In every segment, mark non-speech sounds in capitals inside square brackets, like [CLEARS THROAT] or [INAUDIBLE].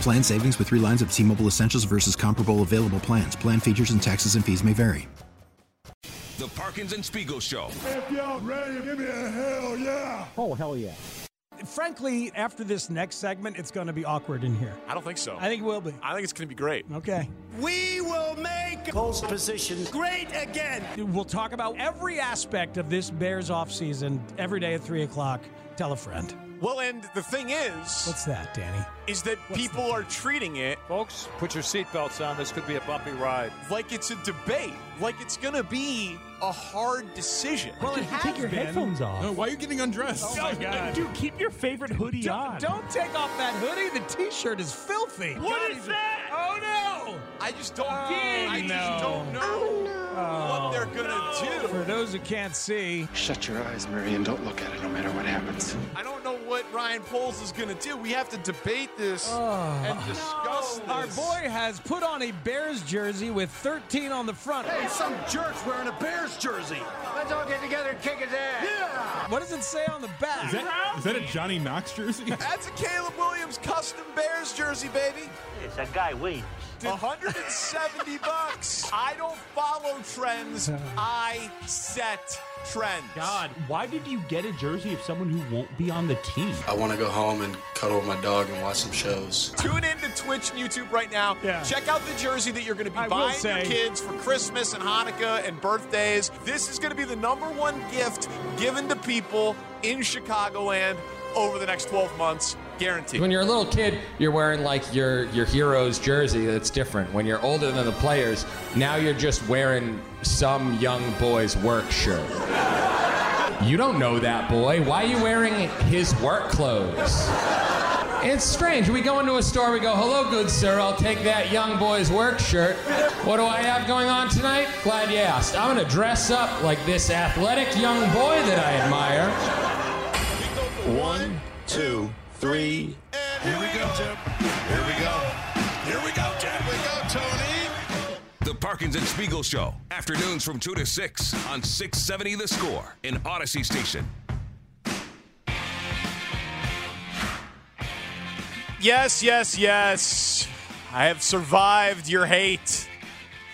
Plan savings with three lines of T Mobile Essentials versus comparable available plans. Plan features and taxes and fees may vary. The Parkins and Spiegel Show. If y'all ready, give me a hell yeah. Oh, hell yeah. Frankly, after this next segment, it's going to be awkward in here. I don't think so. I think it will be. I think it's going to be great. Okay. We will make Cole's position great again. We'll talk about every aspect of this Bears offseason every day at 3 o'clock. Tell a friend. Well, and the thing is, What's that, Danny? is that what's people that? are treating it Folks, put your seatbelts on. This could be a bumpy ride. like it's a debate, like it's going to be a hard decision. Well, it has take your headphones off. why are you getting undressed? Oh, Oh, Dude, keep your favorite hoodie on. Don't, don't take off that hoodie. The T-shirt is filthy. What is that? Oh no! I just don't. I just no. don't know what they're going to For those who can't see, Shut your eyes, Murray, and don't look at it no matter what happens. do. I don't know what Ryan Poles is going to do. We have to debate this and discuss Oh. our this. boy has put on a Bears jersey with 13 on the front. some jerk's wearing a Bears jersey. Let's all get together and kick his ass. Yeah. What does it say on the back? Is that, is that a Johnny Knox jersey? That's a Caleb Williams custom Bears jersey, baby. It's a guy Williams. 170 bucks. I don't follow [LAUGHS] trends. I set trends. God, why did you get a jersey of someone who won't be on the team? I want to go home and cuddle with my dog and watch some shows. Tune in to Twitch and YouTube right now. Yeah. Check out the jersey that you're going to be I will buying say- your kids for Christmas and Hanukkah and birthdays. This is going to be the number one gift given to people in Chicagoland over the next 12 months, guaranteed. When you're a little kid, you're wearing like your your hero's jersey. That's different. When you're older than the players, now you're just wearing some young boy's work shirt. You don't know that boy. Why are you wearing his work clothes? It's strange. We go into a store, we go, hello, good sir, I'll take that young boy's work shirt. What do I have going on tonight? Glad you asked. I'm going to dress up like this athletic young boy that I admire. One, two, three. and here we go. Here we go. Here we go, Jim. Here we go, Tony. The Parkins and Spiegel Show. Afternoons from 2 to 6 on 670 The Score in Odyssey Station. Yes, yes, yes. I have survived your hate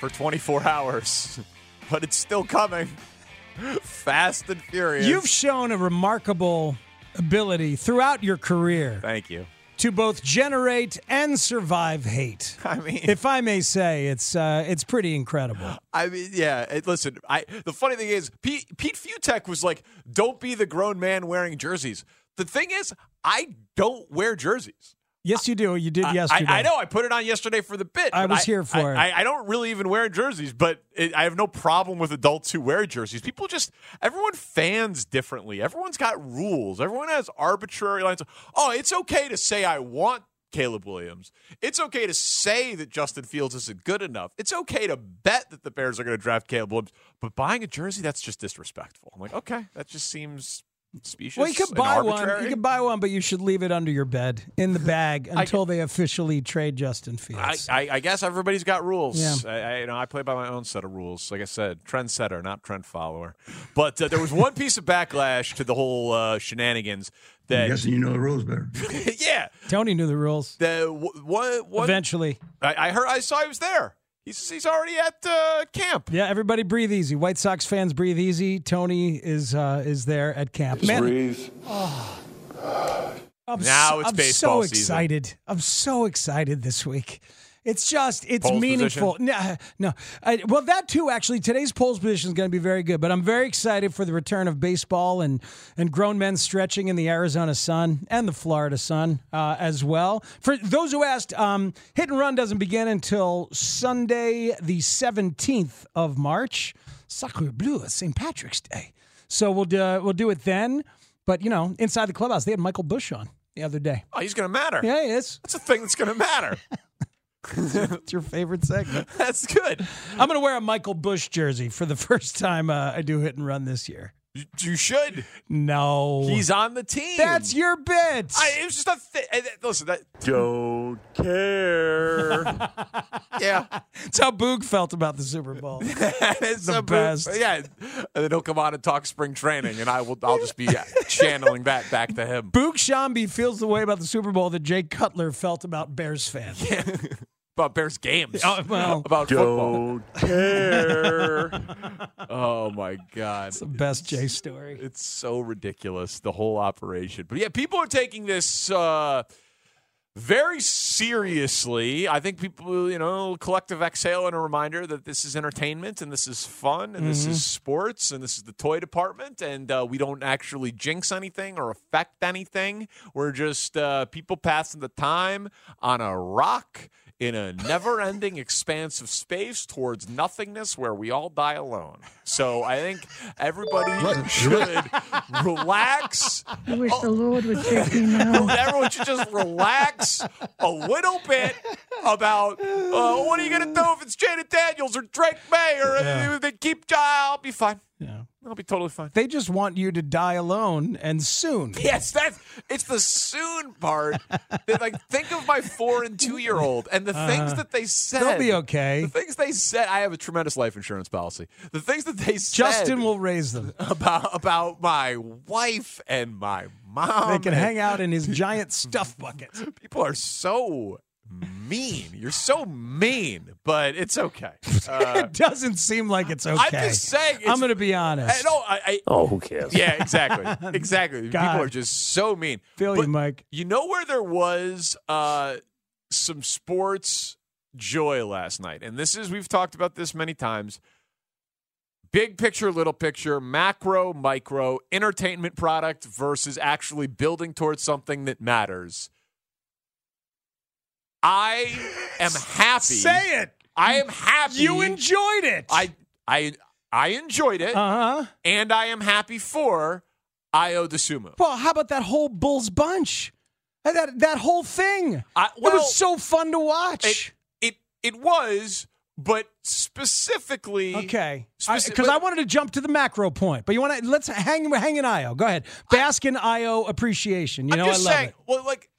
for 24 hours, [LAUGHS] but it's still coming. [LAUGHS] Fast and furious. You've shown a remarkable ability throughout your career Thank you. to both generate and survive hate. [LAUGHS] I mean, If I may say, it's uh, it's pretty incredible. [LAUGHS] I mean, yeah. It, listen, I. The funny thing is, Pete, Pete Futek was like, "Don't be the grown man wearing jerseys." The thing is, I don't wear jerseys. Yes, you do. You did I- yesterday. I, I know. I put it on yesterday for the bit. I but was here for I- it. I, I don't really even wear jerseys, but it, I have no problem with adults who wear jerseys. People just everyone fans differently. Everyone's got rules. Everyone has arbitrary lines. Oh, it's okay to say I want Caleb Williams. It's okay to say that Justin Fields isn't good enough. It's okay to bet that the Bears are going to draft Caleb Williams. But buying a jersey, that's just disrespectful. I'm like, okay, that just seems specious. Well, you could and buy one. arbitrary. You could buy one, but you should leave it under your bed in the bag until they officially trade Justin I, Fields. I, I guess everybody's got rules. Yeah. I, I, you know, I play by my own set of rules. Like I said, trendsetter, not trend follower. But uh, there was one piece of backlash to the whole uh, shenanigans that, you know the rules better. [LAUGHS] yeah, Tony knew the rules. the w- one, one Eventually, I, I heard, I saw he was there. He's he's already at uh, camp. yeah. Everybody breathe easy. White Sox fans breathe easy. Tony is uh, is there at camp. Man, Breathe. I'm now so, it's I'm so baseball season. excited. I'm so excited this week. It's just it's Polls meaningful. No, no. I, well, that too. Actually, today's polls position is going to be very good. But I'm very excited for the return of baseball and and grown men stretching in the Arizona sun and the Florida sun uh, as well. For those who asked, um, hit and run doesn't begin until Sunday, the 17th of March. Sacre bleu, it's St. Patrick's Day. So we'll do, we'll do it then. But you know, inside the clubhouse, they had Michael Bush on the other day. Oh, he's going to matter. Yeah, he is. That's a thing that's going [LAUGHS] to matter. It's your favorite [LAUGHS] segment. That's good. I'm going to wear a Michael Bush jersey for the [LAUGHS] first time uh, I do hit and run this year. You- You should. No, He's on the team. That's your bit. I, it was just a thi- I- that- Listen, that Don't [LAUGHS] care. yeah, That's how Boog felt about the Super [LAUGHS] Bowl. it's [LAUGHS] The a boo- best. uh, Yeah, and then he'll come on and talk spring training, and I will. I'll just be uh, [LAUGHS] channeling that back to him. Boog Shambi feels the way about the Super Bowl that Jay Cutler felt about Bears fans. about Bears games. Oh, well. [LAUGHS] about football. Don't care. [LAUGHS] Oh my god, It's the best Jay story. It's so ridiculous, the whole operation. But yeah, people are taking this uh, very seriously. I think people, you know, collective exhale and a reminder that this is entertainment and this is fun and this is sports and this is the toy department and uh, we don't actually jinx anything or affect anything. We're just uh, people passing the time on a rock. In a never ending [LAUGHS] expanse of space towards nothingness where we all die alone. So I think everybody should relax. I wish the Lord would take me now. [LAUGHS] Everyone should just relax a little bit about uh, what are you going to do if it's Jada Daniels or Drake May or uh, they keep. I'll be fine. Yeah. I'll be totally fine. They just want you to die alone and soon. Yes, that's it's the soon part. that, like, think of my four and two year old and the things Uh, that they said. They'll be okay. The things they said. I have a tremendous life insurance policy. The things that they said Justin will raise them. about about my wife and my mom. They can and- hang out in [LAUGHS] his giant stuff bucket. People are so mean. You're so mean, but [LAUGHS] it's okay. Uh, it doesn't seem like it's okay. I'm just saying. it's- I'm going to be honest. I, no, I, I, Oh, who cares? yeah, [LAUGHS] exactly, exactly. God. People are just so mean. Feel But you, Mike. You know where there was uh, some sports joy last night, and this is we've talked about this many times. Big picture, little picture, macro, micro, entertainment product versus actually building towards something that matters. I [LAUGHS] am happy. Say it. I am happy. You enjoyed it. I I I enjoyed it, Uh huh. and I am happy for Io DeSumo. Well, how about that whole Bulls bunch? Uh, That that whole thing. I- it well, was so fun to watch. It, it it was, but specifically okay. speci- Because I, wanted to jump to the macro point, but you want to let's hang hang in IO. Go ahead. Bask in IO appreciation. You I'm know just I love saying, it. well, like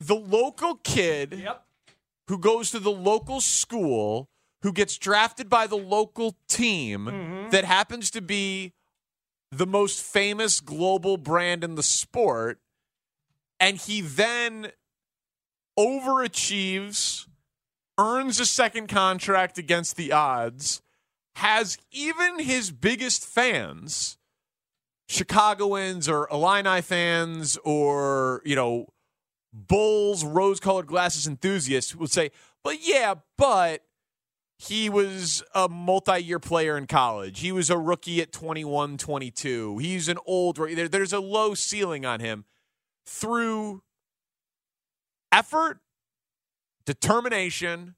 the local kid who goes to the local school, who gets drafted by the local team that happens to be the most famous global brand in the sport, and he then overachieves, earns a second contract against the odds, has even his biggest fans. Chicagoans or Illini fans or, you know, Bulls, rose colored glasses enthusiasts who would say, but yeah, but he was a multi year player in college. He was a rookie at 21, 22. He's an old, rookie." there, there's a low ceiling on him through effort, determination,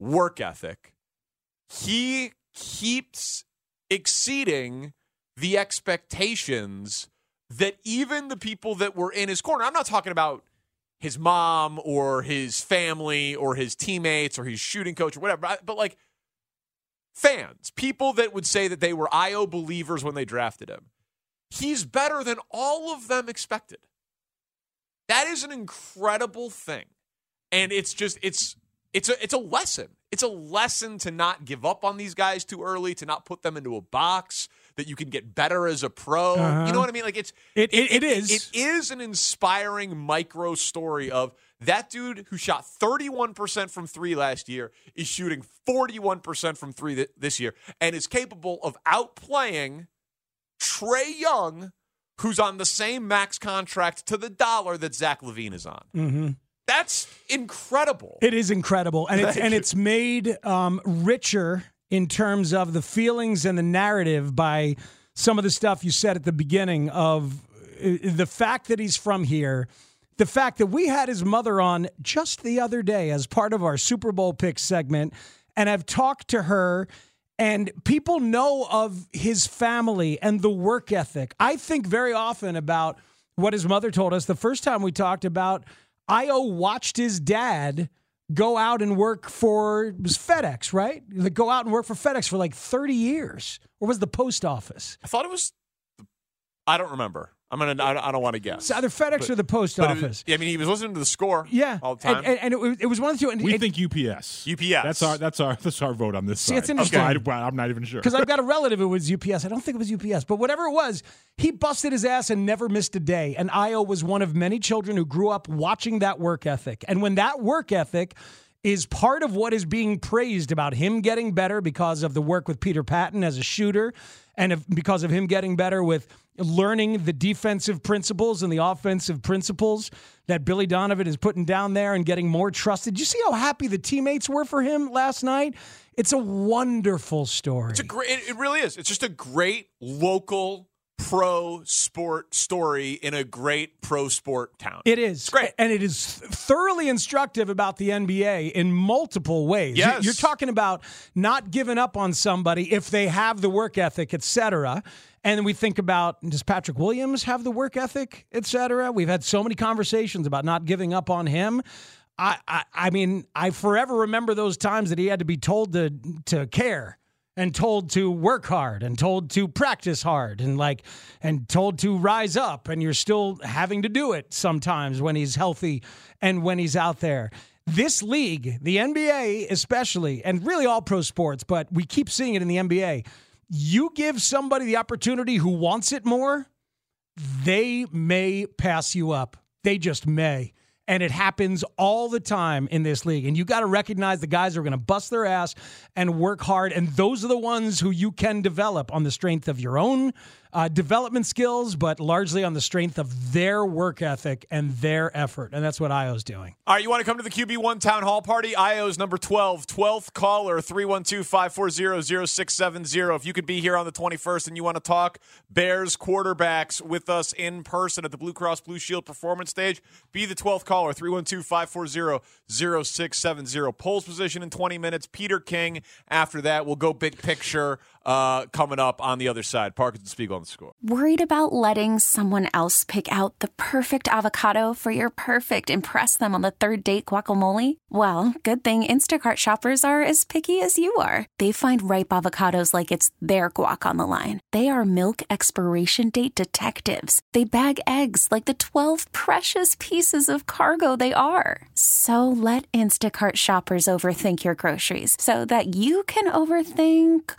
work ethic. He keeps exceeding the expectations that even the people that were in his corner, I'm not talking about his mom or his family or his teammates or his shooting coach or whatever, but- but like fans, people that would say that they were IO believers when they drafted him. He's better than all of them expected. That is an incredible thing. And it's just it's it's a it's a lesson. It's a lesson to not give up on these guys too early, to not put them into a box, that you can get better as a pro. You Uh-huh. know what I mean? Like it's It- it- it is. it is an inspiring micro story of that dude who shot 31% from three last year is shooting 41% from three th- this year and is capable of outplaying Trey Young, who's on the same max contract to the dollar that Zach Levine is on. Mm-hmm. That's incredible. It is incredible, and it's Thank and you. it's made um, richer in terms of the feelings and the narrative by some of the stuff you said at the beginning of uh, the fact that he's from here. The fact that we had his mother on just the other day as part of our Super Bowl pick segment, and I've talked to her, and people know of his family and the work ethic. I think very often about what his mother told us the first time we talked about Io watched his dad go out and work for it was FedEx, right? Like go out and work for FedEx for like 30 years. Or was the post office? I thought it was. I don't remember. I'm gonna. I, I don't want to guess. It's either FedEx or the post but it was- office. I mean, he was listening to the score. Yeah. all the time. And, and, and it, was- it was one of the two. And We it- think UPS. UPS. That's our that's our that's our vote on this See, side. it's interesting. I, well, I'm not even sure. Because I've got a relative who was UPS. I don't think it was UPS, but whatever it was, he busted his ass and never missed a day. And Io was one of many children who grew up watching that work ethic. And when that work ethic is part of what is being praised about him getting better because of the work with Peter Patton as a shooter and of, because of him getting better with learning the defensive principles and the offensive principles that Billy Donovan is putting down there and getting more trusted. Did you see how happy the teammates were for him last night? It's a wonderful story. It's a great. It, it really is. It's just a great local pro sport story in a great pro sport town. It is. great. And it is thoroughly instructive about the NBA in multiple ways. You- Yes. You're talking about not giving up on somebody if they have the work ethic, et cetera. And we think about does Patrick Williams have the work ethic, et cetera? We've had so many conversations about not giving up on him. I, I, I mean, I forever remember those times that he had to be told to, to care and told to work hard and told to practice hard and like and told to rise up and you're still having to do it sometimes when he's healthy and when he's out there this league the NBA especially and really all pro sports but we keep seeing it in the NBA you give somebody the opportunity who wants it more they may pass you up. They just may. And it happens all the time in this league. And you got to recognize the guys who are going to bust their ass and work hard. And those are the ones who you can develop on the strength of your own uh, development skills, but largely on the strength of their work ethic and their effort. And that's what Io's doing. All right, you want to come to the QB1 Town Hall Party? IO's number 12, 12th caller, 312 540 0670. If you could be here on the 21st and you want to talk Bears quarterbacks with us in person at the Blue Cross Blue Shield Performance Stage, be the 12th caller, 312 540 0670. Polls position in 20 minutes. Peter King after that. We'll go big picture uh, coming up on the other side. Parkinson Spiegel on the score. Worried about letting someone else pick out the perfect avocado for your perfect impress them on the third date guacamole? Well, good thing Instacart shoppers are as picky as you are. They find ripe avocados like it's their guac on the line. They are milk expiration date detectives. They bag eggs like the 12 precious pieces of cargo they are. So let Instacart shoppers overthink your groceries so that you can overthink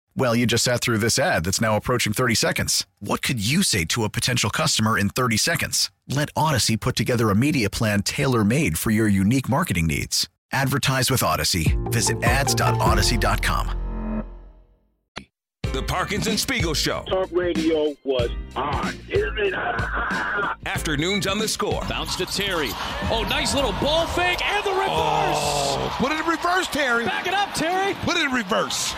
Well, you just sat through this ad that's now approaching 30 seconds. What could you say to a potential customer in 30 seconds? Let Odyssey put together a media plan tailor made for your unique marketing needs. Advertise with Odyssey. Visit ads.odyssey.com. The Parkinson Spiegel Show. Talk radio was on. [LAUGHS] Afternoons on the score. Bounce to Terry. Oh, nice little ball fake and the reverse. Oh, Put it in reverse, Terry. Back it up, Terry. Put it in reverse.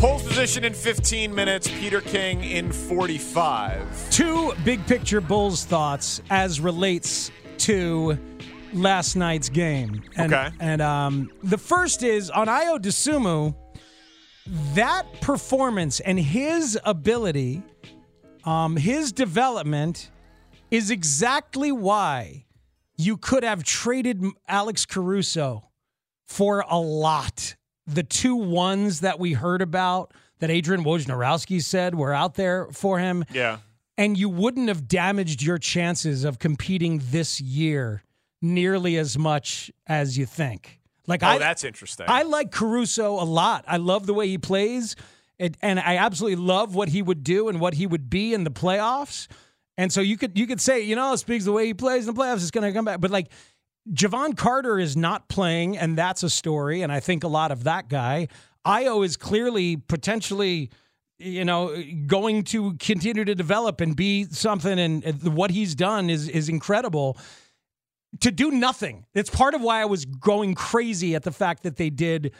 Polls position position in 15 minutes, Peter King in 45. Two big picture Bulls thoughts as relates to last night's game. And, Okay. And um, the first is on Io DeSumo, that performance and his ability, um, his development is exactly why you could have traded Alex Caruso for a lot. The two ones that we heard about that Adrian Wojnarowski said were out there for him. Yeah. And you wouldn't have damaged your chances of competing this year nearly as much as you think. Like oh, I, that's interesting. I like Caruso a lot. I love the way he plays, and, and I absolutely love what he would do and what he would be in the playoffs. And so you could you could say, you know, speaks the way he plays in the playoffs, it's going to come back. But like Javon Carter is not playing, and that's a story. And I think a lot of that guy. Io is clearly potentially, you know, going to continue to develop and be something. And uh, what he's done is is incredible to do nothing. It's part of why I was going crazy at the fact that they did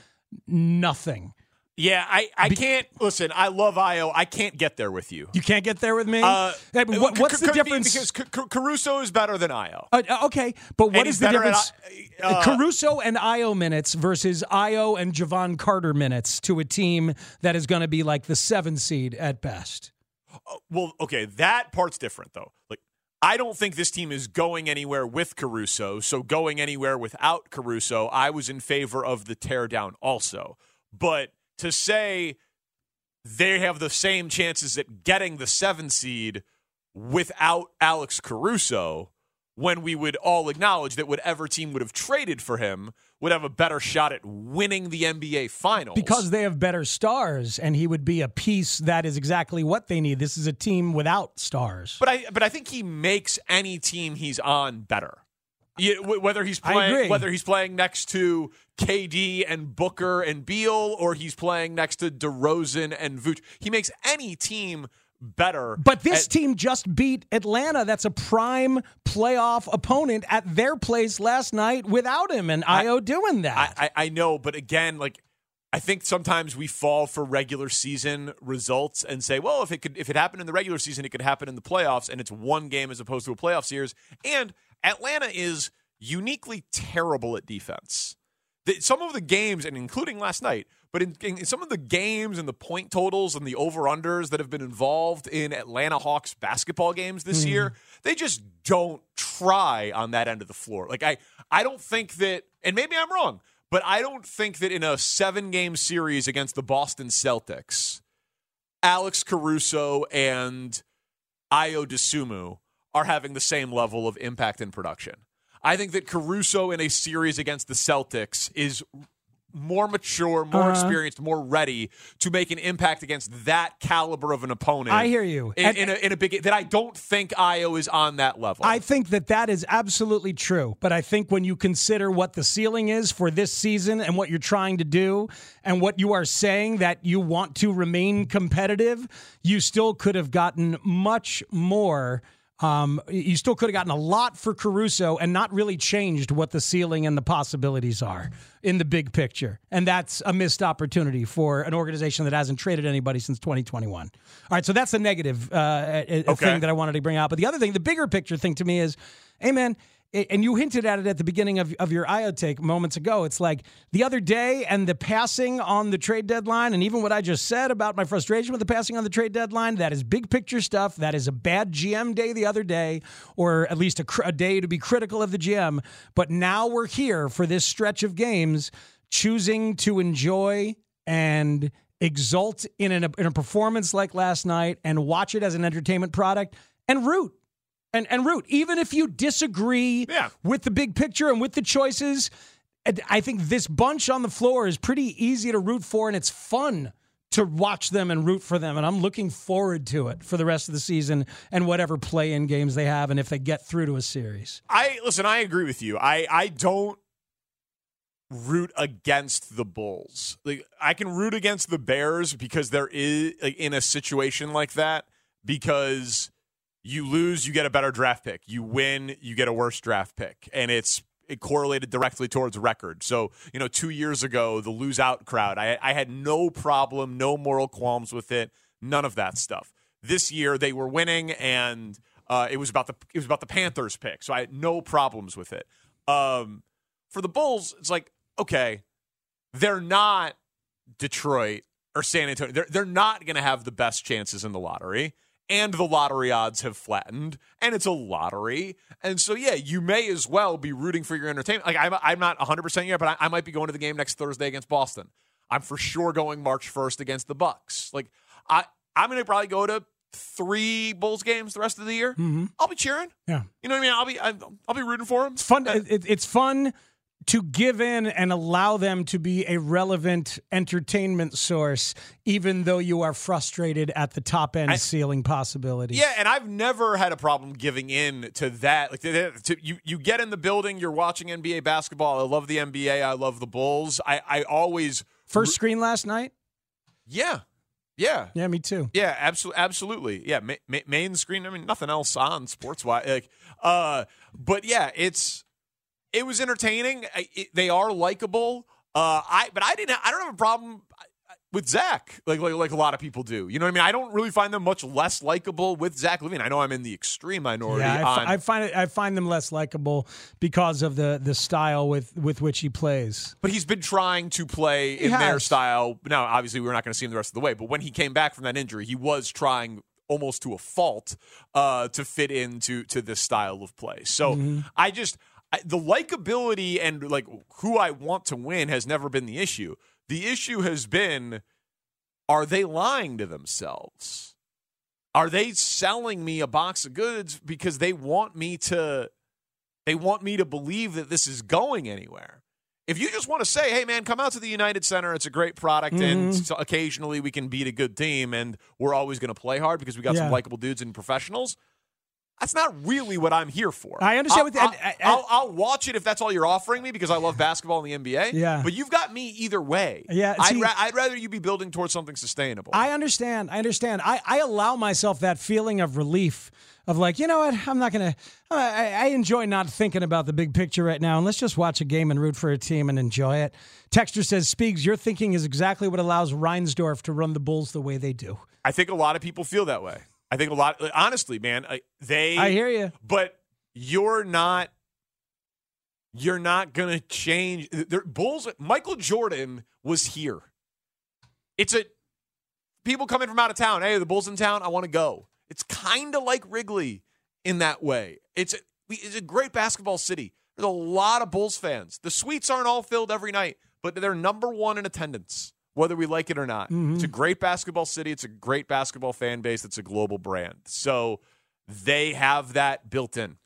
nothing. yeah, I, I can't. Listen, I love Io. I can't get there with you. You can't get there with me. Uh, Hey, but what- c- what's c- the be- difference? Because C- C- Caruso is better than Io. Uh, uh, okay, but what And is he's the better at, difference? uh, Caruso and Io minutes versus Io and Javon Carter minutes to a team that is going to be like the seven seed at best. Uh, Well, okay, that part's different though. Like, I don't think this team is going anywhere with Caruso. So going anywhere without Caruso, I was in favor of the teardown also. But to say they have the same chances at getting the seven seed without Alex Caruso, when we would all acknowledge that whatever team would have traded for him would have a better shot at winning the NBA Finals. Because they have better stars, and he would be a piece that is exactly what they need. This is a team without stars. But I but I think he makes any team he's on better. Yeah, wh- whether he's I agree. playing whether he's playing next to KD and Booker and Beal or he's playing next to DeRozan and Vooch, he makes any team better. But this at- team just beat Atlanta. That's a prime playoff opponent at their place last night without him and Io doing that. I, I know, but again, like I think sometimes we fall for regular season results and say, well, if it could if it happened in the regular season, it could happen in the playoffs, and it's one game as opposed to a playoff series. And Atlanta is uniquely terrible at defense. The- some of the games, and including last night, but in, in some of the games and the point totals and the over unders that have been involved in Atlanta Hawks basketball games this Mm-hmm. Mhm. year, they just don't try on that end of the floor. Like I, I don't think that, and maybe I'm wrong, but I don't think that in a seven game series against the Boston Celtics, Alex Caruso and Io DeSumo are having the same level of impact and production. I think that Caruso in a series against the Celtics is more mature, more Uh-huh. experienced, more ready to make an impact against that caliber of an opponent. I hear you. In, And- in, a, in a big that I don't think Io is on that level. I think that that is absolutely true. But I think when you consider what the ceiling is for this season and what you're trying to do and what you are saying that you want to remain competitive, you still could have gotten much more. Um, you still could have gotten a lot for Caruso and not really changed what the ceiling and the possibilities are in the big picture. And that's a missed opportunity for an organization that hasn't traded anybody since 2021. All right, so that's a negative uh, a- a Okay. thing that I wanted to bring out. But the other thing, the bigger picture thing to me is, hey man, a- and you hinted at it at the beginning of, of your IO take moments ago. It's like the other day and the passing on the trade deadline, and even what I just said about my frustration with the passing on the trade deadline, that is big picture stuff. That is a bad GM day the other day, or at least a, cr- a day to be critical of the GM. But now we're here for this stretch of games, choosing to enjoy and exult in, an, in a performance like last night and watch it as an entertainment product and root and and root even if you disagree with the big picture and with the choices and i think this bunch on the floor is pretty easy to root for and it's fun to watch them and root for them and i'm looking forward to it for the rest of the season and whatever play in games they have and if they get through to a series I listen. I agree with you. I I don't root against the Bulls. Like I can root against the Bears because there is like, in a situation like that because you lose, you get a better draft pick. You win, you get a worse draft pick, and it's it correlated directly towards record. So, you know, two years ago, the lose out crowd, I, I had no problem, no moral qualms with it, none of that stuff. This year, they were winning, and uh, it was about the it was about the Panthers pick, so I had no problems with it. Um, for the Bulls, it's like okay, they're not Detroit or San Antonio. They're they're not going to have the best chances in the lottery, and the lottery odds have flattened, and it's a lottery, and so yeah, you may as well be rooting for your entertainment. Like I'm I'm not 100 percent yet, but I, I might be going to the game next Thursday against Boston. I'm for sure going March 1st against the Bucks. Like I I'm going to probably go to three Bulls games the rest of the year. I'll be cheering. Yeah. You know what I mean? I'll be I'll, I'll be rooting for them. It's fun. it- it- it's fun to give in and allow them to be a relevant entertainment source, even though you are frustrated at the top end ceiling possibility. Yeah, and I've never had a problem giving in to that. Like to, to- you, you get in the building, you're watching NBA basketball. I love the NBA. I love the Bulls. I, I always First screen last night. yeah, yeah, Yeah, me too. yeah, absolutely, absolutely, yeah. Ma- ma- main screen. I mean, nothing else on sports wise. Like, uh, but yeah, it's it was entertaining. I, it, they are likable. Uh, I but I didn't. I don't have a problem with Zach, like, like like a lot of people do. You know what I mean? I don't really find them much less likable with Zach Levine. I know I'm in the extreme minority. Yeah, I, fi- on, I find it, I find them less likable because of the the style with with which he plays. But he's been trying to play He in their has. style. Now, obviously, we're not going to see him the rest of the way. But when he came back from that injury, he was trying almost to a fault uh, to fit into to this style of play. So Mm-hmm. Mhm. I just I, the likability and like who I want to win has never been the issue. The issue has been are they lying to themselves? Are they selling me a box of goods because they want me to they want me to believe that this is going anywhere? If you just want to say, "Hey man, come out to the United Center. It's a great product and Mm-hmm. Mhm. so occasionally we can beat a good team and we're always going to play hard because we got Yeah. some likable dudes and professionals." That's not really what I'm here for. I understand what the- I'll, I- I- I'll, I'll, I'll watch it if that's all you're offering me because I love basketball and the NBA. Yeah. But you've got me either way. Yeah, I'd, see- ra- I'd rather you be building towards something sustainable. I understand. I understand. I, I allow myself that feeling of relief of like, you know what? I'm not going to, I, I enjoy not thinking about the big picture right now. And let's just watch a game and root for a team and enjoy it. Texter says, Speegs, your thinking is exactly what allows Reinsdorf to run the Bulls the way they do. I think a lot of people feel that way. I think a lot, like, honestly, man. I, they, I hear you. but you're not, you're not gonna change. They're, Bulls. Michael Jordan was here. It's a people coming from out of town. Hey, the Bulls in town. I want to go. It's kind of like Wrigley in that way. It's a, we- it's a great basketball city. There's a lot of Bulls fans. The suites aren't all filled every night, but they're number one in attendance, whether we like it or not. Mhm. It's a great basketball city. It's a great basketball fan base. It's a global brand. So they have that built in.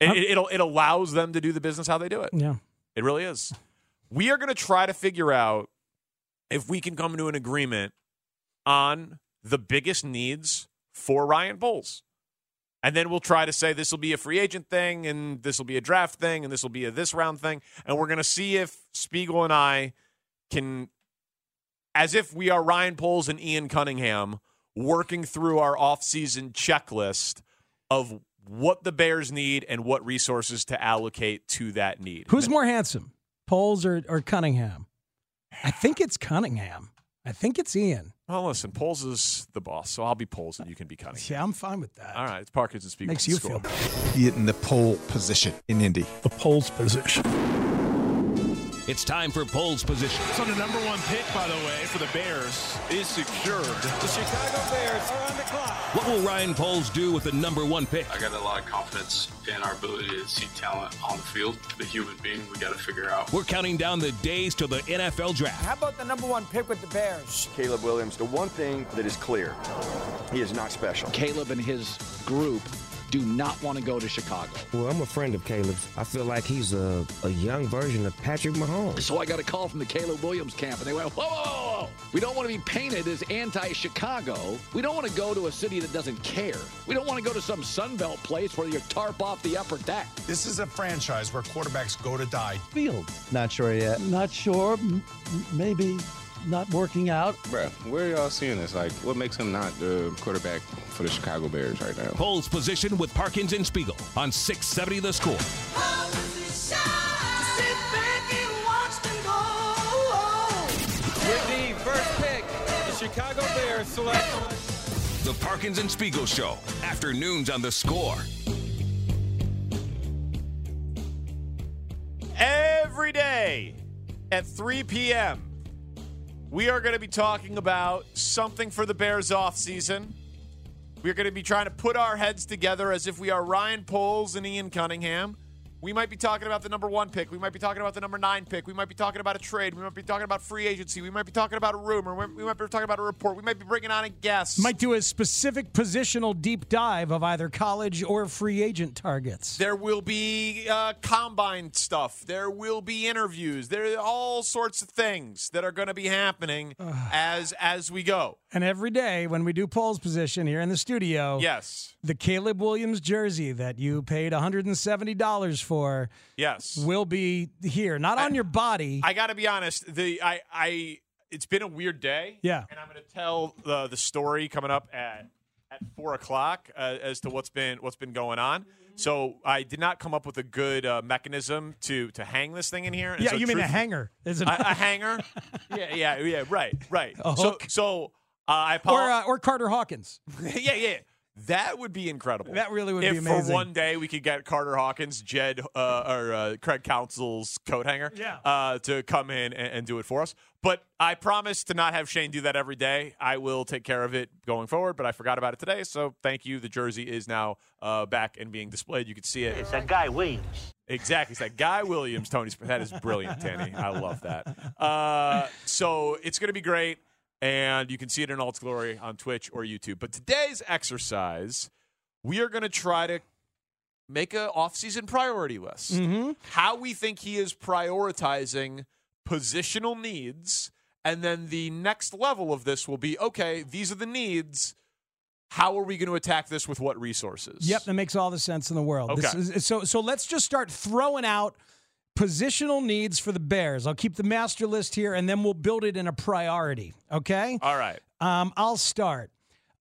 It, it, it'll- it allows them to do the business how they do it. Yeah. It really is. We are going to try to figure out if we can come to an agreement on the biggest needs for Ryan Bowles. And then we'll try to say this will be a free agent thing, and this will be a draft thing, and this will be a this round thing. And we're going to see if Spiegel and I can, as if we are Ryan Poles and Ian Cunningham, working through our offseason checklist of what the Bears need and what resources to allocate to that need. Who's more handsome, Poles or, or Cunningham? I think it's Cunningham. I think it's Ian. Well, Oh, listen, Poles is the boss, so I'll be Poles and you can be Cunningham. Yeah, I'm fine with that. All right, it's Parkins and Spiegel. Makes you Score. feel better. in the pole position in Indy. The pole's position. It's time for Poll's position. So the number one pick, by the way, for the Bears is secured. The Chicago Bears are on the clock. What will Ryan Poles do with the number one pick? I got a lot of confidence in our ability to see talent on the field. The human being, we got to figure out. We're counting down the days to the NFL draft. How about the number one pick with the Bears? Caleb Williams, the one thing that is clear, he is not special. Caleb and his group do not want to go to Chicago. Well, I'm a friend of Caleb's. I feel like he's a, a young version of Patrick Mahomes. So I got a call from the Caleb Williams camp, and they went, whoa, whoa, whoa, whoa. We don't want to be painted as anti Chicago. We don't want to go to a city that doesn't care. We don't want to go to some Sunbelt place where you tarp off the upper deck. This is a franchise where quarterbacks go to die. Fields. Not sure yet. Not sure. M- maybe not working out. Bruh, where y'all seeing this? Like, what makes him not the quarterback for the Chicago Bears right now? Poll's position with Parkins and Spiegel on 670 The Score. Shot! Chicago Bears select. The Parkins and Spiegel Show, afternoons on the score. Every day at 3 p.m., we are going to be talking about something for the Bears offseason. We're going to be trying to put our heads together as if we are Ryan Poles and Ian Cunningham. We might be talking about the number one pick. We might be talking about the number nine pick. We might be talking about a trade. We might be talking about free agency. We might be talking about a rumor. We we might be talking about a report. We might be bringing on a guest. Might do a specific positional deep dive of either college or free agent targets. There will be uh, combine stuff. There will be interviews. There are all sorts of things that are going to be happening [SIGHS] as as we go. And every day when we do polls position here in the studio, Yes. the Caleb Williams jersey that you paid $170 for Yes. will be here, not on your body. I got to be honest. The I I it's been a weird day. Yeah. and I'm going to tell the the story coming up at at four o'clock uh, as to what's been what's been going Mm-hmm. on. So I did not come up with a good uh, mechanism to to hang this thing in here. And yeah, so you mean a truth- hanger? Is it [LAUGHS] A, [LAUGHS] a hanger? yeah, yeah, yeah. Right, right. A So hook? so uh, I or apologize. uh, or Carter Hawkins? [LAUGHS] yeah, yeah. That would be incredible. That really would if be amazing. for one day we could get Carter Hawkins, Jed, uh, or uh, Craig Council's coat hanger, Yeah. uh, to come in and, and do it for us. But I promise to not have Shane do that every day. I will take care of it going forward. But I forgot about it today, so thank you. The jersey is now uh, back and being displayed. You can see it. It's that guy Williams. Exactly. It's that guy Williams, Tony. Sp- That is brilliant, Tanny. I love that. Uh, so it's going to be great, and you can see it in all its glory on Twitch or YouTube. But today's exercise, we are going to try to make an off-season priority list. How we think he is prioritizing positional needs, and then the next level of this will be okay. These are the needs. How are we going to attack this with what resources? Yep, that makes all the sense in the world. This Okay. is- so so let's just start throwing out positional needs for the Bears. I'll keep the master list here, and then we'll build it in a priority. Okay. All right. Um, I'll start.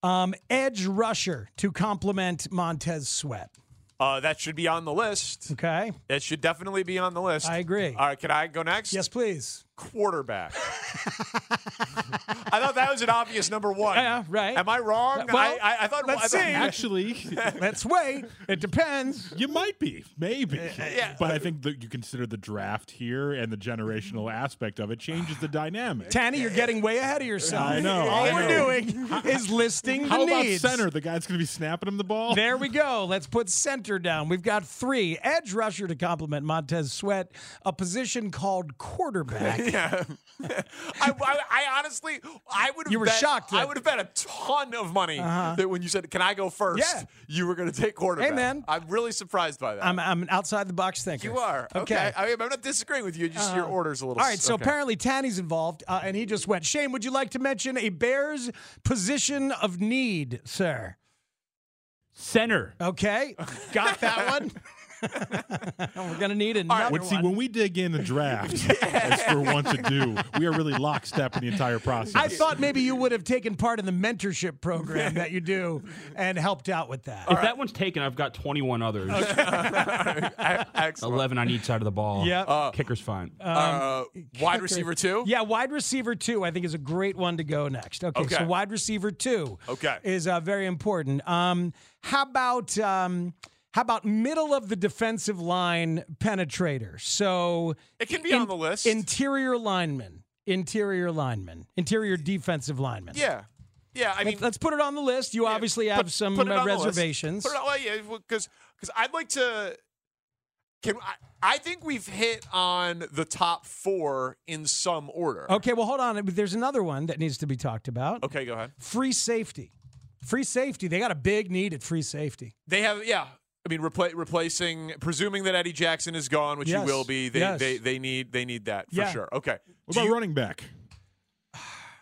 Um, edge rusher to complement Montez Sweat. Uh, that should be on the list. Okay. That should definitely be on the list. I agree. All right, can I go next? Yes, please. Quarterback. [LAUGHS] I thought that was an obvious number one. Yeah, right. Am I wrong? Well, I, I, I thought. let's I thought- see. [LAUGHS] Actually, let's wait. It depends. You might be, maybe. yeah. But I think that you consider the draft here and the generational aspect of it changes the dynamic. Tanny, you're getting way ahead of yourself. I know, All I we're know. doing is listing the How about needs. center? The guy's going to be snapping him the ball. [LAUGHS] There we go. Let's put center down. We've got three edge rusher to complement Montez Sweat, a position called quarterback. [LAUGHS] yeah. I, I, I honestly, I would. have You were bet- shocked, I right? would have bet a ton of money Uh-huh. that when you said, "Can I go first? Yeah. You were going to take quarterback. Hey, man. I'm really surprised by that. I'm, I'm an outside the box thinker. you are okay. I mean, I'm not disagreeing with you. Just your Uh-huh. orders a little. All right, so okay. apparently Tanny's involved, uh, and he just went. Shane, would you like to mention a Bears position of need, sir? Center. Okay, got [LAUGHS] that one. [LAUGHS] We're gonna need another When, see, one. when we dig in the [LAUGHS] draft, as for once to do, we are really lockstep in the entire process. I thought maybe you would have taken part in the mentorship program that you do and helped out with that. if that one's taken, I've got 21 others. [LAUGHS] E-, 11 on each side of the ball. Yep. Uh, Kicker's fine. Uh, wide kicker. receiver two. Yeah, wide receiver two, I think, is a great one to go next. Okay, Okay. so wide receiver two Okay. is uh, very important. Um, how about um, how about middle of the defensive line penetrator? So It can be on the list. Interior lineman, interior lineman, interior defensive lineman. Yeah. Yeah, I mean, let's, let's put it on the list. You obviously have some put it uh, on the list. reservations. Put it on- well, yeah, because because I'd like to. Can I, I think we've hit on the top four in some order? Okay, well, hold on. There's another one that needs to be talked about. Okay, go ahead. Free safety. Free safety. They got a big need at free safety. They have yeah. I mean, repla- replacing presuming that Eddie Jackson is gone, which Yes. he will be. They, Yes. they they need they need that for Yeah. sure. Okay. What about running back?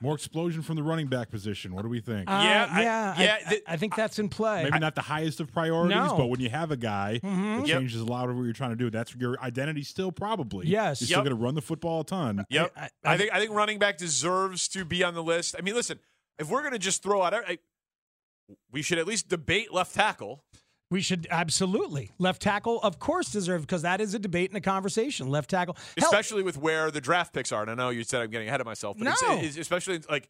More explosion from the running back position. What do we think? Uh, Yeah, I- yeah, I, yeah, I- th- I think that's in play. Maybe not the highest of priorities, No. but when you have a guy Mhm. that Yep. changes a lot of what you're trying to do, that's your identity still probably. Yes. You're still Yep. going to run the football a ton. Yep. I, think I think running back deserves to be on the list. I mean, listen, if we're gonna just throw out, I, we should at least debate left tackle. We should absolutely left tackle, of course, deserve because that is a debate and a conversation. Left tackle, Hell, especially with where the draft picks are. And I know you said I'm getting ahead of myself, but it's, No. it's- especially like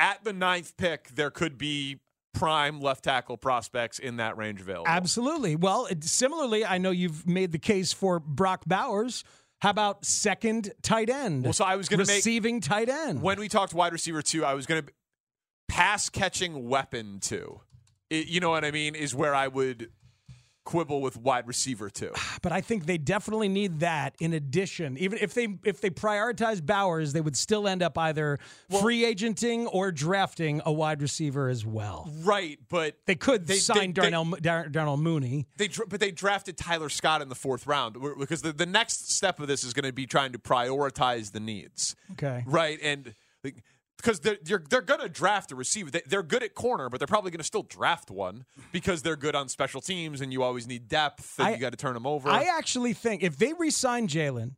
at the ninth pick, there could be prime left tackle prospects in that range available. Absolutely. Well, it- similarly, I know you've made the case for Brock Bowers. How about second tight end? Well, so I was going to make receiving tight end. When we talked wide receiver two, I was going to pass catching weapon two. It- you know what I mean? Is where I would quibble with wide [SIGHS] receiver two. but I think they definitely need that in addition. Even if they if they prioritize Bowers, they would still end up either free agenting or drafting a wide receiver as well. Right, but They could They- sign they- Darnell, Dar- Darnell Mooney. They dr- but they drafted Tyler Scott in the fourth round w- because the, the next step of this is going to be trying to prioritize the needs, Okay. right? And because they're you're, they're going to draft a receiver, they, they're good at corner, but they're probably going to still draft one because they're good on special teams, and you always need depth, and I- you got to turn them over. I actually think if they re-sign Jalen,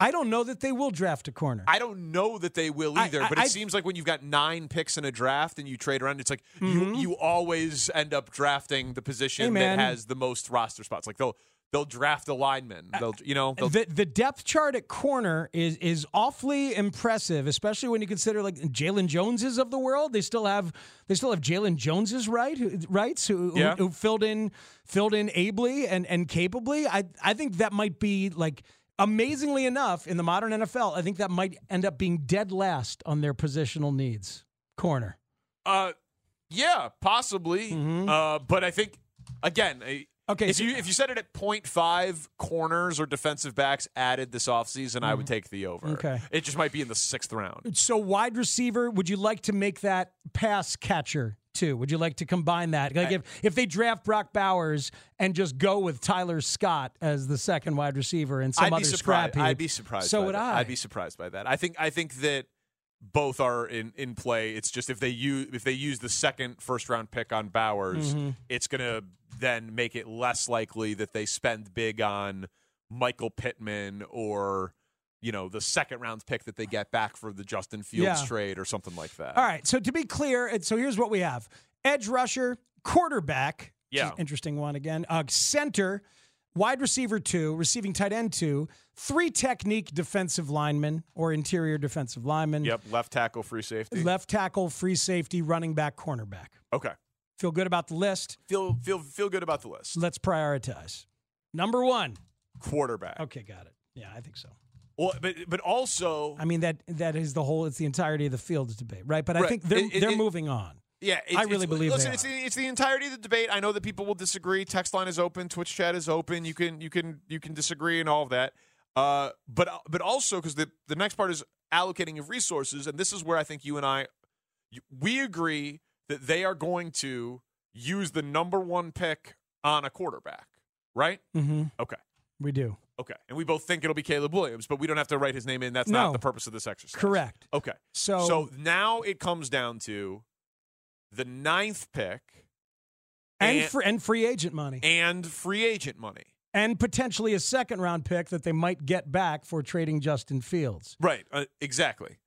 I don't know that they will draft a corner. I don't know that they will I- either, I- but it I- seems like when you've got nine picks in a draft and you trade around, it's like you you always end up drafting the position Mm-hmm. man. that has the most roster spots. Like they'll they'll draft a lineman. They'll you know they'll The, the depth chart at corner is is awfully impressive, especially when you consider like Jalen Joneses of the world. They still have they still have Jalen Joneses right who- rights who, who- Yeah. who filled in filled in ably and and capably. I I think that might be like amazingly enough in the modern NFL. I think that might end up being dead last on their positional needs. Corner. Uh, yeah, possibly. Uh, but I think again, I- Mm-hmm. Okay, If so- you if you set it at 0.5 corners or defensive backs added this offseason, I would take the over. Mm-hmm. Okay. it just might be in the sixth round. So wide receiver, would you like to make that pass catcher too? Would you like to combine that? Like I- if, if they draft Brock Bowers and just go with Tyler Scott as the second wide receiver and some I'd other be scrap surprised. heap, I'd be surprised. So by would that. I. I'd be surprised by that. I think I think that both are in, in play. It's just if they use if they use the second first round pick on Bowers, Mm-hmm. Mhm. it's gonna then make it less likely that they spend big on Michael Pittman or you know the second round pick that they get back for the Justin Fields Yeah. trade or something like that. All right. So to be clear, and so here's what we have: edge rusher, quarterback. which is Yeah. an interesting one again. Uh, center, wide receiver two, receiving tight end two, three technique defensive lineman or interior defensive lineman. Yep, left tackle, free safety. Left tackle, free safety, running back, cornerback. Okay, Feel good about the list. feel feel feel good about the list. Let's prioritize. Number one, Quarterback. Okay, got it. Yeah, I think so. Well, but but also, I mean that that is the whole. It's the entirety of the Fields debate, right? But I Right. think they're It- it- they're it- moving on. Yeah, I really believe Listen, they it's, The, it's the entirety of the debate. I know that people will disagree. Text line is open. Twitch chat is open. You can you can you can disagree and all of that. Uh, but but also because the the next part is allocating of resources, and this is where I think you and I you- we agree that they are going to use the number one pick on a quarterback, right? Mm-hmm. Okay. We do. Okay, and we both think it'll be Caleb Williams, but we don't have to write his name in. That's No. not the purpose of this exercise. Correct. Okay. So- so now it comes down to the ninth pick And And- fr- and free agent money and free agent money. and potentially a second round pick that they might get back for trading Justin Fields. Right. Uh, exactly.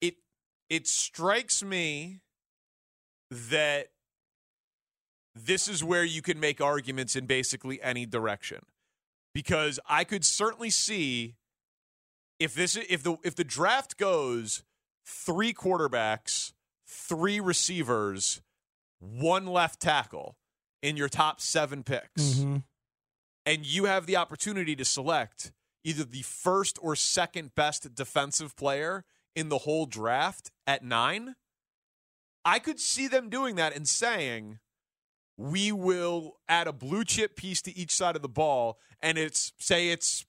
It it strikes me that this is where you can make arguments in basically any direction because I could certainly see if this if the if the draft goes three quarterbacks, three receivers, one left tackle in your top 7 picks Mm-hmm. and you have the opportunity to select either the first or second best defensive player in the whole draft at nine, I could see them doing that and saying, we will add a blue chip piece to each side of the ball, and it's say it's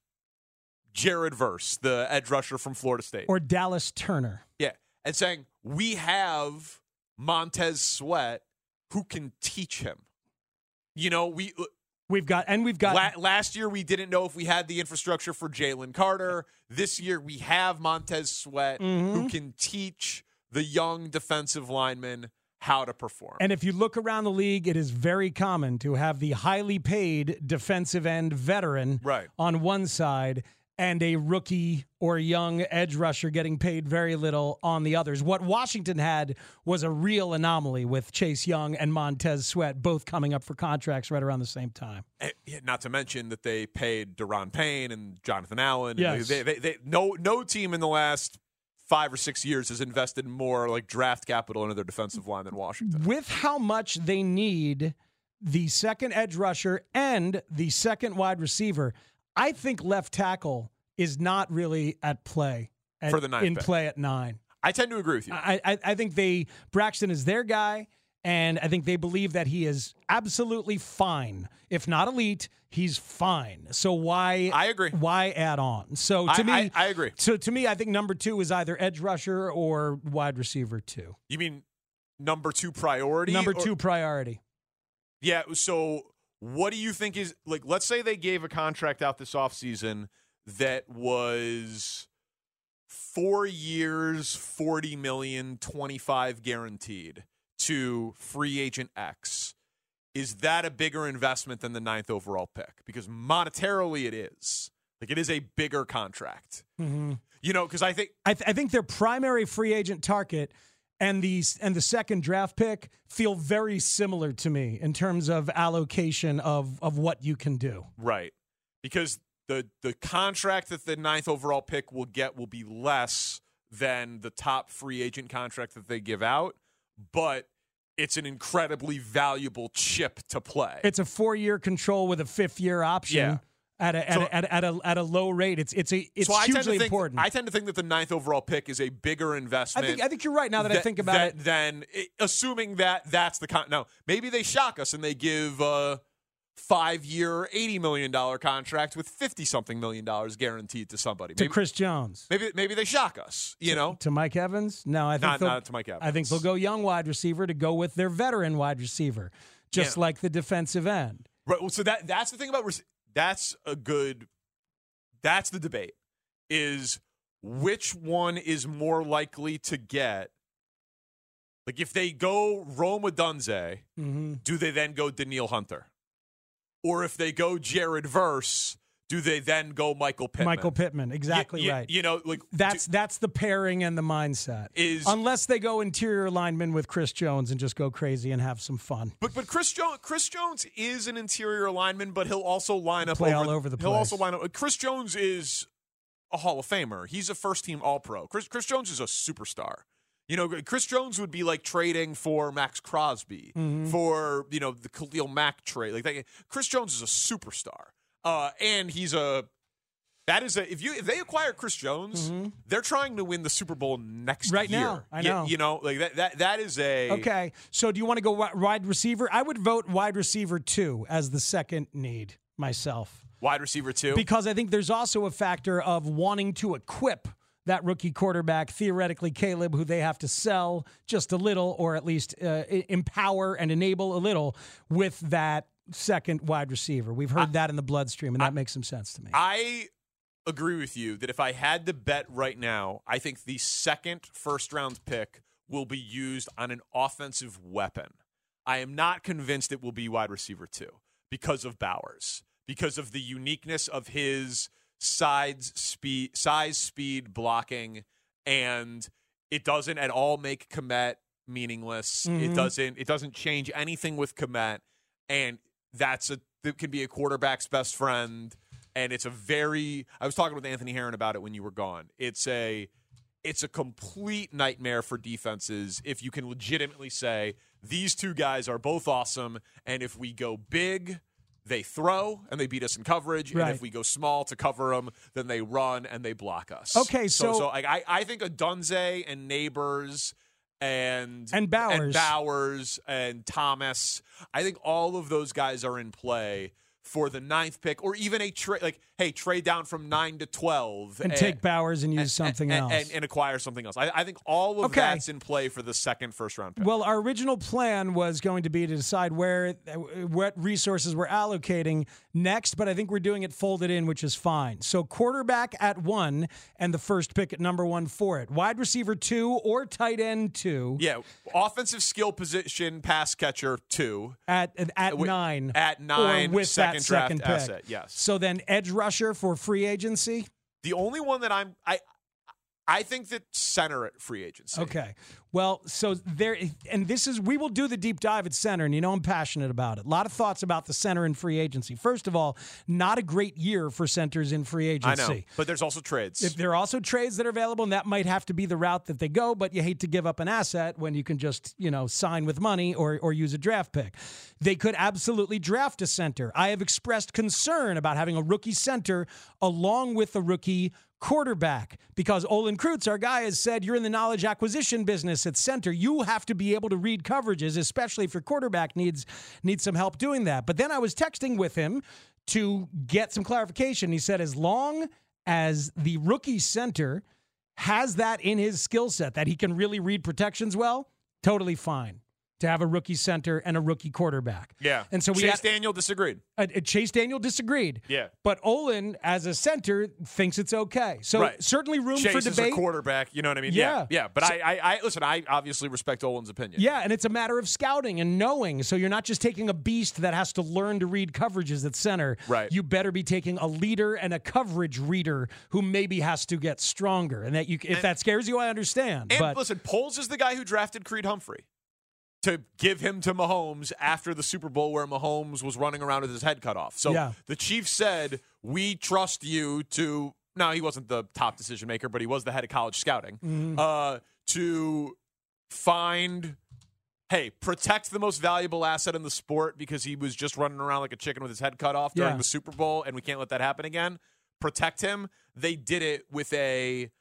Jared Verse, the edge rusher from Florida State. Or Dallas Turner. Yeah. And saying, we have Montez Sweat who can teach him. You know, we uh, We've got and we've got La- last year we didn't know if we had the infrastructure for Jalen Carter. This year we have Montez Sweat who Mhm. can teach the young defensive linemen how to perform. And if you look around the league, it is very common to have the highly paid defensive end veteran Right. on one side and a rookie or young edge rusher getting paid very little on the others. What Washington had was a real anomaly with Chase Young and Montez Sweat both coming up for contracts right around the same time. And- yeah, not to mention that they paid Deron Payne and Jonathan Allen. Yes. They, they, they, no, no team in the last five or six years has invested more like draft capital into their defensive line than Washington. With how much they need the second edge rusher and the second wide receiver, I think left tackle is not really at play at- For the ninth in pick. play at nine. I tend to agree with you. I, I, I think they Braxton is their guy, and I think they believe that he is absolutely fine. If not elite, he's fine. So why? I agree. Why add on? So to I- me, I- I agree. So to me, I think number two is either edge rusher or wide receiver two. You mean number two priority? Number or- two priority. Yeah. So, what do you think is like? Let's say they gave a contract out this offseason that was four years, 40 million, 25 guaranteed to free agent X. Is that a bigger investment than the ninth overall pick? Because monetarily, it is. Like, it is a bigger contract. You know, because I think Mm-hmm. I, th- I think their primary free agent target and the and the second draft pick feel very similar to me in terms of allocation of of what you can do. Right. Because the the contract that the ninth overall pick will get will be less than the top free agent contract that they give out, but it's an incredibly valuable chip to play. It's a four year control with a fifth year option. Yeah. At a, at, So- a, at, a, at a at a low rate, it's it's a it's so I tend, to hugely think, important. I tend to think that the ninth overall pick is a bigger investment. I think- I think you're right now that I think about it. Then eh, assuming that that's the con- now maybe they shock us and they give a five year eighty million dollar contract with fifty something million dollars guaranteed to somebody. to Maybe- Chris Jones, Maybe maybe they shock us, you know. to Mike Evans. No, I think Not- they'll- not to Mike I think Evans. they'll go young wide receiver to go with their veteran wide receiver, just Yeah. like the defensive end. Right. Well, so that that's the thing about rec- that's a good that's the debate is which one is more likely to get like if they go Roma Dunze, Mm-hmm. do they then go Daniil Hunter? Or if they go Jared Verse, do they then go Michael Pittman? Michael Pittman, exactly you, right. You know, like That's that's the pairing and the mindset. Is- unless they go interior lineman with Chris Jones and just go crazy and have some fun. But but Chris Jones Chris Jones is an interior lineman, but he'll also line up Play all over the He'll place. also line up. Chris Jones is a Hall of Famer. He's a first team All Pro. Chris Chris Jones is a superstar. You know, Chris Jones would be like trading for Max Crosby Mm-hmm. Mhm. for you know the Khalil Mack trade. Like that. Chris Jones is a superstar, uh, and he's a. That is a if you if they acquire Chris Jones, they're trying to win the Super Bowl next Mm-hmm. Right year. now, I You- know. You, know, like that that that is a Okay, so do you want to go wi- wide receiver? I would vote wide receiver two as the second need myself. wide receiver too. Because I think there's also a factor of wanting to equip that rookie quarterback, theoretically Caleb, who they have to sell just a little, or at least uh, e- empower and enable a little with that second wide receiver. We've heard that in the bloodstream, and that makes some sense to me. I agree with you that if I had to bet right now, I think the second first round pick will be used on an offensive weapon. I am not convinced it will be wide receiver two because of Bowers, because of the uniqueness of his sides speed, size, speed, blocking, and it doesn't at all make Komet meaningless. It Mm-hmm. Mhm. doesn't. It doesn't change anything with Komet, and that's a that can be a quarterback's best friend. And it's a very. I was talking with Anthony Heron about it when you were gone. It's a. It's a complete nightmare for defenses if you can legitimately say these two guys are both awesome, and if we go big, they throw and they beat us in coverage, and Right. if we go small to cover them, then they run and they block us. Okay, so- so like I, I think a Dunze and Neighbors and And Bowers. and Bowers and Thomas. I think all of those guys are in play for the ninth pick, or even a trade like hey trade down from nine to twelve and take Bowers and use something and, else. and, and acquire something else. I, I think all of Okay. that's in play for the second first round pick. Well, our original plan was going to be to decide where what resources we're allocating next, but I think we're doing it folded in, which is fine. So quarterback at one and the first pick at number one for it. Wide receiver two or tight end two yeah, offensive skill position, pass catcher two. at at nine at or nine, with that second draft second pick. asset, yes. So then edge rusher for free agency. The only one that I'm I I think that center at free agency. Okay. Well, so there, and this is, we will do the deep dive at center, and you know I'm passionate about it. A lot of thoughts about the center in free agency. First of all, not a great year for centers in free I agency. know, but there's also trades. If there are also trades that are available, and that might have to be the route that they go, but you hate to give up an asset when you can just, you know, sign with money or, or use a draft pick. They could absolutely draft a center. I have expressed concern about having a rookie center along with a rookie quarterback because Olin Krutz, our guy, has said you're in the knowledge acquisition business at center. You have to be able to read coverages, especially if your quarterback needs needs some help doing that. But then I was texting with him to get some clarification. He said as long as the rookie center has that in his skill set that he can really read protections well, totally fine to have a rookie center and a rookie quarterback. Yeah. And so we Chase had- Daniel disagreed. Uh, uh, Chase Daniel disagreed. Yeah. But Olin, as a center, thinks it's okay. So Right. certainly room Chase for is a debate. quarterback. You know what I mean? Yeah. Yeah. But So- I, I, I, listen. I obviously respect Olin's opinion. Yeah, and it's a matter of scouting and knowing. So you're not just taking a beast that has to learn to read coverages at center. Right. You better be taking a leader and a coverage reader who maybe has to get stronger. And that you, if that scares you, I understand. And but listen, Poles is the guy who drafted Creed Humphrey to give him to Mahomes after the Super Bowl where Mahomes was running around with his head cut off. So Yeah. the Chiefs said, "We trust you to." Now he wasn't the top decision maker, but he was the head of college Mm-hmm. scouting. Mhm. Uh, to find, hey, protect the most valuable asset in the sport because he was just running around like a chicken with his head cut off during Yeah. the Super Bowl, and we can't let that happen again. Protect him. They did it with a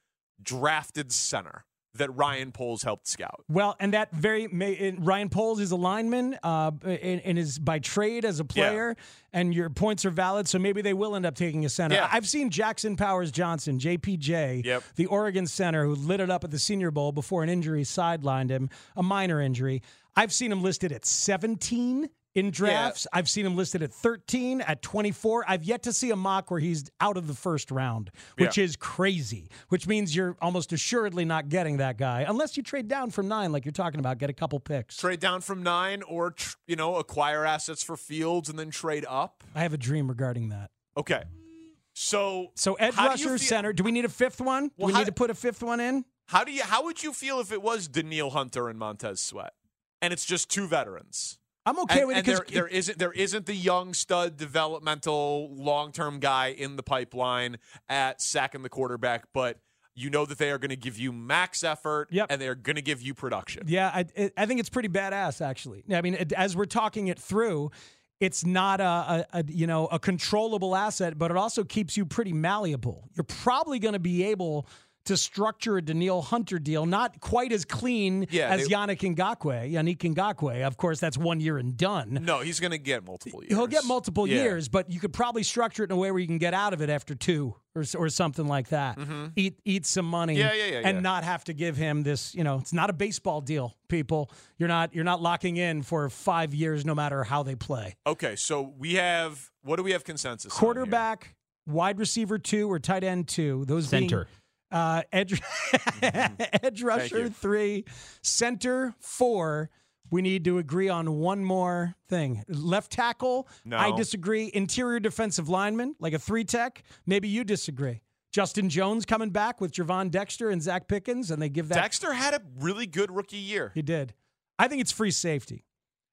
drafted center that Ryan Poles helped scout. Well, and that very may- and Ryan Poles is a lineman uh, and, and is by trade as a player, and your points are valid, so maybe they will end up taking a center. Yeah. I've seen Jackson Powers Johnson, JPJ, Yep. the Oregon center who lit it up at the Senior Bowl before an injury sidelined him, a minor injury. I've seen him listed at 17 in drafts. I've seen him listed at 13, at 24. I've yet to see a mock where he's out of the first round, which Yeah. is crazy, which means you're almost assuredly not getting that guy unless you trade down from nine, like you're talking about, get a couple picks. Trade down from nine, or tr- you know, acquire assets for Fields and then trade up. I have a dream regarding that. Okay, so So Ed how do Rusher, you feel- center. Do we need a fifth one? do Well, we how- need to put a fifth one in? How do you? How would you feel if it was Daniil Hunter and Montez Sweat, and it's just two veterans? I'm okay And- with it and 'cause there, there isn't there isn't the young stud developmental long term guy in the pipeline at sacking the quarterback, but you know that they are going to give you max effort, and they are going to give you production. Yeah, I, it- I think it's pretty badass, actually. I mean, it, as we're talking it through, it's not a, a, a you know a controllable asset, but it also keeps you pretty malleable. You're probably going to be able to structure a Daniil Hunter deal, not quite as clean Yeah, as they- Yannick Ngakwe. Yannick Ngakwe, of course, that's one year and done. No, he's going to get multiple years. He'll get multiple Yeah. years, but you could probably structure it in a way where you can get out of it after two or, s- or something like that. Mhm. Eat eat some money, Yeah, yeah, yeah, and yeah. not have to give him this. You know, it's not a baseball deal, people. You're not you're not locking in for five years, no matter how they play. Okay, so we have what do we have consensus? on here? Quarterback, wide receiver two or tight end two. Those being, Center. uh, edge [LAUGHS] edge rusher you. three, center four. We need to agree on one more thing. Left tackle, No. I disagree. Interior defensive lineman, like a three tech, maybe you disagree. Justin Jones coming back with Javon Dexter and Zach Pickens, and they give that. Dexter had a really good rookie year. He did. I think it's free safety.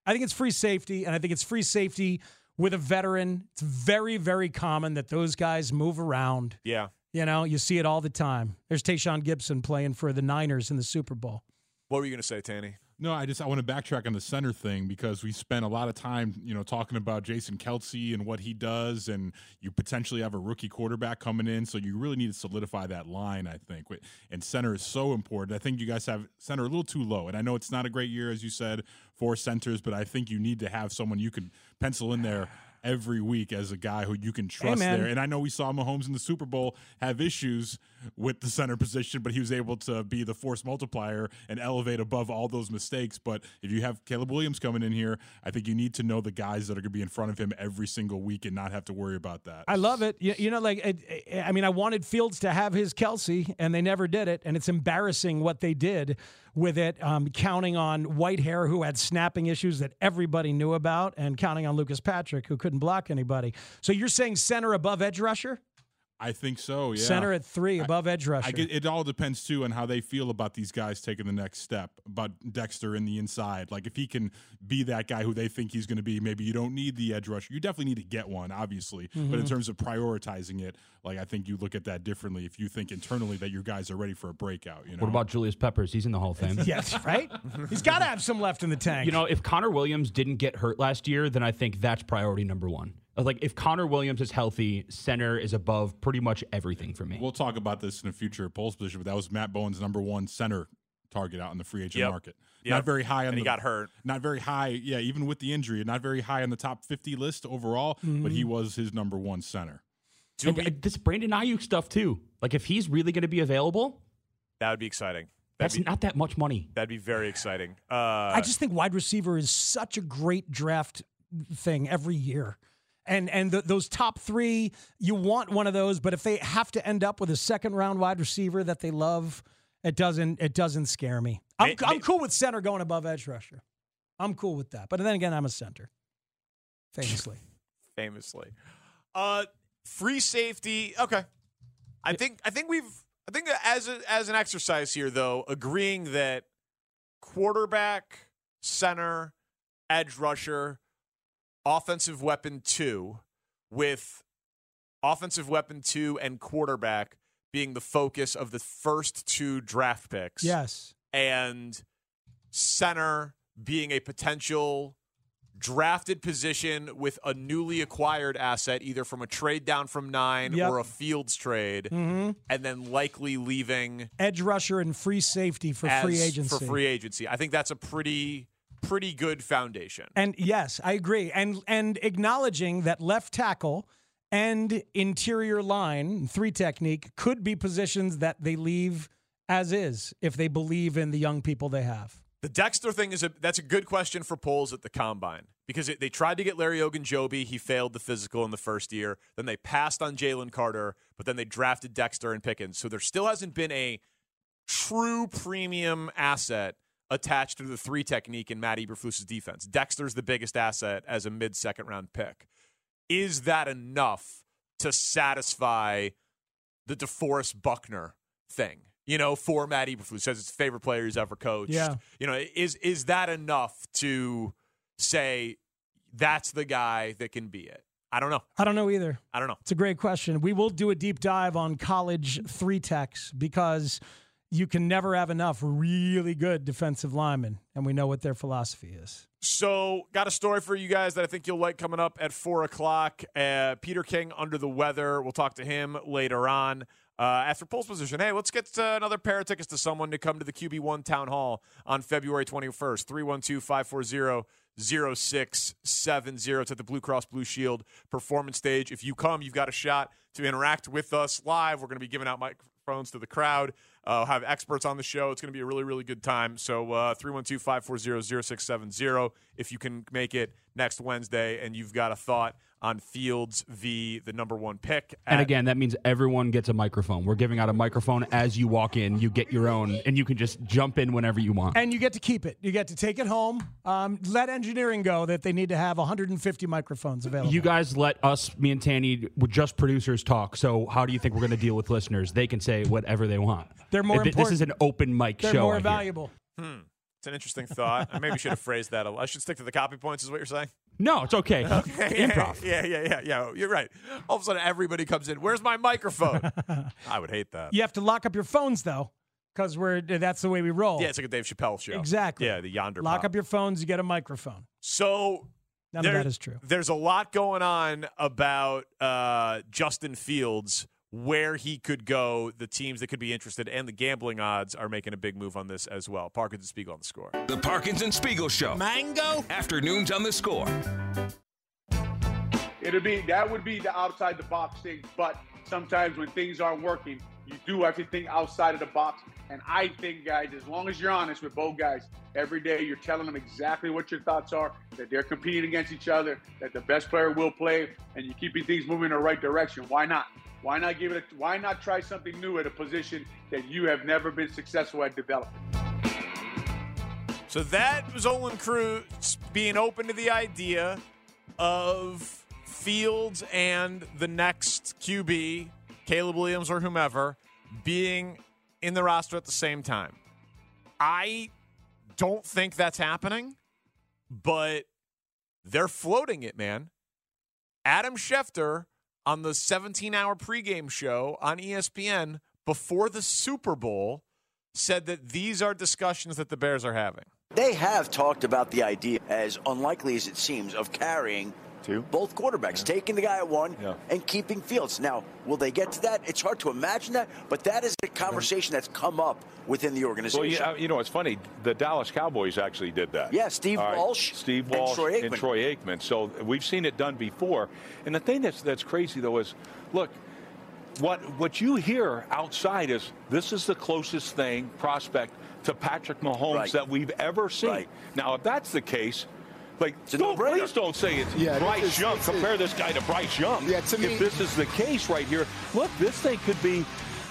I think it's free safety, and I think it's free safety with a veteran. It's very, very common that those guys move around. Yeah. You know, you see it all the time. There's Tayshawn Gibson playing for the Niners in the Super Bowl. What were you going to say, Tanny? No, I just I want to backtrack on the center thing because we spent a lot of time, you know, talking about Jason Kelsey and what he does, and you potentially have a rookie quarterback coming in, so you really need to solidify that line. I think, Wi- and center is so important. I think you guys have center a little too low, and I know it's not a great year as you said for centers, but I think you need to have someone you can pencil in there. Every week, as a guy who you can trust man. there, and I know we saw Mahomes in the Super Bowl have issues with the center position, but he was able to be the force multiplier and elevate above all those mistakes. But if you have Caleb Williams coming in here, I think you need to know the guys that are going to be in front of him every single week and not have to worry about that. I love it. You, you know, like, it, it- I mean, I wanted Fields to have his Kelsey, and they never did it. And it's embarrassing what they did with it, um, counting on Whitehair, who had snapping issues that everybody knew about, and counting on Lucas Patrick, who couldn't block anybody. So you're saying center above edge rusher? I think so. Yeah. Center at three, I- above edge rusher. I get, it all depends too on how they feel about these guys taking the next step. About Dexter in the inside, like if he can be that guy who they think he's going to be, maybe you don't need the edge rusher. You definitely need to get one, obviously. But in Mhm. terms of prioritizing it, like I think you look at that differently if you think internally that your guys are ready for a breakout. You know, What [LAUGHS] about Julius Peppers? He's in the Hall of Fame. yes, right? He's got to have some left in the tank. [LAUGHS] You know, if Connor Williams didn't get hurt last year, then I think that's priority number one. Uh, Like, if Connor Williams is healthy, center is above pretty much everything for me. We'll talk about this in a future polls position, but that was Matt Bowen's number one center target out in the free agent Yep. market. Yep. Not very high on And the he got hurt. Not very high, yeah, even with the injury, not very high on the top fifty list overall, but Mm-hmm. he was his number one center. And, uh, this Brandon Ayuk stuff too. Like, if he's really going to be available, That would be exciting. that's That'd be, not that much money. that'd be very exciting. Uh, I just think wide receiver is such a great draft thing every year. And and th those top three, you want one of those, but if they have to end up with a second round wide receiver that they love, it doesn't it doesn't scare me. I'm, May- I'm may- cool with center going above edge rusher. I'm cool with that. But then again, I'm a center, famously. famously. Uh, free safety. Okay, I think I think we've I think as a, as an exercise here though, agreeing that quarterback, center, edge rusher, offensive weapon two, with offensive weapon two and quarterback being the focus of the first two draft picks yes. and center being a potential drafted position with a newly acquired asset, either from a trade down from nine Yep. or a Fields trade, Mhm. and then likely leaving Edge rusher and free safety for as- free agency. For free agency, I think that's a pretty pretty good foundation. And yes, I agree. And and acknowledging that left tackle and interior line three technique could be positions that they leave as is if they believe in the young people they have. The Dexter thing is a that's a good question for polls at the combine because it, they tried to get Larry Ogunjobi, he failed the physical in the first year. Then they passed on Jalen Carter, but then they drafted Dexter and Pickens. So there still hasn't been a true premium asset attached to the three technique in Matt Eberflus's defense. Dexter's the biggest asset as a mid second round pick. Is that enough to satisfy the DeForest Buckner thing? You know, for Matt Eberflus says it's his favorite player he's ever coached. Yeah. You know, is is that enough to say that's the guy that can be it? I don't know. I don't know either. I don't know. It's a great question. We will do a deep dive on college three techs because you can never have enough really good defensive linemen, and we know what their philosophy is. So, got a story for you guys that I think you'll like coming up at four o'clock. Uh, Peter King under the weather. We'll talk to him later on. Uh, as for polls position, hey, let's get uh, another pair of tickets to someone to come to the QB1 Town Hall on February 21st, 312 540 0670. It's at the Blue Cross Blue Shield performance stage. If you come, you've got a shot to interact with us live. We're going to be giving out microphones to the crowd, uh, have experts on the show. It's going to be a really, really good time. So uh, 312 540 0670 if you can make it next Wednesday and you've got a thought on Fields v. the number one pick. And at- again, that means everyone gets a microphone. We're giving out a microphone as you walk in. You get your own, and you can just jump in whenever you want. And you get to keep it. You get to take it home. Um, let engineering go that they need to have 150 microphones available. You guys let us, me and Tanny, we're just producers talk. So how do you think we're going to deal with listeners? They can say whatever they want. They're more Th- This is an important. open mic They're show. more I hear. valuable. Hmm. It's an interesting thought. I maybe should have phrased that. A I should stick to the copy points, is what you're saying? No, it's [LAUGHS] okay. Okay. Improv. Yeah, yeah, yeah, yeah. You're right. All of a sudden, everybody comes in. Where's my microphone? [LAUGHS] I would hate that. You have to lock up your phones though, because we're that's the way we roll. Yeah, it's like a Dave Chappelle show. Exactly. Yeah, the yonder. lock pop. up your phones. You get a microphone. So None of that is true. There's a lot going on about uh, Justin Fields, where he could go, the teams that could be interested, and the gambling odds are making a big move on this as well. Parker and Spiegel on the score. The Parkinson Spiegel Show. Mango. Afternoons on the score. It'll be that would be the outside the box thing, but sometimes when things aren't working, you do everything outside of the box. And I think, guys, as long as you're honest with both guys, every day you're telling them exactly what your thoughts are, that they're competing against each other, that the best player will play, and you're keeping things moving in the right direction. Why not? Why not give it? A, why not try something new at a position that you have never been successful at developing? So that was Olin Cruz being open to the idea of Fields and the next QB Caleb Williams or whomever being in the roster at the same time. I don't think that's happening, but they're floating it, man. Adam Schefter on the 17 hour pregame show on E ESPN before the Super Bowl said that these are discussions that the Bears are having. They have talked about the idea, as unlikely as it seems, of carrying Two. both quarterbacks, taking the guy at one and keeping Fields. Now, will they get to that? It's hard to imagine that, but that is a conversation that's come up within the organization. Well, yeah, you know, it's funny. The Dallas Cowboys actually did that. Yeah, Steve All right. Walsh Steve and Walsh Troy Aikman. Aikman. So we've seen it done before. And the thing that's that's crazy though is, look, what what you hear outside is this is the closest thing prospect to Patrick Mahomes Right. that we've ever seen. Now, if that's the case. Like, don't, please don't say it's Yeah, this Bryce is- Young. this is- Compare this guy to Bryce Young. Yeah, to me- if this is the case right here, look, this thing could be.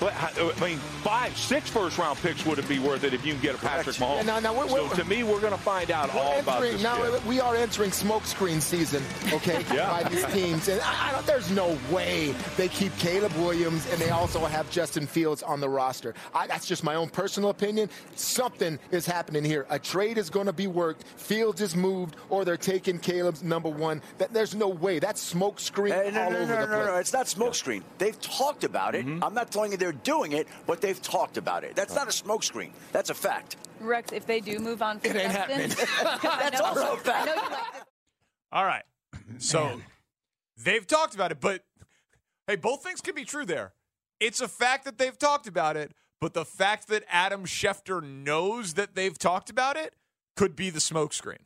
I mean, five, six first round picks would it be worth it if you can get a Patrick Mahomes? And now- now we're- so we're- to me, we're going to find out all about entering- this. now kid. we are entering smokescreen season, okay? Yeah. By these teams, and I, I don't, there's no way they keep Caleb Williams and they also have Justin Fields on the roster. I, that's just my own personal opinion. Something is happening here. A trade is going to be worked. Fields is moved, or they're taking Caleb's number one. That there's no way. That's smokescreen Hey, no, all no, over no, the no, place. no, It's not smokescreen. They've talked about it. Mm-hmm. I'm not telling you they're doing it, but they've talked about it. That's not a smokescreen. That's a fact. Rex, if they do move on from It ain't Justin, happening. [LAUGHS] I [LAUGHS] That's know- also a I fact. know you like All right. So they've talked about it, but hey, both things can be true there. It's a fact that they've talked about it, but the fact that Adam Schefter knows that they've talked about it could be the smokescreen.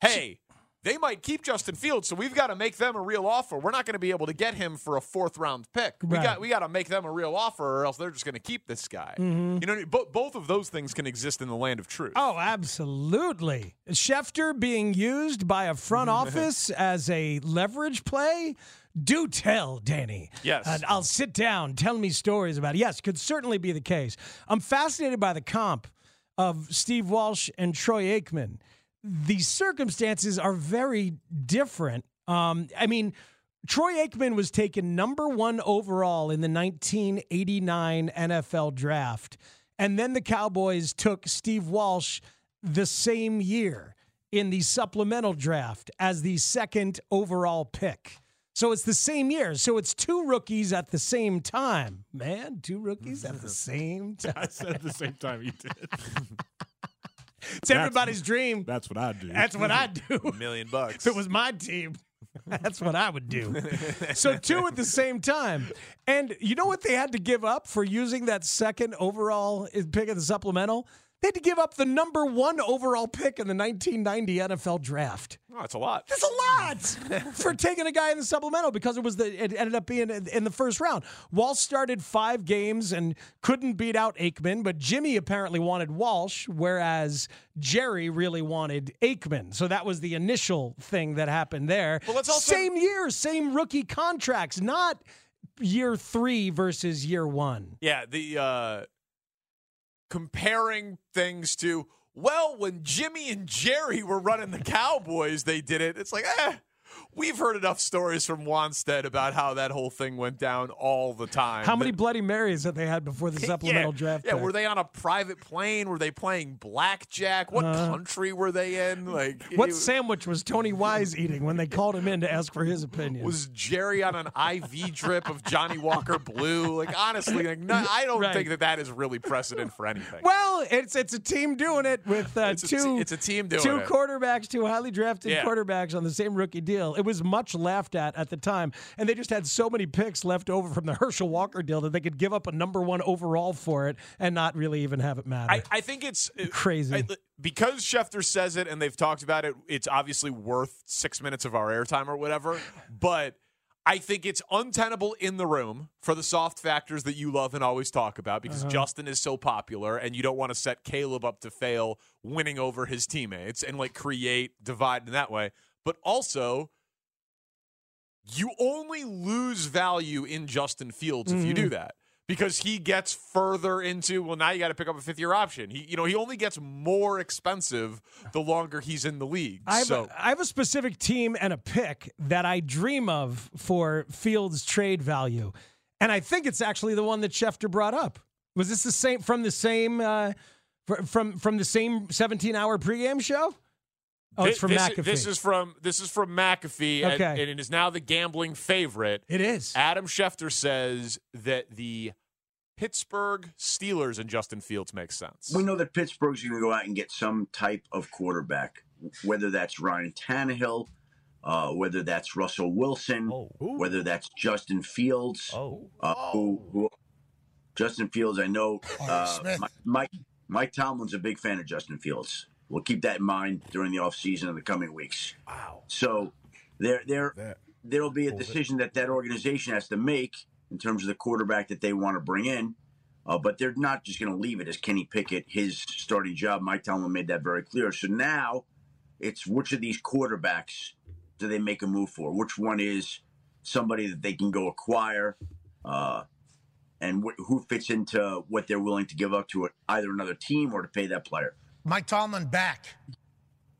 Hey, they might keep Justin Fields, so we've got to make them a real offer. We're not going to be able to get him for a fourth round pick. We Right. got we got to make them a real offer, or else they're just going to keep this guy. Mhm. You know, what I mean? Bo- both of those things can exist in the land of truth. Oh, absolutely. Schefter being used by a [LAUGHS] front office as a leverage play. Do tell, Danny. Yes. And I'll sit down, tell me stories about it. Yes, could certainly be the case. I'm fascinated by the comp of Steve Walsh and Troy Aikman. The circumstances are very different. Um, I mean, Troy Aikman was taken number one overall in the 1989 NFL draft. And then the Cowboys took Steve Walsh the same year in the supplemental draft as the second overall pick. So it's the same year. So it's two rookies at the same time. Man, two rookies at the same time. [LAUGHS] I said at the same time you [LAUGHS] did. It's everybody's dream. That's what I do. That's what [LAUGHS] I do. A million bucks. If it was my team, [LAUGHS] that's what I would [LAUGHS] do. so two at the same time. And you know what they had to give up for using that second overall pick of the supplemental? They had to give up the number one overall pick in the 1990 NFL draft. Oh, it's a lot. That's a lot for taking a guy in the supplemental because it was the it ended up being in the first round. Walsh started five games and couldn't beat out Aikman, but Jimmy apparently wanted Walsh, whereas Jerry really wanted Aikman. So that was the initial thing that happened there. Well, let's also- same year, same rookie contracts, not year three versus year one. Yeah, the uh comparing things to well, when Jimmy and Jerry were running the Cowboys, they did it. It's like, eh, we've heard enough stories from Wanstead about how that whole thing went down all the time. How many Bloody Marys that they had before the supplemental yeah, draft? Yeah, pick? were they on a private plane? Were they playing blackjack? What Uh, country were they in? Like, What [LAUGHS] it- sandwich was Tony Wise eating when they called him in to ask for his opinion? was Jerry on an IV drip of Johnny Walker Blue? Like, honestly, like, no, I don't Right. think that that is really precedent for anything. Well, it's it's a team doing it with uh, a two. te- it's a team doing two it. quarterbacks, two highly drafted Yeah. quarterbacks on the same rookie deal. It was much laughed at at the time, and they just had so many picks left over from the [LAUGHS] Herschel Walker deal that they could give up a number one overall for it and not really even have it matter. I, I think it's uh, Crazy. I- because Schefter says it and they've talked about it. It's obviously worth six minutes of our airtime or whatever. But I think it's untenable in the room for the soft factors that you love and always talk about because Uh-huh. Justin is so popular and you don't want to set Caleb up to fail winning over his teammates and like create divide in that way. But also, you only lose value in Justin Fields if you do Mm-hmm. Mhm. that because he gets further into well now you got to pick up a fifth year option. He you know he only gets more expensive the longer he's in the league. I have, so a, I have a specific team and a pick that I dream of for Fields' trade value. And I think it's actually the one that Schefter brought up. Was this the same from the same uh, fr- from from the same 17-hour pregame show? Oh, Thi- it's from this, McAfee. This is from this is from McAfee, and, Okay. and it is now the gambling favorite. It is. Adam Schefter says that the Pittsburgh Steelers and Justin Fields makes sense. We know that Pittsburgh's going to go out and get some type of quarterback, whether that's Ryan Tannehill, uh, whether that's Russell Wilson, whether that's Justin Fields. Oh. Oh. uh, who, who- Justin Fields, I know. Uh, Mi- Mike, Mike Tomlin's a big fan of Justin Fields. We'll keep that in mind during the offseason in the coming weeks. Wow. So there, there, there'll be a decision that that organization has to make in terms of the quarterback that they want to bring in. Uh, but they're not just going to leave it as Kenny Pickett, his starting job. Mike Tomlin made that very clear. So now it's which of these quarterbacks do they make a move for? Which one is somebody that they can go acquire? Uh, and wh- who fits into what they're willing to give up to either another team or to pay that player? Mike Tomlin back.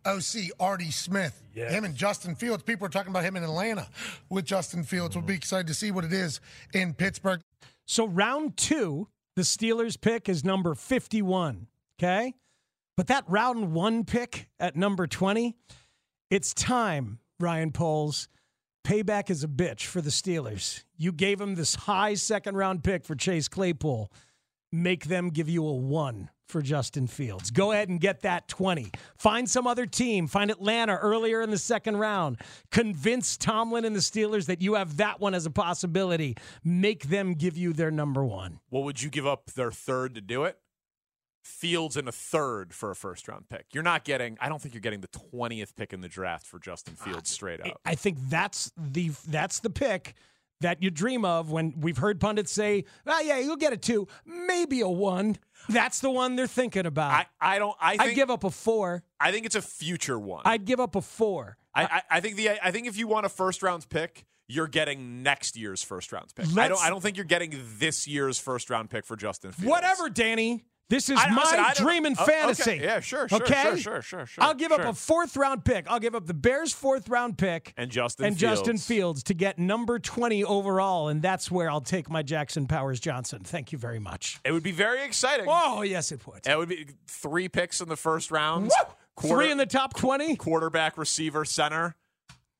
OC Artie Smith. Him and Justin Fields. People are talking about him in Atlanta with Justin Fields. We'll be excited to see what it is in Pittsburgh. So round two, the Steelers pick is number 51. Okay. But that round one pick at number 20, it's time, Ryan Poles. Payback is a bitch for the Steelers. You gave them this high second round pick for Chase Claypool. Make them give you a one for Justin Fields. Go ahead and get that 20. Find some other team. Find Atlanta earlier in the second round. Convince Tomlin and the Steelers that you have that one as a possibility. Make them give you their number one. What would you give up their third to do it? Fields and a third for a first round pick. You're not getting. I don't think you're getting the twentieth pick in the draft for Ah, Justin Fields straight up. I think that's the that's the pick that you dream of when we've heard pundits say, "Ah, yeah, you'll get a two, maybe a one." That's the one they're thinking about. I, I don't. I would think- give up a four. I think it's a future one. I'd give up a four. I, I, I think the I think if you want a first round pick, you're getting next year's first round pick. I don't Let's- I don't think you're getting this year's first round pick for Justin Fields. Whatever, Danny. This is I- my listen, I don't- dream and oh, okay. fantasy. Yeah, sure, sure, okay? sure, sure, sure, sure, I'll give sure. up a fourth round pick. I'll give up the Bears' fourth round pick And Justin and Justin Fields. Fields to get number 20 overall. And that's where I'll take my Jackson Powers Johnson. Thank you very much. It would be very exciting. Oh, yes, it would. It would be three picks in the first round. Three in the top 20. Quarterback, receiver, center.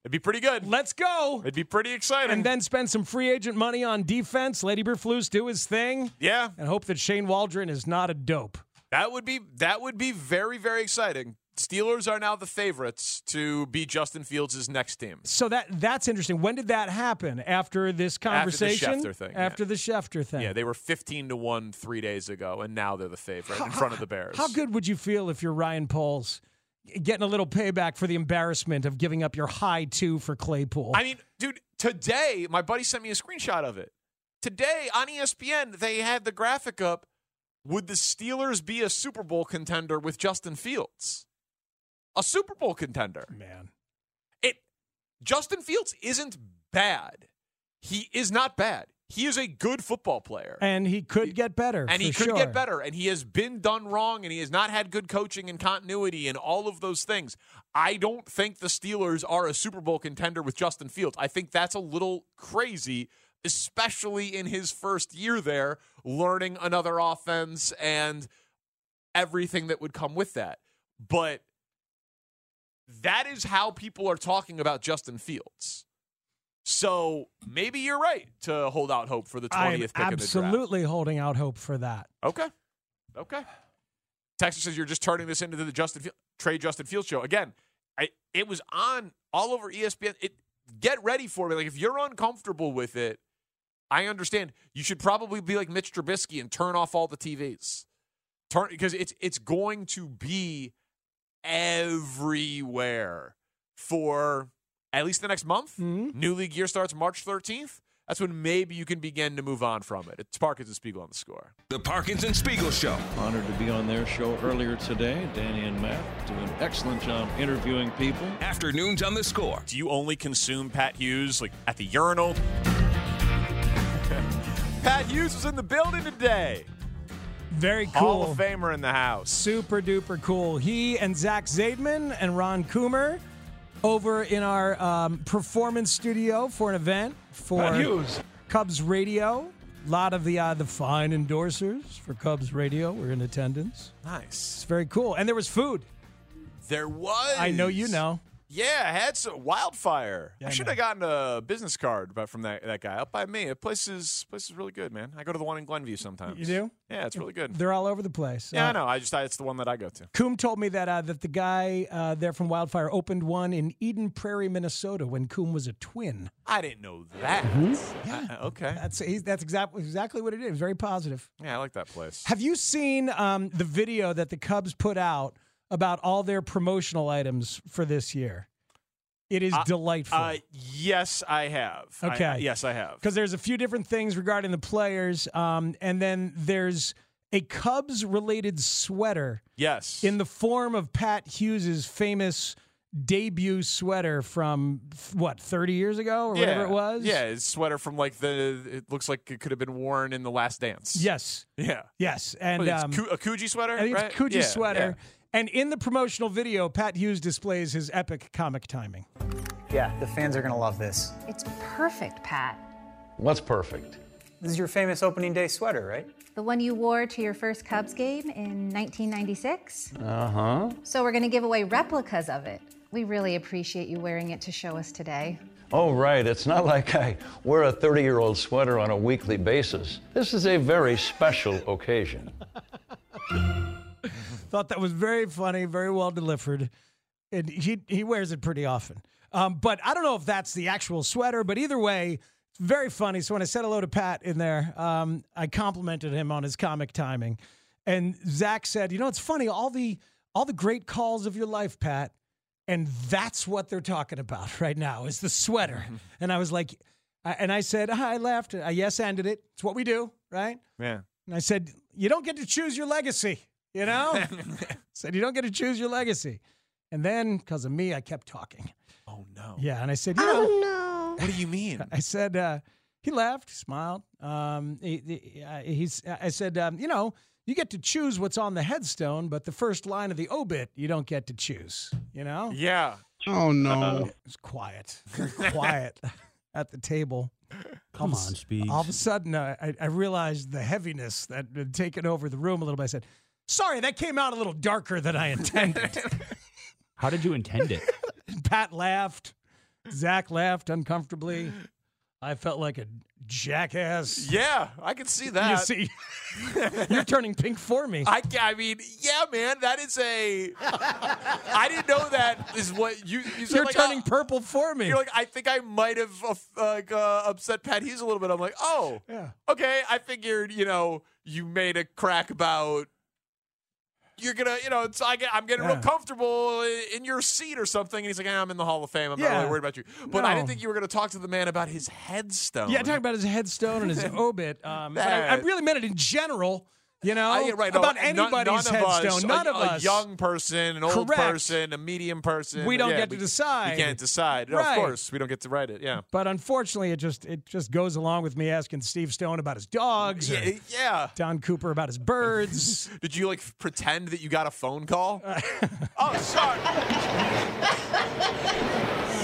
It'd be pretty good. Let's go. It'd be pretty exciting. And then spend some free agent money on defense. Lady Berflus do his thing. Yeah. And hope that Shane Waldron is not a dope. That would be that would be very very exciting. Steelers are now the favorites to be Justin Fields' next team. So that that's interesting. When did that happen? After this After the conversation? Schefter thing, yeah. After the Schefter thing. Yeah, they were 15 to 1 3 days ago and now they're the favorite in front of the Bears. How good would you feel if you're Ryan Pauls getting a little payback for the embarrassment of giving up your high two for Claypool? I mean, dude, today my buddy sent me a screenshot of it. Today on E ESPN, they had the graphic up. Would the Steelers be a Super Bowl contender with Justin Fields? A Super Bowl contender. Man. It Justin Fields isn't bad. He is not bad. He is a good football player. and he could get better. And he for could sure. get better. And he has been done wrong. And he has not had good coaching and continuity and all of those things. I don't think the Steelers are a Super Bowl contender with Justin Fields. I think that's a little crazy, especially in his first year there, learning another offense and everything that would come with that. But that is how people are talking about Justin Fields. So maybe you're right to hold out hope for the 20th I'm pick in the draft. absolutely holding out hope for that. Okay. Okay. Texas says you're just turning this into the Justin Field, Trey Justin Fields show again. I it was on all over E ESPN. It get ready for me. Like if you're uncomfortable with it, I understand. You should probably be like Mitch Trubisky and turn off all the TVs. Turn because it's it's going to be everywhere for at least the next month. New league year starts March 13th. That's when maybe you can begin to move on from it. It's Parkinson Spiegel on the score. The Parkinson Spiegel Show. Honored to be on their show earlier today. Danny and Matt do an excellent job interviewing people. Afternoons on the score. Do you only consume Pat Hughes like at the urinal? [LAUGHS] Pat Hughes was in the building today. Very cool. Hall of Famer in the house. Super duper cool. He and Zach Zaidman and Ron Coomer over in our um, performance studio for an event for Pat Hughes. Cubs Radio. A lot of the uh, the fine endorsers for Cubs Radio were in attendance. Nice. It's very cool. And there was food. There was. I know you know. Yeah, I had some wildfire. Yeah, I I should know. have gotten a business card by- from that, that guy up by me. The place is place is really good, man. I go to the one in Glenview sometimes. You do? Yeah, it's really good. They're all over the place. yeah, Uh, I know. I just I, it's the one that I go to. Coom told me that uh, that the guy uh, there from Wildfire opened one in Eden Prairie, Minnesota, when Coom was a twin. I didn't know that. Mm-hmm. Uh, Yeah. okay. That's he's, that's exactly exactly what it is. Very positive. Yeah, I like that place. Have you seen um, the video that the Cubs put out about all their promotional items for this year? It is Uh, delightful. Uh, yes, I have. I- Okay. yes, I have. Because there's a few different things regarding the players, um, and then there's a Cubs-related sweater. Yes. In the form of Pat Hughes' famous debut sweater from what 30 years ago or whatever it was. Yeah, his sweater from like the. It looks like it could have been worn in the Last Dance. Yes. Yeah. Yes, and What is it, um, Ku- a Coogee sweater. I think right? it's Coogee Yeah, sweater. yeah. And in the promotional video, Pat Hughes displays his epic comic timing. Yeah, the fans are gonna love this. It's perfect, Pat. What's perfect? This is your famous opening day sweater, right? The one you wore to your first Cubs game in 1996. Uh huh. So we're going to give away replicas of it. We really appreciate you wearing it to show us today. Oh, right. It's not like I wear a 30 year old sweater on a weekly basis. This is a very special occasion. Thought that was very funny, very well delivered, and he he wears it pretty often. Um, but I don't know if that's the actual sweater, but either way, it's very funny. So when I said hello to Pat in there, um, I complimented him on his comic timing, and Zach said, "You know, it's funny all the all the great calls of your life, Pat, and that's what they're talking about [LAUGHS] right now is the sweater." and I was like, I, and I said, I laughed. I yes ended it. It's what we do, right? Yeah. And I said, You don't get to choose your legacy, you [LAUGHS] know? said, You don't get to choose your legacy. And then, because of me, I kept talking. Oh, no. Yeah. And I said, you Oh, no. What do you mean? [LAUGHS] I said, uh, He laughed, smiled. Um, he, he- uh, he's, I said, um, You know, you get to choose what's on the headstone, but the first line of the obit, you don't get to choose, you know? Yeah. Oh, no. Uh, It's quiet. quiet [LAUGHS] at the table. Come All of a- on, Speeds. All of a sudden, uh, I, I realized the heaviness that had taken over the room a little bit. I said, Sorry, that came out a little darker than I [LAUGHS] intended. How did you intend [LAUGHS] it? Pat laughed. Zach laughed uncomfortably. I felt like a jackass. Yeah, I can see that. [LAUGHS] You see, you're turning pink for me. I, I mean, yeah, man, that is a. I didn't know that is what you. you said You're like, turning uh, purple for me. You're like, I think I might have uh, like, uh, upset Pat Hughes a little bit. I'm like, oh, Yeah. okay. I figured, you know, you made a crack about. You're gonna, you know, it's, I get, I'm getting Yeah. real comfortable i- in your seat or something, and he's like, "Ah, "I'm in the Hall of Fame. I'm not Yeah. really worried about you." But I No. didn't think you were gonna talk to the man about his headstone. Yeah, talking about his headstone [LAUGHS] and his obit. Um, but I, I That- really meant it in general. You know, I- yeah, right, no, about none- anybody's none of us, headstone. a- none of us. A young person, an old Correct. person, a medium person. We don't yeah, get to decide. We can't decide. No, Right. Of course, we don't get to write it. Yeah. But unfortunately, it just it just goes along with me asking Steve Stone about his dogs. or Yeah, yeah. Don Cooper about his birds. Did you like pretend that you got a [LAUGHS] phone call? oh, sorry. [LAUGHS]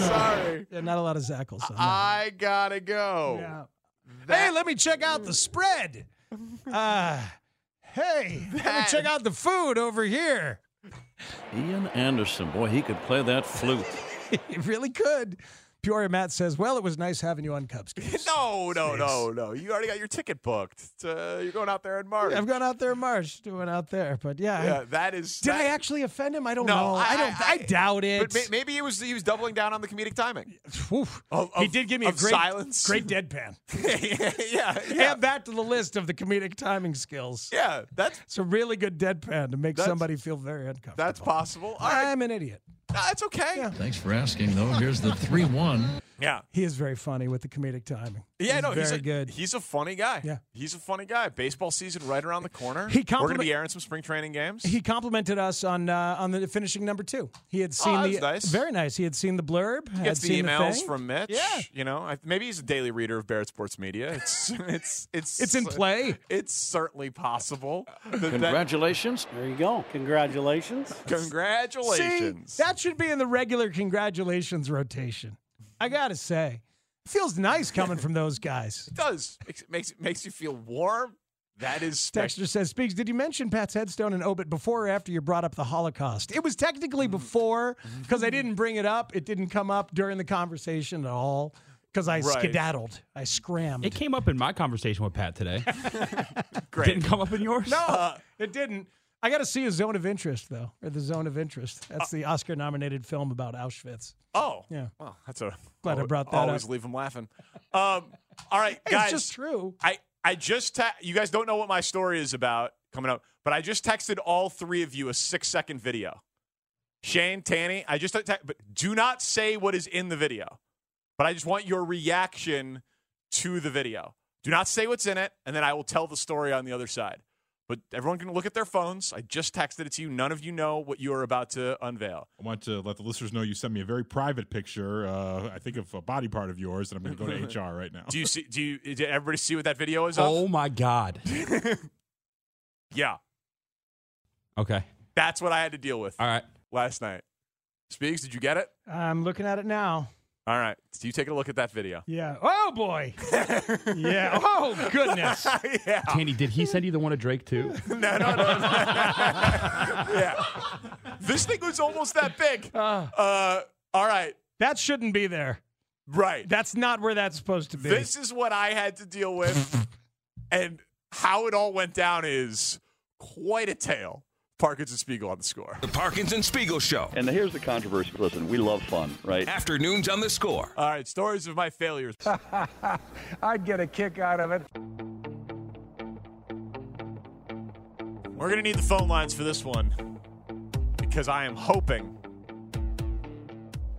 sorry. Yeah, not a lot of Zackles. on that. I gotta go. Yeah. hey, let me check out the spread. Uh, hey, let me check out the food over here. [LAUGHS] Ian Anderson, boy, he could play that flute. it really could. Peoria Matt says, "Well, it was nice having you on Cubs." Games." [LAUGHS] No, no, no, no. You already got your ticket booked. It's, uh, you're going out there in March. I've gone out there in March, doing out there, but yeah, Yeah, that is. Did I that- actually offend him? I don't No, know. I, I- don't. I, doubt it. But may- maybe it was he was doubling down on the comedic timing. Oof. Of- he of- did give me a of great silence. great [LAUGHS] deadpan. yeah, yeah, [LAUGHS] Add that to the list of the comedic timing skills. yeah. That's It's a really good deadpan to make That's- somebody feel very uncomfortable. that's possible. All right. I'm an idiot. That's okay. Thanks for asking, though. Here's the 3 1. Yeah. He is very funny with the comedic timing. Yeah, he's no, very he's a, good. He's a funny guy. Yeah. he's a funny guy. Baseball season right around the corner. He We're going compliment- to be airing some spring training games. He complimented us on uh, on the finishing number two. He had seen Oh, the that's nice. very nice. He had seen the blurb. He had gets the seen emails [LAUGHS] thing. from Mitch. Yeah, you know, I, maybe he's a daily reader of Barrett Sports Media. It's [LAUGHS] it's it's It's in play. It's certainly possible. that- that- Congratulations. There you go. Congratulations. [LAUGHS] congratulations. See, that should be in the regular congratulations rotation. I gotta say, feels nice coming from those guys. It does. Makes makes makes you feel warm. That is Texter says, Speaks, did you mention Pat's headstone and Obit before or after you brought up the Holocaust? It was technically before because I didn't bring it up. It didn't come up during the conversation at all because I Right. skedaddled. [LAUGHS] I scrammed. It came up in my conversation with Pat [LAUGHS] today. Great. Didn't come up in yours? No, uh, [LAUGHS] it didn't. I got to see a zone of interest, though, or the zone of interest. That's the Oscar nominated film about Auschwitz. Oh, Yeah. Well, that's a Glad I brought that up. Always leave them laughing. Um, all right, It's guys. just true. I I just te- you guys don't know what my story is about coming up, but I just texted all three of you a six second video. Shane, Tanny, I just te- but do not say what is in the video, but I just want your reaction to the video. Do not say what's in it, and then I will tell the story on the other side. But everyone can look at their phones. I just texted it to you. None of you know what you are about to unveil. I want to let the listeners know you sent me a very private picture. Uh, I think of a body part of yours, and I'm going [LAUGHS] to go to HR right now. Do you see? Do you? Did everybody see what that video is? Oh of? my God. yeah, Okay. that's what I had to deal with. All right, last night. Speaks, did you get it? I'm looking at it now. All right, so you take a look at that video. Yeah. Oh, boy. [LAUGHS] yeah. Oh, goodness. yeah. [LAUGHS] Tandy, did he send you the one of Drake [LAUGHS] too? no, no, no. yeah, this thing was almost that big. [LAUGHS] Uh, all right, Ah. That shouldn't be there. Right. That's not where that's supposed to be. this is what I had to [LAUGHS] deal with, and how it all went down is quite a tale. Parkinson Spiegel on the score. The Parkinson Spiegel Show. And here's the controversy. Listen, we love fun, right? Afternoons on the score. All right, stories of my failures. [LAUGHS] I'd get a kick out of it. We're going to need the phone lines for this one because I am hoping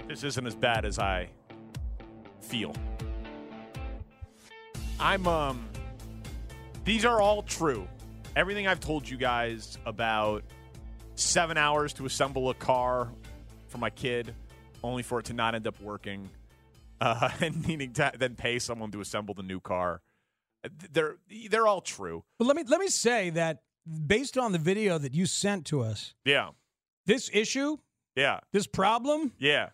this isn't as bad as I feel. I'm, um, these are all true. Everything I've told you guys about seven hours to assemble a car for my kid, only for it to not end up working, [LAUGHS] uh, and needing to then pay someone to assemble the new car. They're, they're all true. But let me let me say that based on the video that you sent to us, Yeah. this issue, Yeah. this problem Yeah.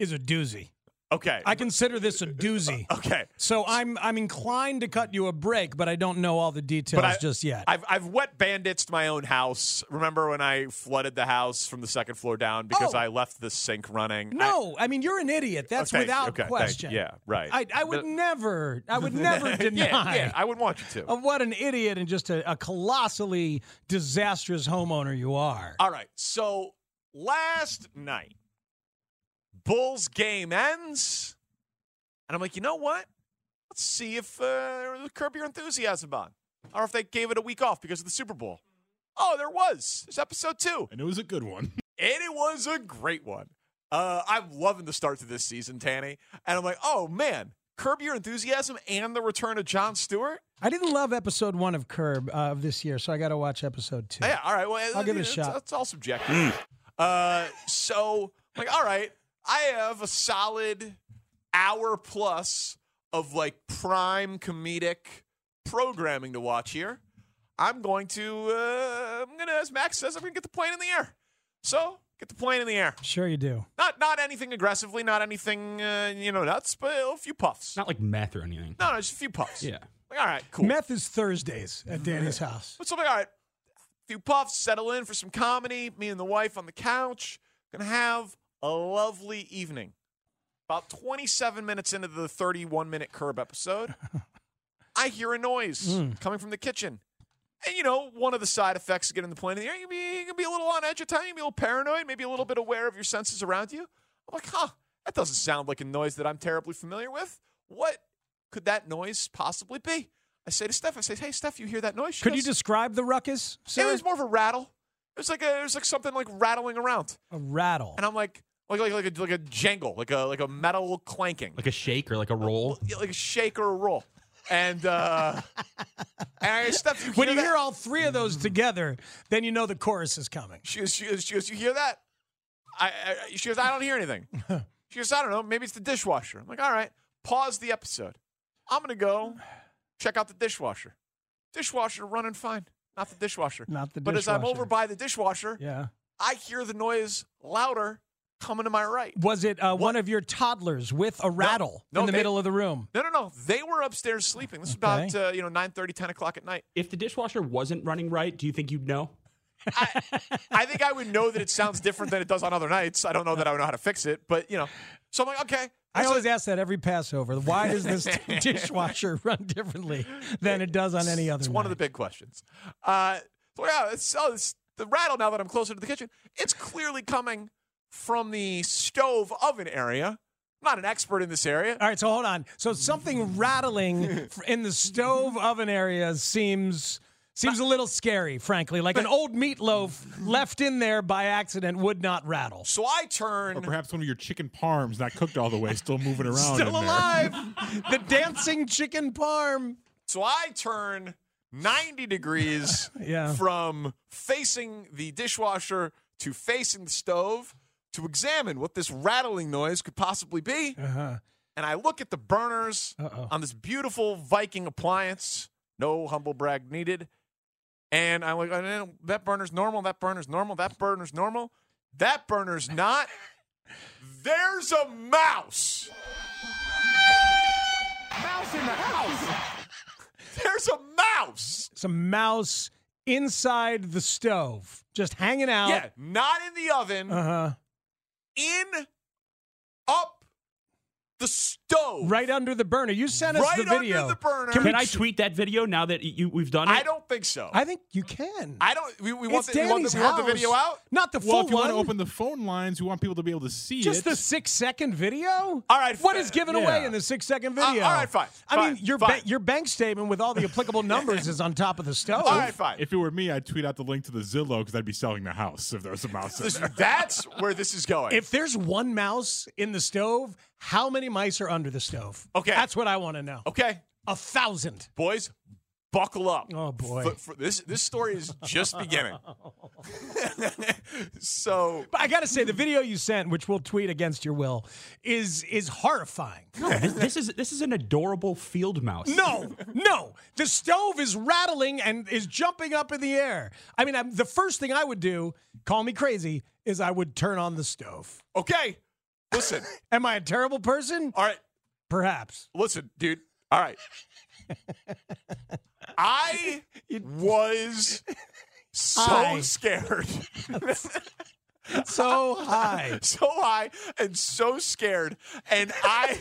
is a doozy. Okay. I consider this a doozy. [LAUGHS] okay. So I'm I'm inclined to cut you a break, but I don't know all the details I- just yet. I've I've wet banditsed my own house. Remember when I flooded the house from the second floor down because Oh. I left the sink running? no, I, mean you're an idiot. That's Okay, without okay, thank- question. yeah, right. I, I would But- never, I would never [LAUGHS] Yeah, deny. yeah, I wouldn't want you to. Of what an idiot and just a, a colossally disastrous homeowner you are. All right. So last night, Bulls game ends, and I'm like, you know what? Let's see if uh, curb your enthusiasm on, or if they gave it a week off because of the Super Bowl. Oh, there was. It's episode two, and it was a good one. [LAUGHS] and it was a great one. Uh, I'm loving the start to this season, Tanny, and I'm like, oh man, curb your enthusiasm and the return of John Stewart. I didn't love episode one of Curb uh, of this year, so I got to watch episode two. Yeah, all right. Well, I'll give it a it's- shot. It's all subjective. Mm. Uh, so, like, all right, I have a solid hour plus of like prime comedic programming to watch here. I'm going to, uh, I'm gonna, as Max says, I'm gonna get the plane in the air. So, get the plane in the air. Sure, you do. Not, not anything aggressively, not anything, uh, you know, nuts, but a few puffs. Not like [LAUGHS] meth or anything. No, no, just a few puffs. Yeah. Like, all right, cool. Mm-hmm. Meth is Thursdays at Danny's house. But so I'm like, all right, few puffs, settle in for some comedy. Me and the wife on the couch. Gonna have a lovely evening. About 27 minutes into the 31 minute [LAUGHS] curb episode, I hear a noise Hmm. coming from the kitchen. And you know, one of the side effects of getting the plane in the air, you can be, you can be a little on edge at times, you can be a little paranoid, maybe a little bit aware of your senses around you. I'm like, huh, that doesn't sound like a noise that I'm terribly familiar with. What could that noise possibly be? I say to Steph, I say, hey, Steph, you hear that noise? She Could you goes, describe the ruckus? it Sir? was more of a rattle. It was like a, it was like something like rattling around, a rattle, and I'm like, like like like a, like a jangle, like a like a metal clanking, Like a shake or like a roll. Yeah, like a shake or a roll. And [LAUGHS] uh, and I stuff you when hear you that? hear all three of those together, then you know the chorus is coming. She goes, she goes, she goes, you hear that? I, I she goes, I don't [LAUGHS] hear anything. She goes, I don't know. Maybe it's the dishwasher. I'm like, all right, pause the episode. I'm gonna go check out the dishwasher. Dishwasher running fine. Not the dishwasher. Not the But as I'm dishwasher. over by the dishwasher, Yeah. I hear the noise louder coming to my right. Was it uh, one of your toddlers with a rattle No, in the they- middle of the room? No, no, no. They were upstairs sleeping. This was about uh, you know 9:30, 10 o'clock at night. If the dishwasher wasn't running right, do you think you'd know? I think I would know that it sounds different than it does on other nights. I don't know that I would know how to fix it, but you know. So I'm like, okay. I always ask that every Passover. Why does [LAUGHS] this [LAUGHS] dishwasher run differently than it does on any other? It's one of the big questions. Uh, so yeah, it's, oh, it's the rattle. Now that I'm closer to the kitchen, it's clearly coming from the stove oven area. I'm not an expert in this area. All right, so hold on. So something rattling f- in the stove oven area seems seems a little scary, frankly. Like an old meatloaf left in there by accident would not rattle. So I turn. Or perhaps one of your chicken parms not cooked all the way, still moving around. Still in there. alive. [LAUGHS] the dancing chicken parm. So I turn 90 degrees [LAUGHS] Yeah. from facing the dishwasher to facing the stove to examine what this rattling noise could possibly be. Uh-huh. And I look at the burners on this beautiful Viking appliance. No humble brag needed. And I'm like, "Oh, no, no, that burner's normal. That burner's normal. That burner's normal. That burner's [LAUGHS] not. There's a mouse. Mouse in the house. There's a mouse. It's a mouse inside the stove, just hanging out. Yeah, not in the oven. Uh huh. In, up the stove. Right under the burner. You sent us Right the under video. the burner. Can, we I tr- tweet that video now that you, we've done it? I don't think so. I think you can. I don't. We, we want It's the, we want the- Danny's we want the house. video out. Not the well, full if you want one. to open the phone lines, we want people to be able to see just it. the six second video. All right, what fa- is given yeah. away in the six second Uh, video? all right, fine, I mean, fine, your fine. ba- your bank statement with all the [LAUGHS] applicable numbers is on top of the stove. All right, fine. If it were me, I'd tweet out the link to the Zillow because I'd be selling the house if there was a mouse in Listen, there. that's where this is going. If there's one mouse in the stove, how many mice are under the stove? Okay. that's what I want to know. okay, A thousand. boys, buckle up. Oh boy. Oh. F- for this this story is just [LAUGHS] beginning. [LAUGHS] so But I gotta say, the video you sent, which we'll tweet against your will, is is [LAUGHS] horrifying. No, this, this is this is an adorable field mouse. No, no. The stove is rattling and is jumping up in the air. I mean, I'm, the first thing I would do, call me crazy, is I would turn on the stove. okay, listen. [LAUGHS] Am I a terrible person? All right, Perhaps. listen, dude. All right. [LAUGHS] I was so Hi. scared. [LAUGHS] So high. [LAUGHS] so high and so scared. And I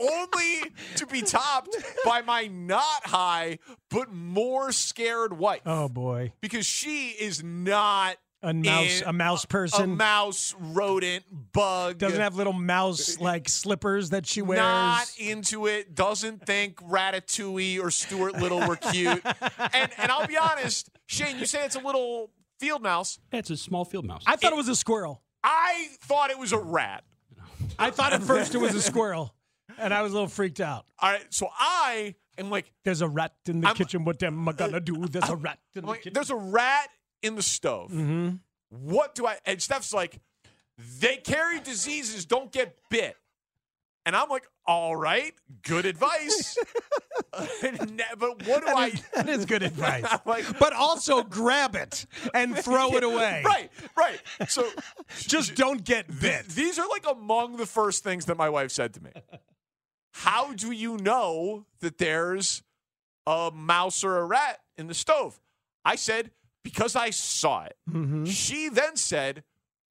only to be topped by my not high, but more scared wife. Oh boy, Because she is not a mouse, in- a mouse a person mouse, rodent, bug. doesn't have little mouse like slippers that she wears. [LAUGHS] Not into it. Doesn't think Ratatouille or Stuart Little [LAUGHS] were cute. and and I'll be honest, Shane, you say it's a little field mouse. It's a small field mouse. I thought it was a squirrel. I thought it was a rat. I thought at first it was a squirrel, and I was a little freaked out. All right, so I am like, There's a rat in the kitchen. What am I gonna do? There's a rat in I'm the like, kitchen. Mm-hmm. there's a rat in the stove. What do I? And Steph's like, they carry diseases. Don't get bit. And I'm like, all right, [LAUGHS] good advice. And ne- but what do I? That is [LAUGHS] good advice. I'm like, but also grab it and throw it away. [LAUGHS] right, right. So Just don't get bit. these are like among the first things that my wife said to me. How do you know that there's a mouse or a rat in the stove? I said, because I saw it. Mm-hmm. She then said,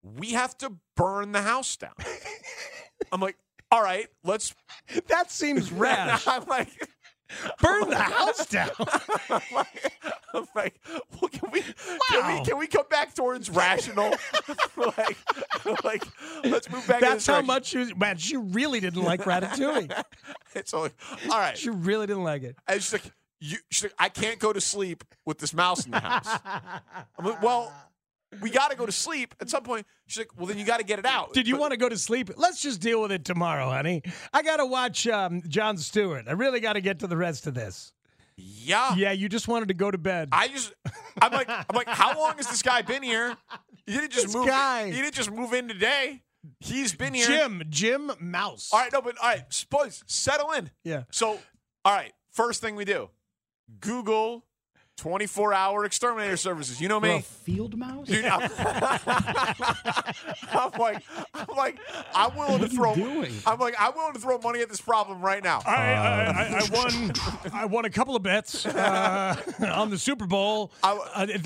we have to burn the house down. I'm like, all right, let's. [LAUGHS] That [LAUGHS] seems rash. I'm like, Burn [LAUGHS] the house down. I'm like, I'm like well, can we, can Wow. we can we come back towards rational? [LAUGHS] like, [LAUGHS] like, let's move back. in That's this how direction. much she was. Man, she really didn't like Ratatouille. [LAUGHS] It's all, all right. She really didn't like it. And she's like, you, she's like, I can't go to sleep with this mouse in the house. I'm like, well, we got to go to sleep at some point. She's like, well, then you got to get it out. Did you want to go to sleep? Let's just deal with it tomorrow, honey. I got to watch um, John Stewart. I really got to get to the rest of this. Yeah. Yeah, you just wanted to go to bed. I just, I'm [LAUGHS] like, I'm like, how long has this guy been here? You didn't just This move. guy. You didn't just move in today. He's been here. Jim, Jim Mouse. All right, no, but all right, boys, settle in. Yeah. So, all right, first thing we do, Google 24 hour exterminator services. You know You're me. a field mouse? Dude, I'm, [LAUGHS] I'm like, I'm like, I'm willing to throw. I'm like, I'm willing to throw money at this problem right now. I, I, Uh. I, I won. I won a couple of bets [LAUGHS] uh, on the Super Bowl. Uh,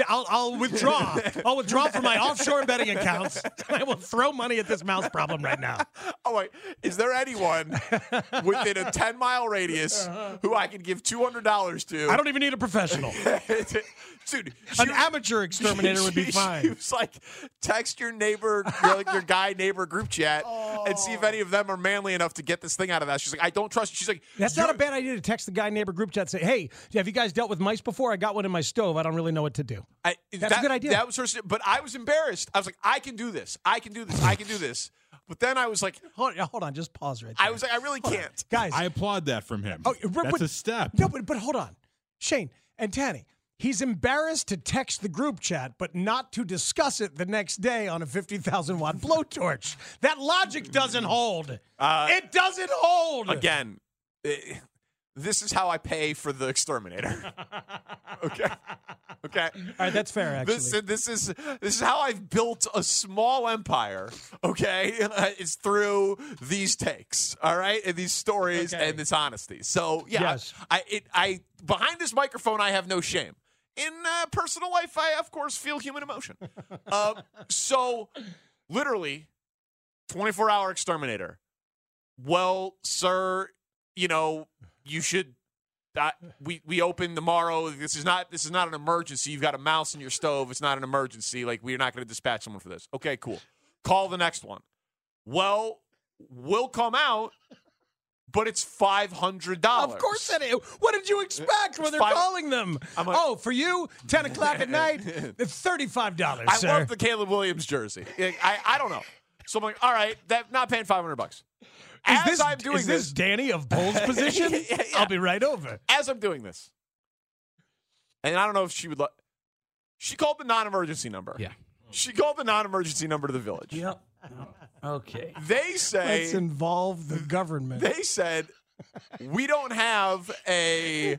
I'll, I'll withdraw. [LAUGHS] I'll Oh, withdraw from my offshore betting accounts. [LAUGHS] I will throw money at this mouse problem right now. Oh wait, is there anyone within a 10 mile radius who I can give $200 to? Uh-huh. I don't even need a professional. [LAUGHS] Dude, An amateur exterminator would be She- fine. She was like, text your neighbor, your, like, your guy neighbor group chat, and see Oh. if any of them are manly enough to get this thing out of that. She's like, I don't trust. you." She's like, That's not a bad idea to text the guy neighbor group chat and say, "Hey, have you guys dealt with mice before? I got one in my stove. I don't really know what to do." I, That's a that- good idea. That was her. s- But I was embarrassed. I was like, I can do this. I can do this. I can do this. But then I was like, hold, hold on, just pause right I was like, I really can't. Guys, I applaud that from him. Oh, but- That's but- a step. No, but, but hold on. Shane and Tanny, he's embarrassed to text the group chat, but not to discuss it the next day on a 50,000 watt blowtorch. That logic doesn't hold. Uh, it doesn't hold. Again, eh, this is how I pay for [LAUGHS] the exterminator. okay. Okay. All right, that's fair. Actually, This, this is this is how I've built a small empire. Okay, [LAUGHS] And, uh, it's through these takes. All right, and these stories and this honesty. So yeah, Yes. I it, I behind this microphone I have no shame. In uh, personal life, I of course feel human emotion. uh, so literally, twenty four hour exterminator. Well, sir, you know you should that we we open tomorrow. This is not this is not an emergency. You've got a mouse in your stove. It's not an emergency. Like we're not going to dispatch someone for this. Okay, cool. Call the next one. Well, we'll come out, but it's five hundred dollars. Of course that is. What did you expect when they're Five- calling them? I'm like- oh, for you, 10 o'clock [LAUGHS] at night, $35, I sir. love the Caleb Williams jersey. Like, I I don't know. So I'm like, all right, that not paying five hundred bucks. Is As this, I'm doing is this, this Danny of [LAUGHS] Bull's position? I'll be right over. As I'm doing this, and I don't know if she would. Lo- she called the non-emergency number. Yeah. She called the non-emergency number to the village. Yep. Okay. They say Let's involve the government. they said we don't have a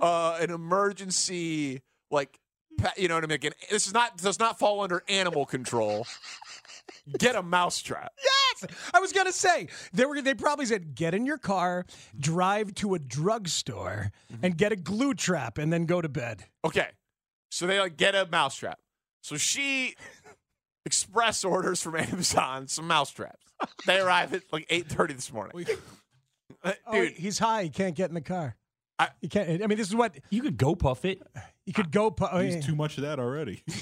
uh, an emergency like pa- you know what I mean. Again, This is not does not fall under animal control. Get a mousetrap. Yes, I was gonna say they were. They probably said, "Get in your car, drive to a drugstore, and get a glue trap, and then go to bed." Okay. So they like get a mousetrap. So she express orders from Amazon some mousetraps. They arrive at like eight thirty this morning. Uh, Oh, Dude, he's high. He can't get in the car. you can't. I mean, this is what you could go puff it. You could go puff. He's too much of that already. [LAUGHS]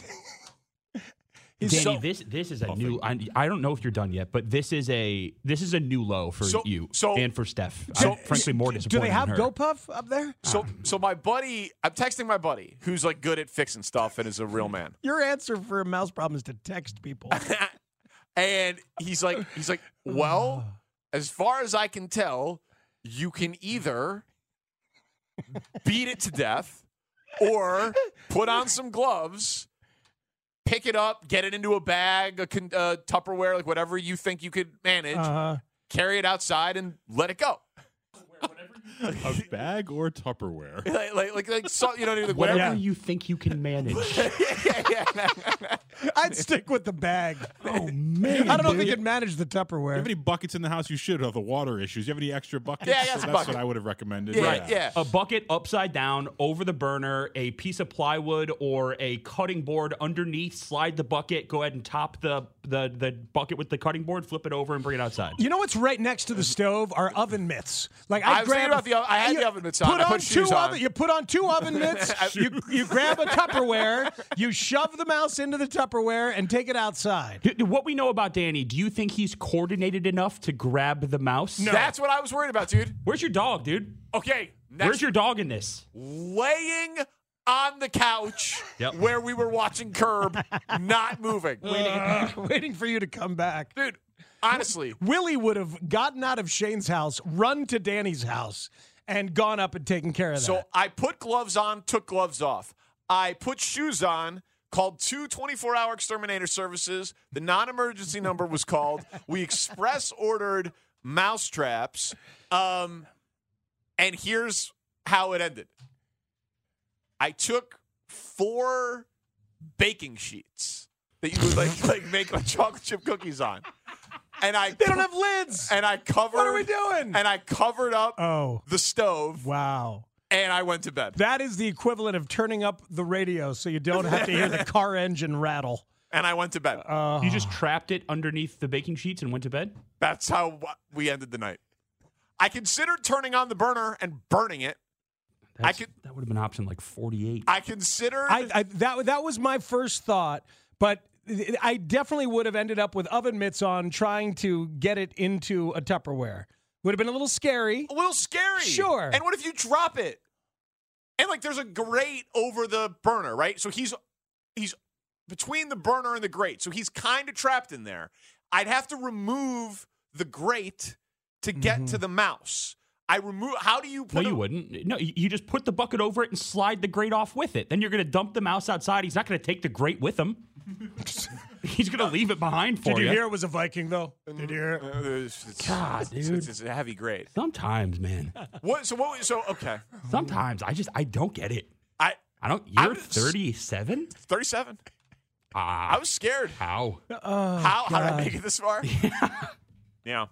Danny, this this is a new. I, I don't know if you're done yet, but this is a this is a new low for So- you so- and for Steph. so- I'm frankly [LAUGHS] more disappointed. Do they have in her. GoPuff up there? Ah. So so my buddy, I'm texting my buddy who's like good at fixing stuff and is a real man. Your answer for a mouse problem is to text [LAUGHS] people. And he's like he's like, "Well, as far as I can tell, you can either beat it to death or put on some gloves, pick it up, get it into a bag, a con- uh, Tupperware, like whatever you think you could manage, Uh-huh. carry it outside and let it go." [LAUGHS] a bag or Tupperware. Like like like, like so, you know what I mean? Like, Whatever whatever you think you can manage. I'd stick with the bag. Oh man! I don't know if he could manage the Tupperware. You have any buckets in the house? You should have the water issues. You have any extra buckets? Yeah, I got So some that's buckets. what I would have recommended. A bucket upside down over the burner, a piece of plywood or a cutting board underneath, slide the bucket, go ahead and top the, the, the bucket with the cutting board, flip it over, and bring it outside. [LAUGHS] You know what's right next to the stove are oven mitts. Like I I, was thinking grab, about the ov- I had you the oven mitts Put on. I put two shoes on. oven. You put on two [LAUGHS] oven mitts. you, you grab a Tupperware. You shove the mouse into the Tupperware and take it outside. Do- do What we know about Danny, do you think he's coordinated enough to grab the mouse? That's what I was worried about, dude. Where's your dog, dude? Okay, Where's next your dog in this? laying on the couch Yep. where we were watching Curb, not moving. [LAUGHS] Waiting, waiting for you to come back, dude. Honestly, Willie would have gotten out of Shane's house, run to Danny's house, and gone up and taken care of that. So I put gloves on, took gloves off. I put shoes on, called two 24 hour exterminator services. The non emergency number was called. We express ordered mouse traps. Um, and here's how it ended I took four baking sheets that you would like [LAUGHS] like make like chocolate chip cookies on. And I they don't have lids. And I covered. What are we doing? And I covered up Oh. the stove. Wow. And I went to bed. That is the equivalent of turning up the radio so you don't have to hear [LAUGHS] the car engine rattle. And I went to bed. Uh, you just trapped it underneath the baking sheets and went to bed? That's how wh- we ended the night. I considered turning on the burner and burning it. I could. That would have been option like 48. I considered. I, I that that was my first thought, but I definitely would have ended up with oven mitts on trying to get it into a Tupperware. Would have been a little scary. A little scary. Sure. And what if you drop it? And like there's a grate over the burner, right? So he's he's between the burner and the grate. So he's kind of trapped in there. I'd have to remove the grate to get Mm-hmm. to the mouse. I remove how do you put No, a- you wouldn't. No, you you just put the bucket over it and slide the grate off with it. Then you're going to dump the mouse outside. He's not going to take the grate with him. [LAUGHS] He's going to leave it behind for Did you ya. hear it was a Viking though? Mm-hmm. Did you hear? it? God, Uh, it's, dude. It's, it's a heavy grade. Sometimes, man. [LAUGHS] What so what so okay. Sometimes I just I don't get it. I I don't. You're 37. 37. Ah, I was scared. How? Oh, how how did I God. make it this [LAUGHS] far? yeah.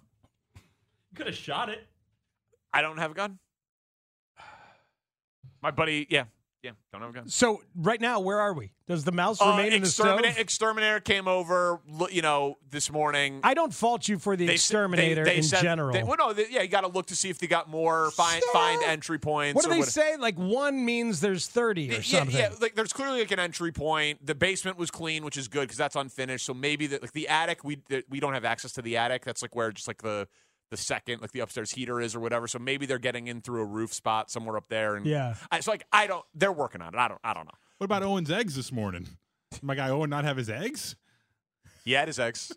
Could have shot it. I don't have a gun. My buddy, yeah, yeah, don't have a gun. So right now, where are we? Does the mouse Uh, remain in the stove? extermina- exterminator came over, lo- you know, this morning. I don't fault you for the They s- they- exterminator they in said- general. they- well, no, they- yeah, you got to look to see if they got more find find entry points. what do or they say? Like one means there's thirty or Yeah, something. yeah, like there's clearly like an entry point. The basement was clean, which is good because that's unfinished. So maybe the, like the attic, we the, we don't have access to the attic. That's like where just like the the second like the upstairs heater is or whatever. So maybe they're getting in through a roof spot somewhere up there. And Yeah. I, so like I don't. They're working on it. I don't. I don't know. What about Owen's eggs this morning? Did My guy Owen not have his eggs? He had his [LAUGHS] eggs.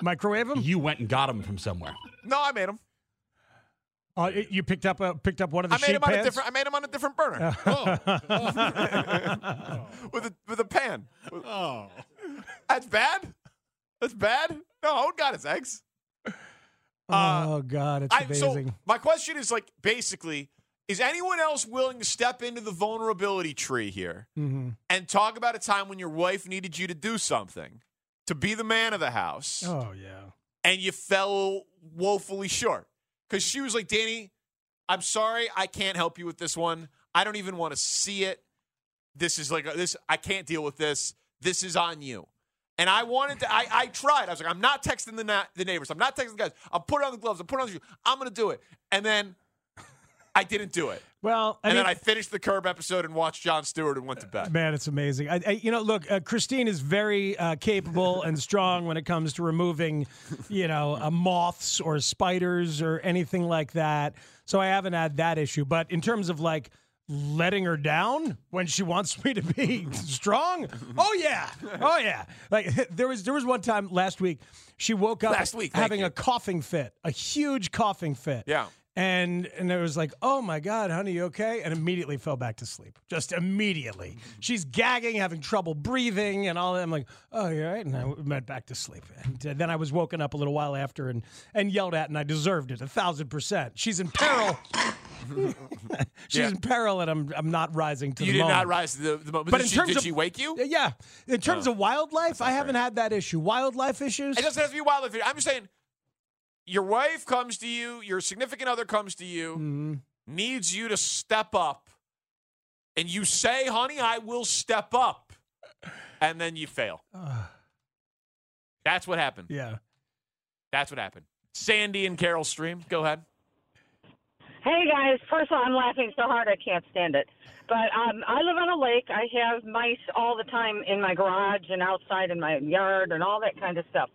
Microwave them? You went and got them from somewhere. No, I made them. Uh, it- you picked up a, picked up one of the I made sheet him on a pans? different. I made him on a different burner. Oh. [LAUGHS] [LAUGHS] with a with a pan. Oh, that's bad. That's bad. No, Owen got his eggs. oh God, it's Uh, I- so amazing. my question is like basically, is anyone else willing to step into the vulnerability tree here Mhm. and talk about a time when your wife needed you to do something, to be the man of the house, Oh yeah. and you fell woefully short? Because she was like, Danny, I'm sorry, I can't help you with this one. I don't even want to see it. This is like this. I can't deal with this. This is on you. And I wanted to. I, I tried. I was like, I'm not texting the na- the neighbors. I'm not texting the guys. I'll put on the gloves. I'll put on the shoes. I'm gonna do it. [LAUGHS] And then I didn't do it. Well, I and mean, then I finished the curb episode and watched John Stewart and went to bed. Man, it's amazing. I, I, you know, look, uh, Christine is very uh, capable [LAUGHS] and strong when it comes to removing, you know, uh, moths or spiders or anything like that. So I haven't had that issue. But in terms of like letting her down when she wants me to [LAUGHS] be strong, oh yeah, oh yeah. Like [LAUGHS] there was there was one time last week she woke up Last week, thank having a coughing fit, a huge coughing fit. Yeah. And and it was like, oh my God, honey, you okay? And immediately fell back to sleep. Just immediately. Mm-hmm. She's gagging, having trouble breathing, and all that. I'm like, oh, you're right. And I went back to sleep. And uh, then I was woken up a little while after and and yelled at, and I deserved it a thousand percent. She's in [LAUGHS] peril. She's Yeah. in peril, and I'm I'm not rising to You the did moment. not rise to the, the moment. But did in she, terms did of- she wake you? Oh. yeah. In terms of wildlife, I haven't had that issue. Wildlife issues. It doesn't have to be wildlife. theory. I'm just saying, your wife comes to you, your significant other comes to you, Mm-hmm. needs you to step up, and you say, "Honey, I will step up," and then you fail. Ugh. That's what happened. yeah. That's what happened. Sandy and Carol Stream, go ahead. Hey guys, first of all, I'm laughing so hard I can't stand it. But um, I live on a lake. I have mice all the time in my garage and outside in my yard and all that kind of stuff.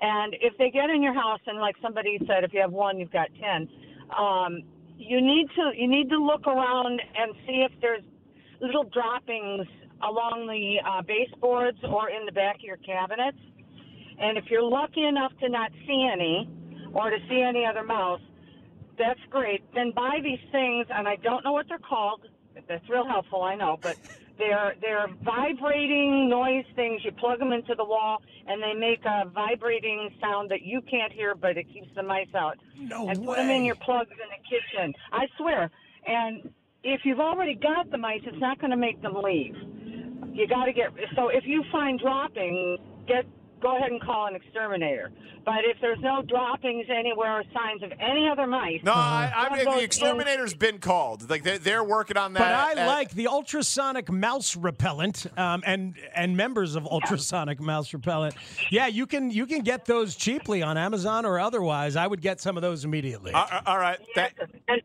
And if they get in your house, and like somebody said, if you have one, you've got ten. Um, you need to you need to look around and see if there's little droppings along the uh, baseboards or in the back of your cabinets. And if you're lucky enough to not see any or to see any other mouse, that's great. Then buy these things, and I don't know what they're called. That's real helpful, I know, but they're they're vibrating noise things. You plug them into the wall, and they make a vibrating sound that you can't hear, but it keeps the mice out. No and put them in way. your plugs in the kitchen. I swear. And if you've already got the mice, it's not going to make them leave. You got to get so if you find dropping, get go ahead and call an exterminator. But if there's no droppings anywhere or signs of any other mice, Uh-huh. No, I, I that mean goes the in- exterminator's been called. Like they're, they're working on that. uh, But I at- like the ultrasonic mouse repellent, um, and and members of ultrasonic mouse repellent. Yeah, you can you can get those cheaply on Amazon or otherwise. I would get some of those immediately. Uh, all right. and,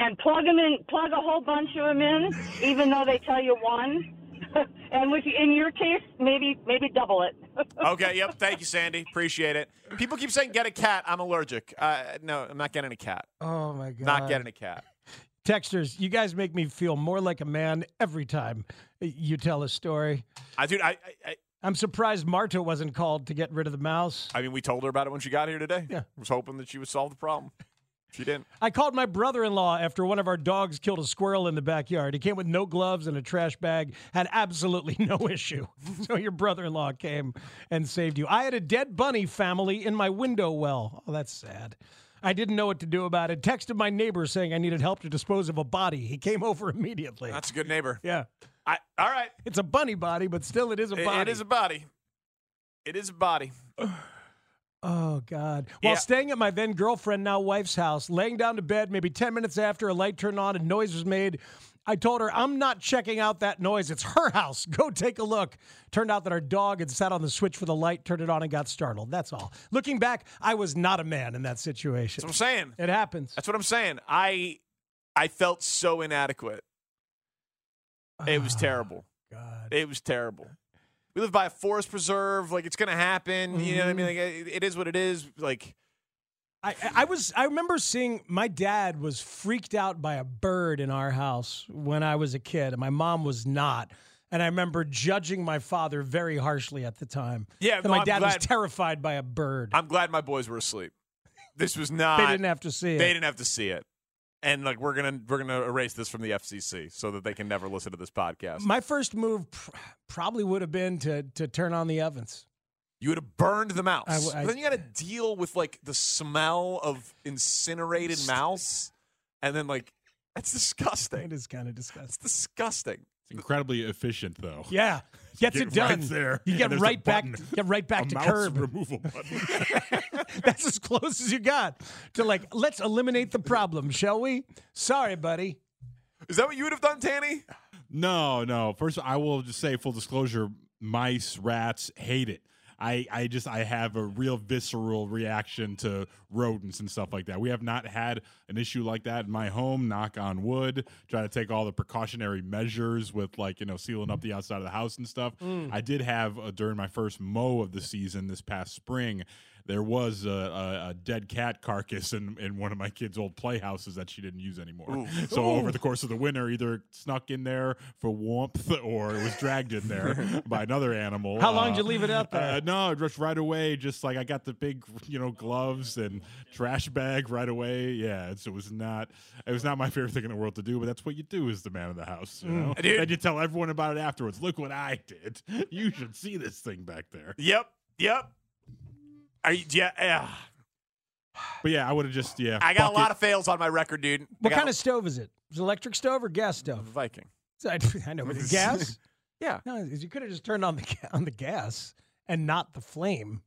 and plug them in, plug a whole bunch of them in, even though they tell you one. [LAUGHS] and with in your case, maybe maybe double it. okay, yep. Thank you, Sandy. Appreciate it. People keep saying get a cat. I'm allergic. Uh, no, I'm not getting a cat. Oh my god! Not getting a cat. Texters, you guys make me feel more like a man every time you tell a story. I dude, I, I, I I'm surprised Marta wasn't called to get rid of the mouse. I mean, we told her about it when she got here today. Yeah, was hoping that she would solve the problem. She didn't. I called my brother in law after one of our dogs killed a squirrel in the backyard. He came with no gloves and a trash bag, had absolutely [LAUGHS] no issue. so your brother in law came and saved you. I had a dead bunny family in my window well. Oh, that's sad. I didn't know what to do about it. Texted my neighbor saying I needed help to dispose of a body. He came over [LAUGHS] immediately. That's a good neighbor. Yeah. I, all right. It's a bunny body, but still it is a It- body. it is a body. It is a body. Oh God! While Yeah. staying at my then girlfriend, now wife's house, laying down to bed, maybe ten minutes after a light turned on and noise was made, I told her I'm not checking out that noise. It's her house. [LAUGHS] Go take a look. Turned out that our dog had sat on the switch for the light, turned it on, and got startled. That's all. Looking back, I was not a man in that situation. That's what I'm saying. It happens. That's what I'm saying. I I felt so inadequate. It Ah, was terrible. God. It was terrible. We live by a forest preserve. Like it's gonna happen. You know what I mean? Like Mm-hmm. it, it is what it is. Like I, I was I remember seeing my dad was freaked out by a bird in our house when I was a kid, and my mom was not. And I remember judging my father very harshly at the time. Yeah, that no, my I'm dad glad- was terrified by a bird. I'm glad my boys were asleep. This was not. They didn't have to see it. They didn't have to see it. And like we're gonna we're gonna erase this from the FCC so that they can never listen to this podcast. My first move pr- probably would have been to to turn on the ovens. You would have burned the mouse. I w- I- But then you got to deal with like the smell of incinerated mouse, and then like that's disgusting. It is kind of disgusting. It's disgusting. Incredibly efficient, though. Yeah, gets Get it done. right there. You And get there's a right back. button. Get right back A to mouse curb removal button. [LAUGHS] That's as close as you got to like. Let's eliminate the problem, shall we? Sorry, buddy. Is that what you would have done, Tanny? No, no. First, I will just say full disclosure: mice, rats, hate it. I, I just I have a real visceral reaction to rodents and stuff like that. We have not had an issue like that in my home. Knock on wood. Try to take all the precautionary measures with like you know sealing up the outside of the house and stuff. Mm. I did have uh, during my first mow of the season this past spring. There was a, a, a dead cat carcass in, in one of my kids' old playhouses that she didn't use anymore. Ooh. [LAUGHS] So over Ooh. the the course of the winter either snuck in there for warmth or it was dragged in [LAUGHS] there by another animal. How long did you leave it out there? Uh, no, just right away. Just like I got the big, you know, gloves and trash bag right away. Yeah, it's, it was not. It was not my favorite thing in the world to do, but that's what you do as the man of the house. You Mm. know, Dude. and you tell everyone about it afterwards. Look what I did. You should see this thing back there. Yep. Yep. Are you? Yeah. yeah. But yeah, I would have just yeah. I got a fuck lot it. of fails on my record, dude. What kind of stove is it? Is it electric stove or gas stove? Viking. I, [LAUGHS] I know, but the gas. [LAUGHS] yeah, no, you could have just turned on the ga- on the gas and not the flame,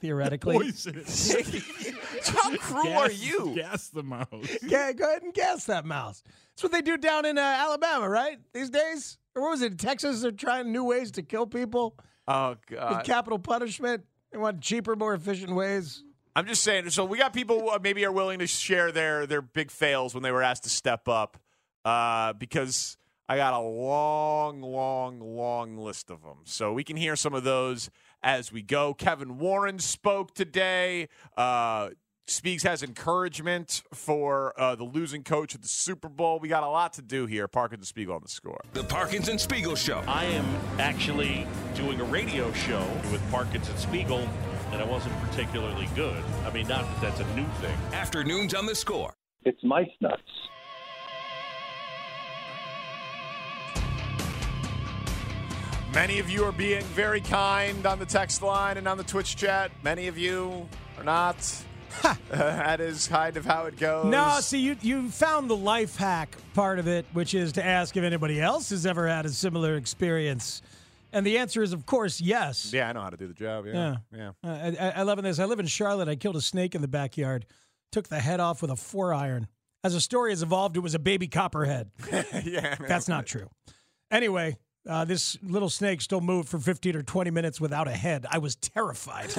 theoretically. Poisonous. [LAUGHS] How cruel Gas- are you? Gas the mouse. [LAUGHS] Yeah, go ahead and gas that mouse. That's what they do down in uh, Alabama, right? These days, or what was it? Texas, they're trying new ways to kill people. Oh With god. capital punishment. They want cheaper, more efficient ways. I'm just saying. So we got people who uh, maybe are willing to share their their big fails when they were asked to step up, uh, because I got a long, long, long list of them. So we can hear some of those as we go. Kevin Warren spoke today. Uh, Speaks has encouragement for uh, the losing coach at the Super Bowl. We got a lot to do here. Parkinson Spiegel on the score. The Parkinson Spiegel Show. I am actually doing a radio show with Parkinson Spiegel, and I wasn't particularly good. I mean, not that that's a new thing. Afternoons on the score. [LAUGHS] It's mice nuts. Many of you [LAUGHS] are being very kind on the text line and on the Twitch chat. Many of you are not. [LAUGHS] that is kind of how it goes. No, see, you you found the life hack part of it, which is to ask if anybody else has ever had a similar experience, and the answer is, of course, yes. Yeah, I know how to do the job. Yeah. Yeah. Uh, I, I- I love this. I live in Charlotte. I killed a snake in the backyard, took the head off with a four iron. As the story has evolved, it was a baby copperhead. [LAUGHS] yeah. That's not true. Anyway, uh, this little snake still moved for 15 or 20 minutes without a head. I was terrified.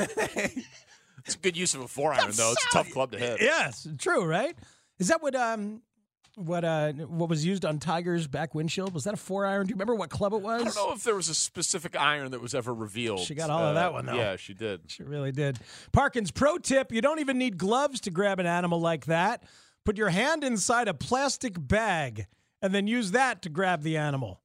It's a good use of a four iron, though. It's a tough club to hit. [LAUGHS] yes, true, right? Is that what um what uh what was used on Tiger's back windshield? Was that a four iron? Do you remember what club it was? I don't know if there was a specific iron that was ever revealed. She got all of that one, though. Yeah, she did. She really did. Parkins pro tip, you don't even need gloves to grab an animal like that. Put your hand inside a plastic bag and then use that to grab the animal.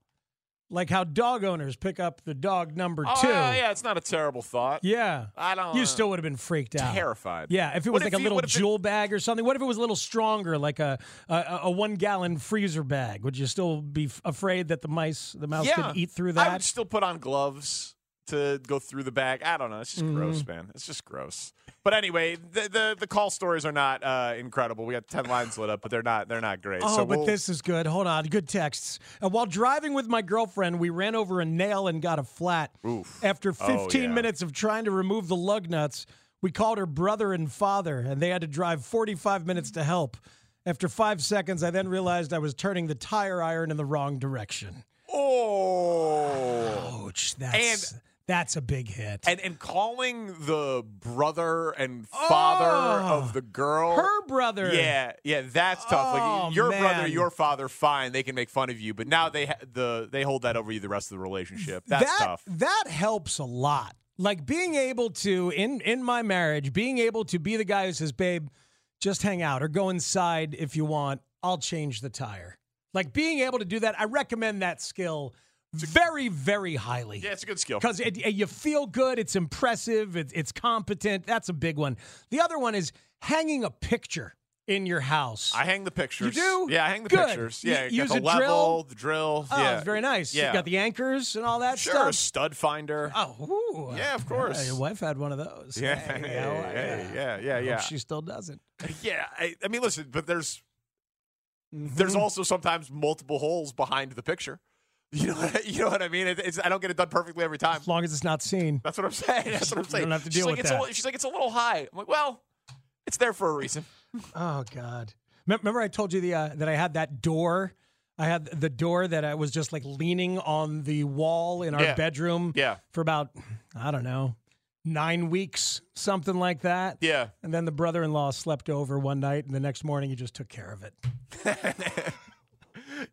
Like how dog owners pick up the dog number two. Oh, yeah, yeah, it's not a terrible thought. Yeah. I don't. uh, You still would have been freaked out. Terrified. Yeah, if it was What like if a you- little what if it- jewel bag or something. What if it was a little stronger, like a a, a one gallon freezer bag? Would you still be f- afraid that the mice, the mouse, yeah. could eat through I would that? still put on gloves to go through the bag. I don't know. It's just gross, Mhm. man. It's just gross. But anyway, the the, the call stories are not uh, incredible. We got ten lines lit up, but they're not they're not great. Oh, so but we'll- this is good. Hold on, good texts. Uh, while driving with my girlfriend, we ran over a nail and got a flat. After Oh, 15 yeah. minutes of trying to remove the lug nuts, we called her brother and father, and they had to drive 45 minutes to help. After five seconds, I then realized I was turning the tire iron in the wrong direction. Oh, ouch! That's that's a big hit. And and calling the brother and father Oh, of the girl, her brother. Yeah, yeah, that's tough. Oh, like your brother, man. your father, fine, they can make fun of you, but now they ha- the they hold that over you the rest of the relationship. That's that, tough. That helps a lot. Like being able to in in my marriage, being able to be the guy who says, "Babe, just hang out or go inside if you want. I'll change the tire." Like being able to do that, I recommend that skill very very highly. Yeah, it's a good skill. Because it, it- you feel good, it's impressive, it, it's competent. That's a big one. The other one is hanging a picture in your house. I hang the pictures. You do? Yeah, I hang the Good. pictures. You Yeah, I got use the a drill? level, the drill. Oh, yeah, it's very nice. Yeah, You got the anchors and all that sure stuff. stud finder. Oh, ooh. Yeah, of Uh, course. your wife had one of those. yeah, Hey, oh, hey, hey, yeah, yeah, I hope yeah. She still doesn't. [LAUGHS] Yeah, I, I mean, listen, but there's Mm-hmm. there's also sometimes multiple holes behind the picture. [LAUGHS] You know, you know what I mean? It, it's, I don't get it done perfectly [LAUGHS] every time. As long as it's not seen. That's what I'm saying. That's what I'm You saying. don't have to she's deal like, with it's that. A, li- she's like, it's a little high. I'm like, well, it's there for a reason. Oh God! Me- Remember, I told you the uh, that I had that door. I had the door that I was just like leaning on the wall in our Yeah. bedroom. Yeah. For about I don't know nine weeks, something like that. Yeah. And then the brother-in-law slept over one night, and the next morning he just took care of it. [LAUGHS]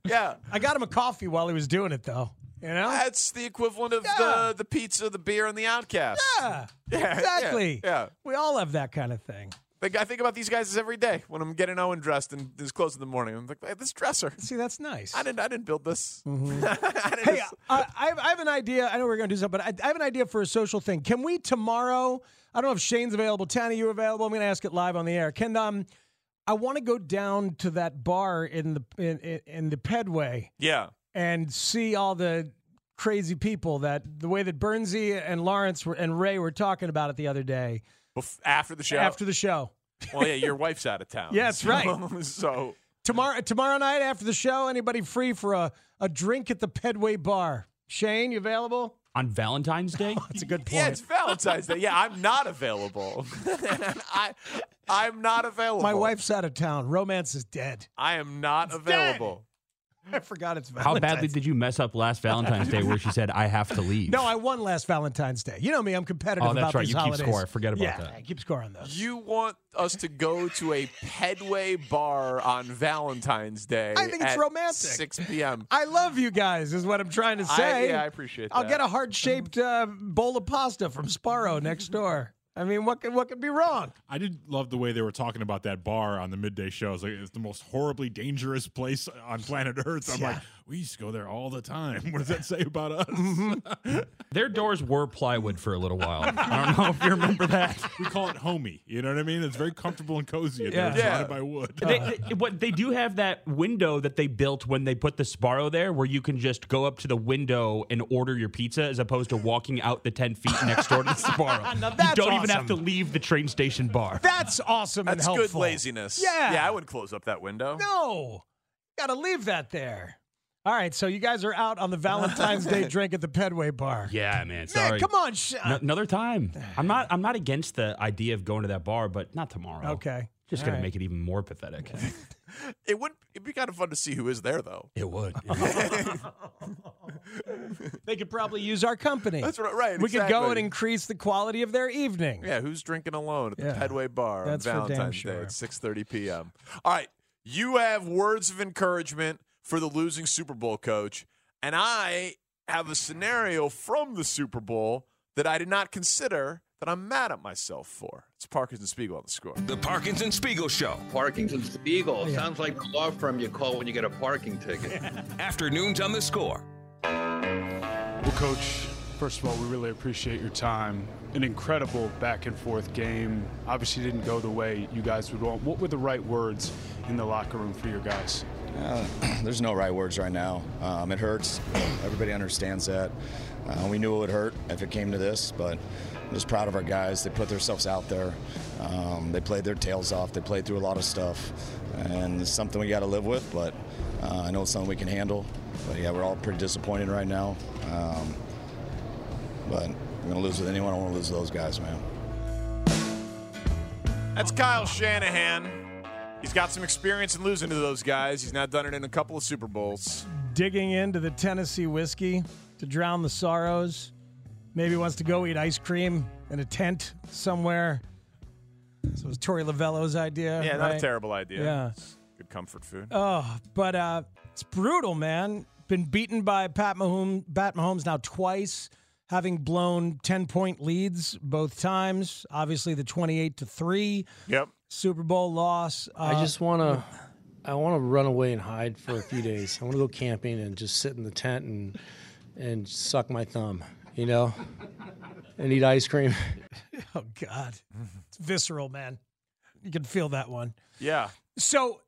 Yeah. I got him a coffee while he was doing it, though. You know. That's the equivalent of the, the pizza, the beer, and the outcast. Yeah, [LAUGHS] Yeah, yeah, exactly. yeah. We all have that kind of thing. Like, I think about these guys every day when I'm getting Owen dressed and his clothes in the morning. I'm like, hey, this dresser. See, that's nice. Mm-hmm. I didn't. I didn't build this. [LAUGHS] hey, I, I, have, I have an idea. I know we're going to do something, but I, I have an idea for a social thing. Can we tomorrow? I don't know if Shane's available. Tana, you available? I'm going to ask it live on the air. Can um, I want to go down to that bar in the in, in, in the Pedway Yeah. and see all the crazy people that the way that Bernsey and Lawrence were, and Ray were talking about it the other day Bef- after the show. after the show. Well, [LAUGHS] yeah, your wife's out of town. [LAUGHS] Yeah, that's right. so Tomorrow tomorrow night after the show, anybody free for a, a drink at the Pedway bar? Shane, you available? On Valentine's Day? [LAUGHS] That's a good point. yeah, it's Valentine's Day. Yeah, I'm not available. [LAUGHS] I I'm not [LAUGHS] available. My wife's out of town. Romance is dead. I am not available. I forgot it's How Valentine's. badly did you mess up [LAUGHS] last Valentine's Day where she said, I have to leave? No, I won last Valentine's Day. You know me; I'm competitive. Oh, that's about right. These You keep holidays. score. Forget about yeah, that. I keep score on those. You want us to go to a Pedway bar on Valentine's Day? I think it's at romantic. 6 p.m. I love you guys. Is what I'm trying to I- say. yeah, I appreciate I'll that. get a heart shaped uh, [LAUGHS] bowl of pasta from Sparrow next door. I mean, what could what could be wrong? I did love the way they were talking about that bar on the midday show. It's like it's the most horribly dangerous place on planet Earth. I'm Yeah. like, We used to go there all the time. [LAUGHS] What does that say about us? Mm-hmm. Their doors were plywood for a little while. I don't know if you remember that. [LAUGHS] We call it homey. You know what I mean? It's very comfortable and cozy. And Yeah. yeah. Yeah. surrounded by wood. They, they- what they do have that window that they built when they put the Sbarro there, where you can just go up to the window and order your pizza, as opposed to walking out the ten feet next door to the Sbarro. [LAUGHS] Now you that's don't even have awesome. to leave the train station bar. That's awesome That's and good helpful. laziness. Yeah. Yeah, I wouldn't close up that window. No, gotta leave that there. All right, so you guys are out on the Valentine's [LAUGHS] Day drink at the Pedway Bar. Yeah, man. Man, Sorry. come on. Sh- N- another time. I'm not. I'm not against the idea of going to that bar, but not tomorrow. Okay. Just All gonna right. make it even more pathetic. It would it'd be kind of fun to see who is there though. It would. they could probably use our company. That's right, right, We could go exactly. and increase the quality of their evening. [LAUGHS] Yeah, who's drinking alone at the Yeah. Pedway Bar That's for on damn Valentine's Day sure. at 6:30 p.m. All right, you have words of encouragement for the losing Super Bowl coach, and I have a scenario from the Super Bowl that I did not consider that I'm mad at myself for. It's Parkins and Spiegel on the score. The Parkinson Spiegel Show. Parkinson Oh, Spiegel. Yeah. Sounds like the law firm you call when you get a parking ticket. [LAUGHS] Afternoons on the score. Well, Coach, first of all, we really appreciate your time. An incredible back and forth game. Obviously, didn't go the way you guys would want. What were the right words in the locker room for your guys? Uh, [CLEARS THROAT] there's no right words right now. Um, it hurts. [CLEARS THROAT] Everybody understands that. Uh, we knew it would hurt if it came to this, but I'm just proud of our guys. They put themselves out there. Um, they played their tails off. They played through a lot of stuff, and it's something we got to live with. But uh, I know it's something we can handle. But yeah, we're all pretty disappointed right now. Um, but I'm gonna lose with anyone. I want to lose with those guys, man. That's Kyle Shanahan. He's got some experience in losing to those guys. He's now done it in a couple of Super Bowls. Digging into the Tennessee whiskey to drown the sorrows. Maybe wants to go eat ice cream in a tent somewhere. So it was Tori Lavello's idea. Yeah, not a right? terrible idea. Yeah. Good comfort food. Oh, but uh, it's brutal, man. Been beaten by Pat Mahomes, Pat Mahomes now twice, having blown 10 point leads both times. Obviously, the 28 to 3 Yep. Super Bowl loss. Uh, I just want to. I want to run away and hide for a few days. I want to go camping and just sit in the tent and and suck my thumb, you know, and eat ice cream. [LAUGHS] [LAUGHS] Oh, God. It's visceral, man. You can feel that one. Yeah. So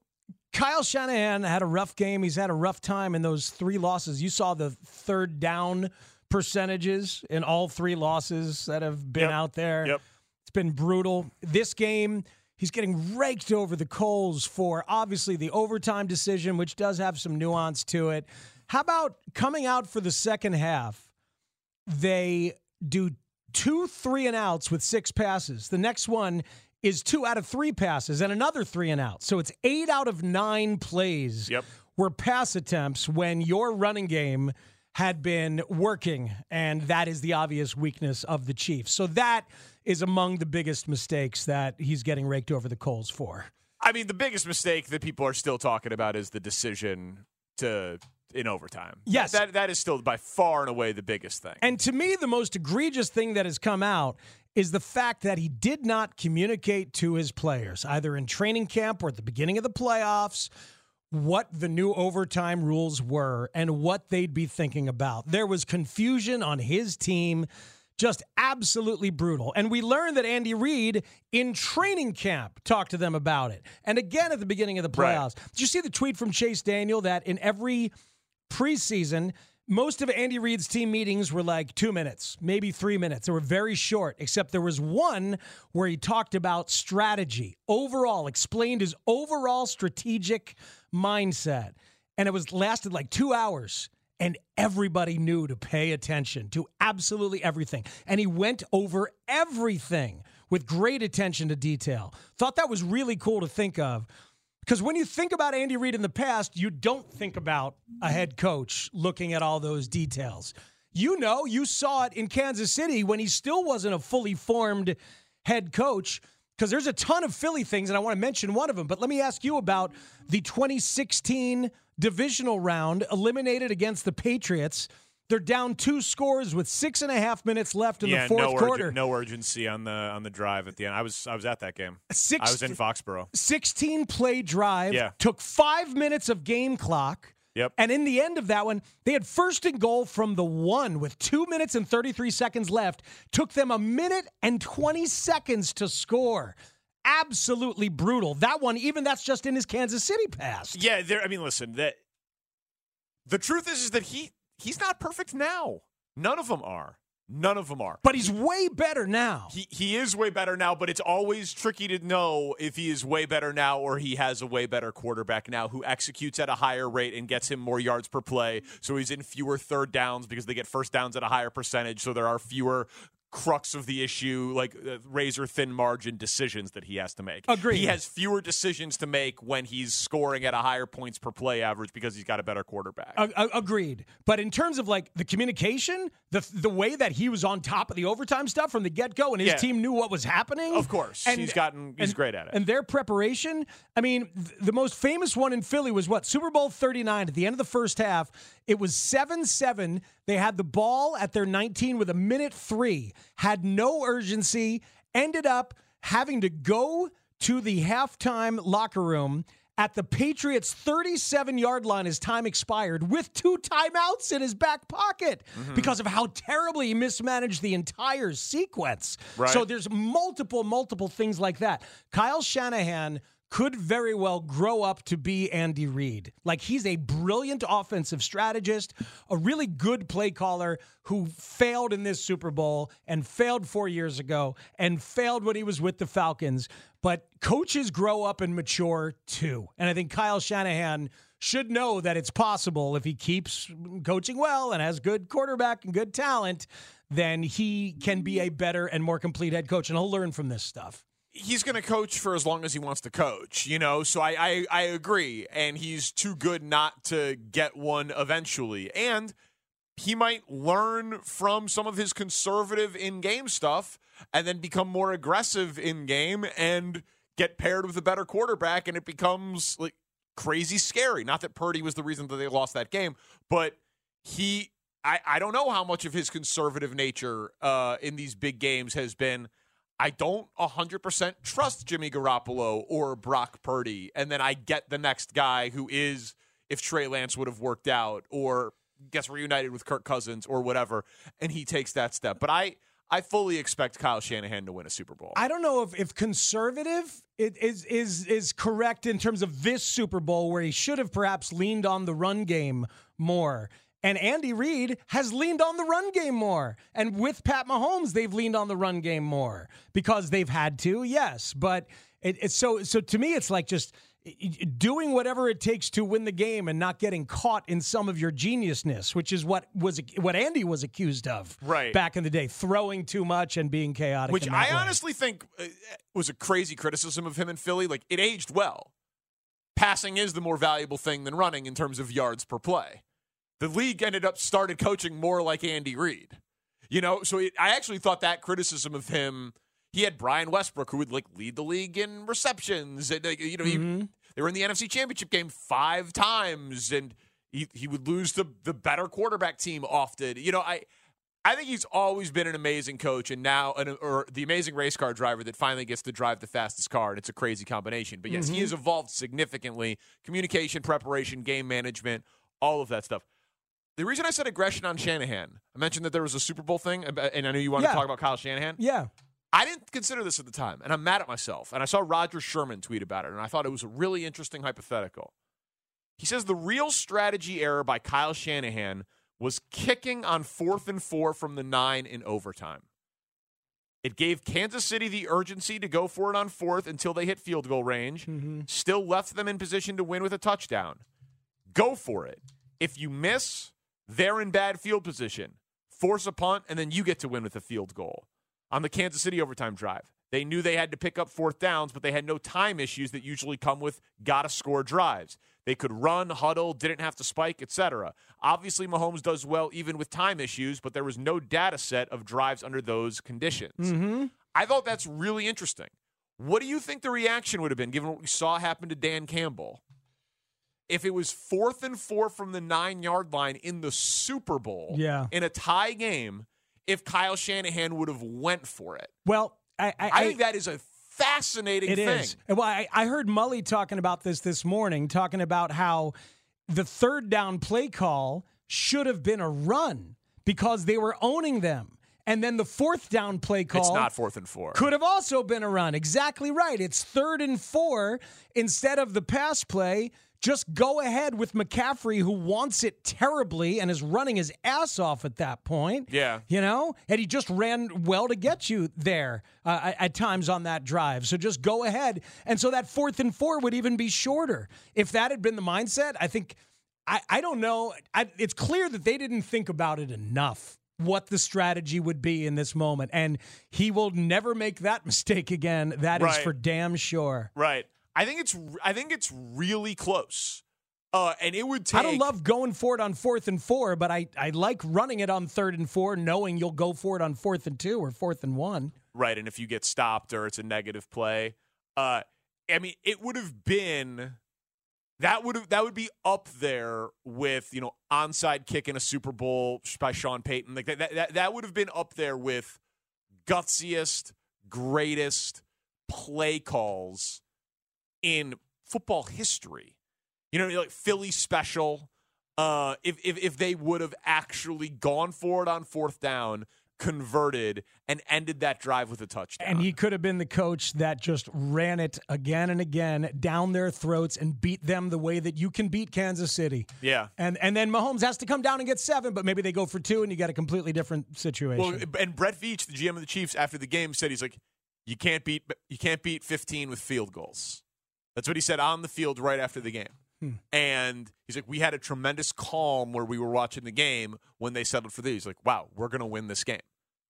Kyle Shanahan had a rough game. He's had a rough time in those three losses. You saw the third down percentages in all three losses that have been out there. Yep. It's been brutal. This game, he's getting raked over the coals for obviously the overtime decision, which does have some nuance to it. How about coming out for the second half? they do two three and outs with six passes. The next one is two out of three passes and another three and out. So it's eight out of nine plays were pass attempts when your running game had been working. And that is the obvious weakness of the Chiefs. So that is among the biggest mistakes that he's getting raked over the coals for. I mean, the biggest mistake that people are still talking about is the decision to in overtime. Yes. that that is still by far and away the biggest thing. And to me, the most egregious thing that has come out is the fact that he did not communicate to his players, either in training camp or at the beginning of the playoffs, what the new overtime rules were and what they'd be thinking about. There was confusion on his team. Just absolutely brutal. And we learned that Andy Reid in training camp talked to them about it. And again at the beginning of the Right. playoffs. Did you see the tweet from Chase Daniel that in every preseason, most of Andy Reid's team meetings were like two minutes, maybe three minutes. They were very short, except there was one where he talked about strategy overall, explained his overall strategic mindset. And it was lasted like two hours. And everybody knew to pay attention to absolutely everything. And he went over everything with great attention to detail. Thought that was really cool to think of. Because when you think about Andy Reid in the past, you don't think about a head coach looking at all those details. You know, you saw it in Kansas City when he still wasn't a fully formed head coach. Because there's a ton of Philly things, and I want to mention one of them. But let me ask you about the 2016 divisional round, eliminated against the Patriots. They're down two scores with six and a half minutes left in yeah, the fourth no, urgen- quarter. no urgency on the on the drive at the end. I was I was at that game. Six- I was in Foxborough. 16 play drive Yeah. took five minutes of game clock Yep. And in the end of that one, they had first and goal from the one with two minutes and 33 seconds left. Took them a minute and 20 seconds to score. Absolutely brutal. That one, even that's just in his Kansas City past. Yeah, there. I mean, listen. That the truth is, is that he he's not perfect now. None of them are. None of them are. But he's way better now. He he is way better now. But it's always tricky to know if he is way better now or he has a way better quarterback now who executes at a higher rate and gets him more yards per play. So he's in fewer third downs because they get first downs at a higher percentage. So there are fewer crux of the issue, like uh, razor thin margin decisions that he has to make. Agreed. He has fewer decisions to make when he's scoring at a higher points per play average because he's got a better quarterback. A- a- agreed. But in terms of like the communication, the the way that he was on top of the overtime stuff from the get go, and his Yeah. team knew what was happening. Of course. He's gotten- he's and- great at it. And their preparation. I mean, th- the most famous one in Philly was what Super Bowl thirty nine at the end of the first half. It was seven seven. They had the ball at their nineteen with a minute three. Had no urgency. Ended up having to go to the halftime locker room at the Patriots 37 yard line as time expired with two timeouts in his back pocket Mm-hmm. because of how terribly he mismanaged the entire sequence. Right. So there's multiple, multiple things like that. Kyle Shanahan could very well grow up to be Andy Reid. Like he's a brilliant offensive strategist, a really good play caller who failed in this Super Bowl and failed 4 years ago and failed when he was with the Falcons, but coaches grow up and mature too. And I think Kyle Shanahan should know that it's possible if he keeps coaching well and has good quarterback and good talent, then he can be a better and more complete head coach and he'll learn from this stuff. he's going to coach for as long as he wants to coach, you know. So I, I I agree, and he's too good not to get one eventually, and he might learn from some of his conservative in-game stuff, and then become more aggressive in-game and get paired with a better quarterback, and it becomes like crazy scary. Not that Purdy was the reason that they lost that game, but he. I, I don't know how much of his conservative nature uh, in these big games has been. I don't 100% trust Jimmy Garoppolo or Brock Purdy. And then I get the next guy who is, if Trey Lance would have worked out or gets reunited with Kirk Cousins or whatever, and he takes that step. But I, I fully expect Kyle Shanahan to win a Super Bowl. I don't know if, if conservative it is is is correct in terms of this Super Bowl where he should have perhaps leaned on the run game more. And Andy Reid has leaned on the run game more. And with Pat Mahomes, they've leaned on the run game more because they've had to, yes. But it, it's so so to me, it's like just doing whatever it takes to win the game and not getting caught in some of your geniusness, which is what was what Andy was accused of Right. back in the day, throwing too much and being chaotic. Which in that I way. honestly think uh, was a crazy criticism of him in Philly. Like, it aged well. Passing is the more valuable thing than running in terms of yards per play. The league ended up started coaching more like Andy Reid. You know, so it, I actually thought that criticism of him. He had Brian Westbrook, who would like lead the league in receptions, and like, you know, he, they were in the NFC Championship game five times, and he, he would lose to the better quarterback team often. You know, I I think he's always been an amazing coach, and now an, or the amazing race car driver that finally gets to drive the fastest car, and it's a crazy combination. But yes, Mhm. he has evolved significantly: communication, preparation, game management, all of that stuff. The reason I said aggression on Shanahan, I mentioned that there was a Super Bowl thing, ab- and I knew you wanted Yeah. to talk about Kyle Shanahan. Yeah. I didn't consider this at the time, and I'm mad at myself. And I saw Roger Sherman tweet about it, and I thought it was a really interesting hypothetical. He says the real strategy error by Kyle Shanahan was kicking on fourth and four from the nine in overtime. It gave Kansas City the urgency to go for it on fourth until they hit field goal range, still left them in position to win with a touchdown. Go for it. If you miss, they're in bad field position. Force a punt, and then you get to win with a field goal. On the Kansas City overtime drive, they knew they had to pick up fourth downs, but they had no time issues that usually come with gotta score drives. They could run, huddle, didn't have to spike, etc. Obviously, Mahomes does well even with time issues, but there was no data set of drives under those conditions. Mm-hmm. I thought that's really interesting. What do you think the reaction would have been given what we saw happen to Dan Campbell? If it was fourth and four from the nine yard line in the Super Bowl, Yeah. in a tie game, if Kyle Shanahan would have went for it, Well, I, I, I, think that is a fascinating It thing. is. Well, I, I heard Mully talking about this this morning, talking about how the third down play call should have been a run because they were owning them. And then the fourth down play call It's not fourth and four. could have also been a run. Exactly right. It's third and four instead of the pass play. Just go ahead with McCaffrey, who wants it terribly and is running his ass off at that point. Yeah. You know, and he just ran well to get you there uh, at times on that drive. So just go ahead. And so that fourth and four would even be shorter. If that had been the mindset, I think, I, I don't know. I, it's clear that they didn't think about it enough what the strategy would be in this moment. And he will never make that [LAUGHS] mistake again. That is Right. for damn sure. Right. I think it's I think it's really close. Uh, and it would take. I don't love going for it on fourth and four, but I, I like running it on third and four, knowing you'll go for it on fourth and two or fourth and one. Right, and if you get stopped or it's a negative play, uh, I mean, it would have been that would have that would be up there with you know onside kick in a Super Bowl by Sean Payton. Like that that that, that would have been up there with gutsiest, greatest play calls in football history. You know, like Philly special. Uh, if if if they would have actually gone for it on fourth down, converted, and ended that drive with a touchdown. And he could have been the coach that just ran it again and again down their throats and beat them the way that you can beat Kansas City. Yeah. And and then Mahomes has to come down and get seven, but maybe they go for two and you got a completely different situation. Well, and Brett Veach, the GM of the Chiefs, after the game said he's like, you can't beat you can't beat 15 with field goals. That's what he said on the field right after the game. Hmm. And he's like, we had a tremendous calm where we were watching the game when they settled for these. Like, wow, we're going to win this game.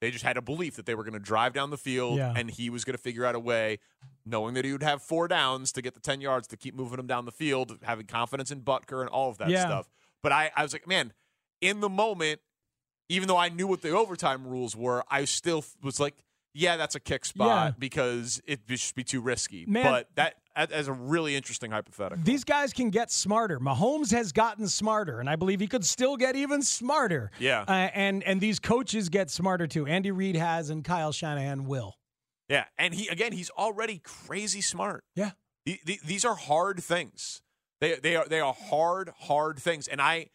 They just had a belief that they were going to drive down the field Yeah. and he was going to figure out a way, knowing that he would have four downs to get the 10 yards to keep moving them down the field, having confidence in Butker and all of that Yeah. stuff. But I, I was like, man, in the moment, even though I knew what the overtime rules were, I still was like, yeah, that's a kick spot Yeah. because it'd just be too risky. Man. But that that is a really interesting hypothetical. These guys can get smarter. Mahomes has gotten smarter, and I believe he could still get even smarter. Yeah. Uh, and and these coaches get smarter too. Andy Reid has, and Kyle Shanahan will. Yeah, and he again, he's already crazy smart. Yeah, the, the- these are hard things. They they are they are hard hard things, and I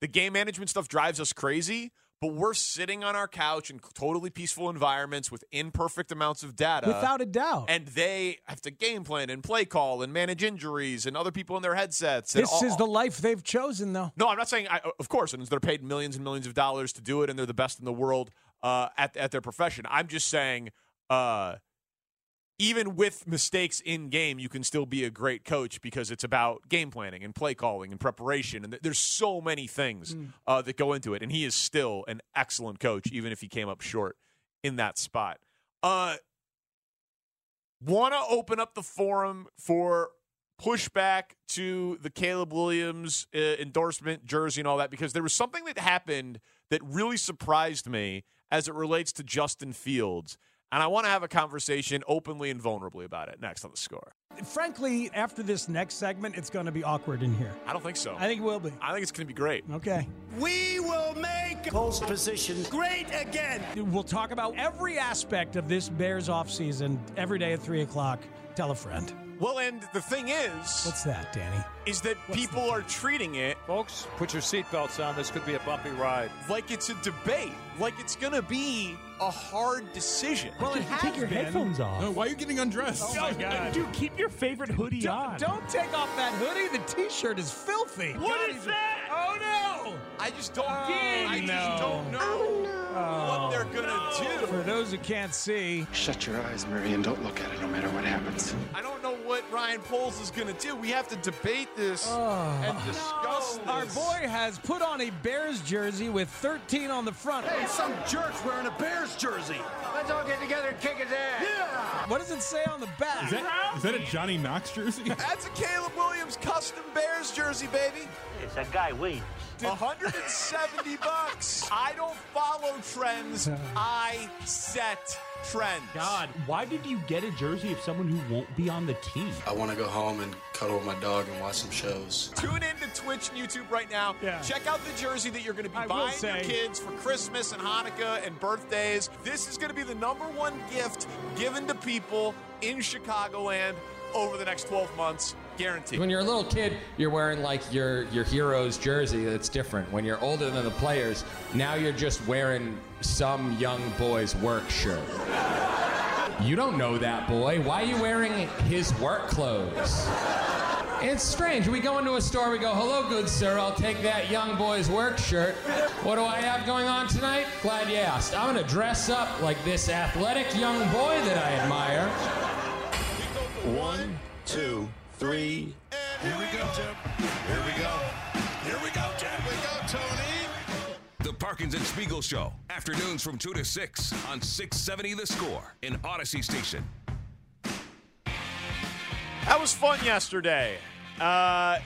the game management stuff drives us crazy. But we're sitting on our couch in totally peaceful environments with imperfect amounts of data. Without a doubt. And they have to game plan and play call and manage injuries and other people in their headsets. and This all- is the life they've chosen, though. no, I'm not saying. I, of course, and they're paid millions and millions of dollars to do it, and they're the best in the world uh, at at their profession. I'm just saying, uh, even with mistakes in game, you can still be a great coach because it's about game planning and play calling and preparation, and th- there's so many things uh, that go into it. And he is still an excellent coach, even if he came up short in that spot. Uh, want to open up the forum for pushback to the Caleb Williams uh, endorsement jersey and all that because there was something that happened that really surprised me as it relates to Justin Fields. And I want to have a conversation openly and vulnerably about it next on the score. Frankly, after this next segment, it's going to be awkward in here. I don't think so. I think it will be. I think it's going to be great. Okay. We will make post position great again. We'll talk about every aspect of this Bears offseason every day at 3 o'clock. Tell a friend. Well, and the thing is, What's that, Danny? is that people are treating it, folks. Put your seatbelts on. This could be a bumpy ride. Like it's a debate. Like it's going to be a hard decision. Well, it has Take your been. headphones off. No, why are you getting undressed? Oh my God. Dude, keep your favorite hoodie on. Don't take off that hoodie. The T-shirt is filthy. What is that? Oh no! I just don't. I just don't know what they're going to do. For those who can't see, Shut your eyes, Murray, and don't look at it no matter what happens. I don't know what Ryan Poles is going to do. We have to debate this and discuss our this. boy has put on a Bears jersey with 13 on the front. Hey, some jerk's wearing a Bears jersey. Let's all get together and kick his ass. Yeah! What does it say on the back? Is that, is that a Johnny Knox jersey? That's a Caleb Williams custom Bears jersey, baby. It's that guy Williams. 170 bucks. I don't follow trends. I set trends. God, why did you get a jersey of someone who won't be on the team? I want to go home and cuddle with my dog and watch some shows. Tune in to Twitch and YouTube right now. Check out the jersey that you're going to be I will buying say- your kids for Christmas and Hanukkah and birthdays. This is going to be the number one gift given to people in Chicagoland over the next 12 months. Guaranteed. When you're a little kid, you're wearing like your your hero's jersey. That's different. When you're older than the players, now you're just wearing some young boy's work shirt. You don't know that boy. Why are you wearing his work clothes? It's strange. We go into a store, we go, hello, good sir, I'll take that young boy's work shirt. What do I have going on tonight? Glad you asked. I'm going to dress up like this athletic young boy that I admire. One, two, three. And here we go, Tim. Here we go. Here we go, Tim. Here we go, Tony. The Parkins and Spiegel Show, afternoons from 2 to 6 on 670 The Score in Odyssey Station. That was fun yesterday. Uh,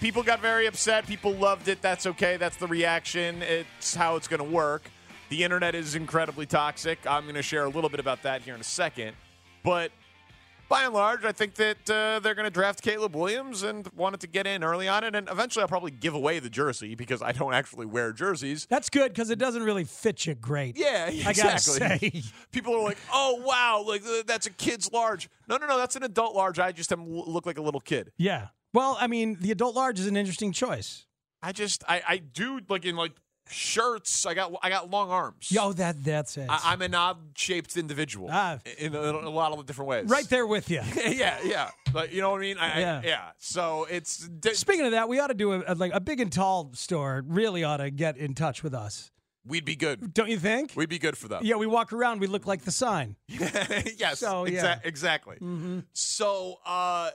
people got very upset. People loved it. That's okay. That's the reaction. It's how it's going to work. The internet is incredibly toxic. I'm going to share a little bit about that here in a second. But by and large, I think that uh, they're going to draft Caleb Williams and wanted to get in early on it. And eventually, I'll probably give away the jersey because I don't actually wear jerseys. That's good because it doesn't really fit you great. Yeah, I gotta exactly. say. [LAUGHS] People are like, "Oh wow, like uh, that's a kid's large." No, no, no, that's an adult large. I just am look like a little kid. Yeah. Well, I mean, the adult large is an interesting choice. I just, I, I do like in like shirts. I got, I got long arms. Yo, that that's it. I, I'm an odd-shaped individual Ah. in, a, in a lot of different ways. [LAUGHS] right there with you. yeah, yeah. Like, you know what I mean? I, Yeah. yeah. I, yeah. So it's di- Speaking of that, we ought to do a, a- like a big and tall store. Really ought to get in touch with us, we'd be good. don't you think? We'd be good for them. Yeah, we walk around, we look like the sign. [LAUGHS] yes. So, exa- yeah. Exactly. Mm-hmm. So, uh,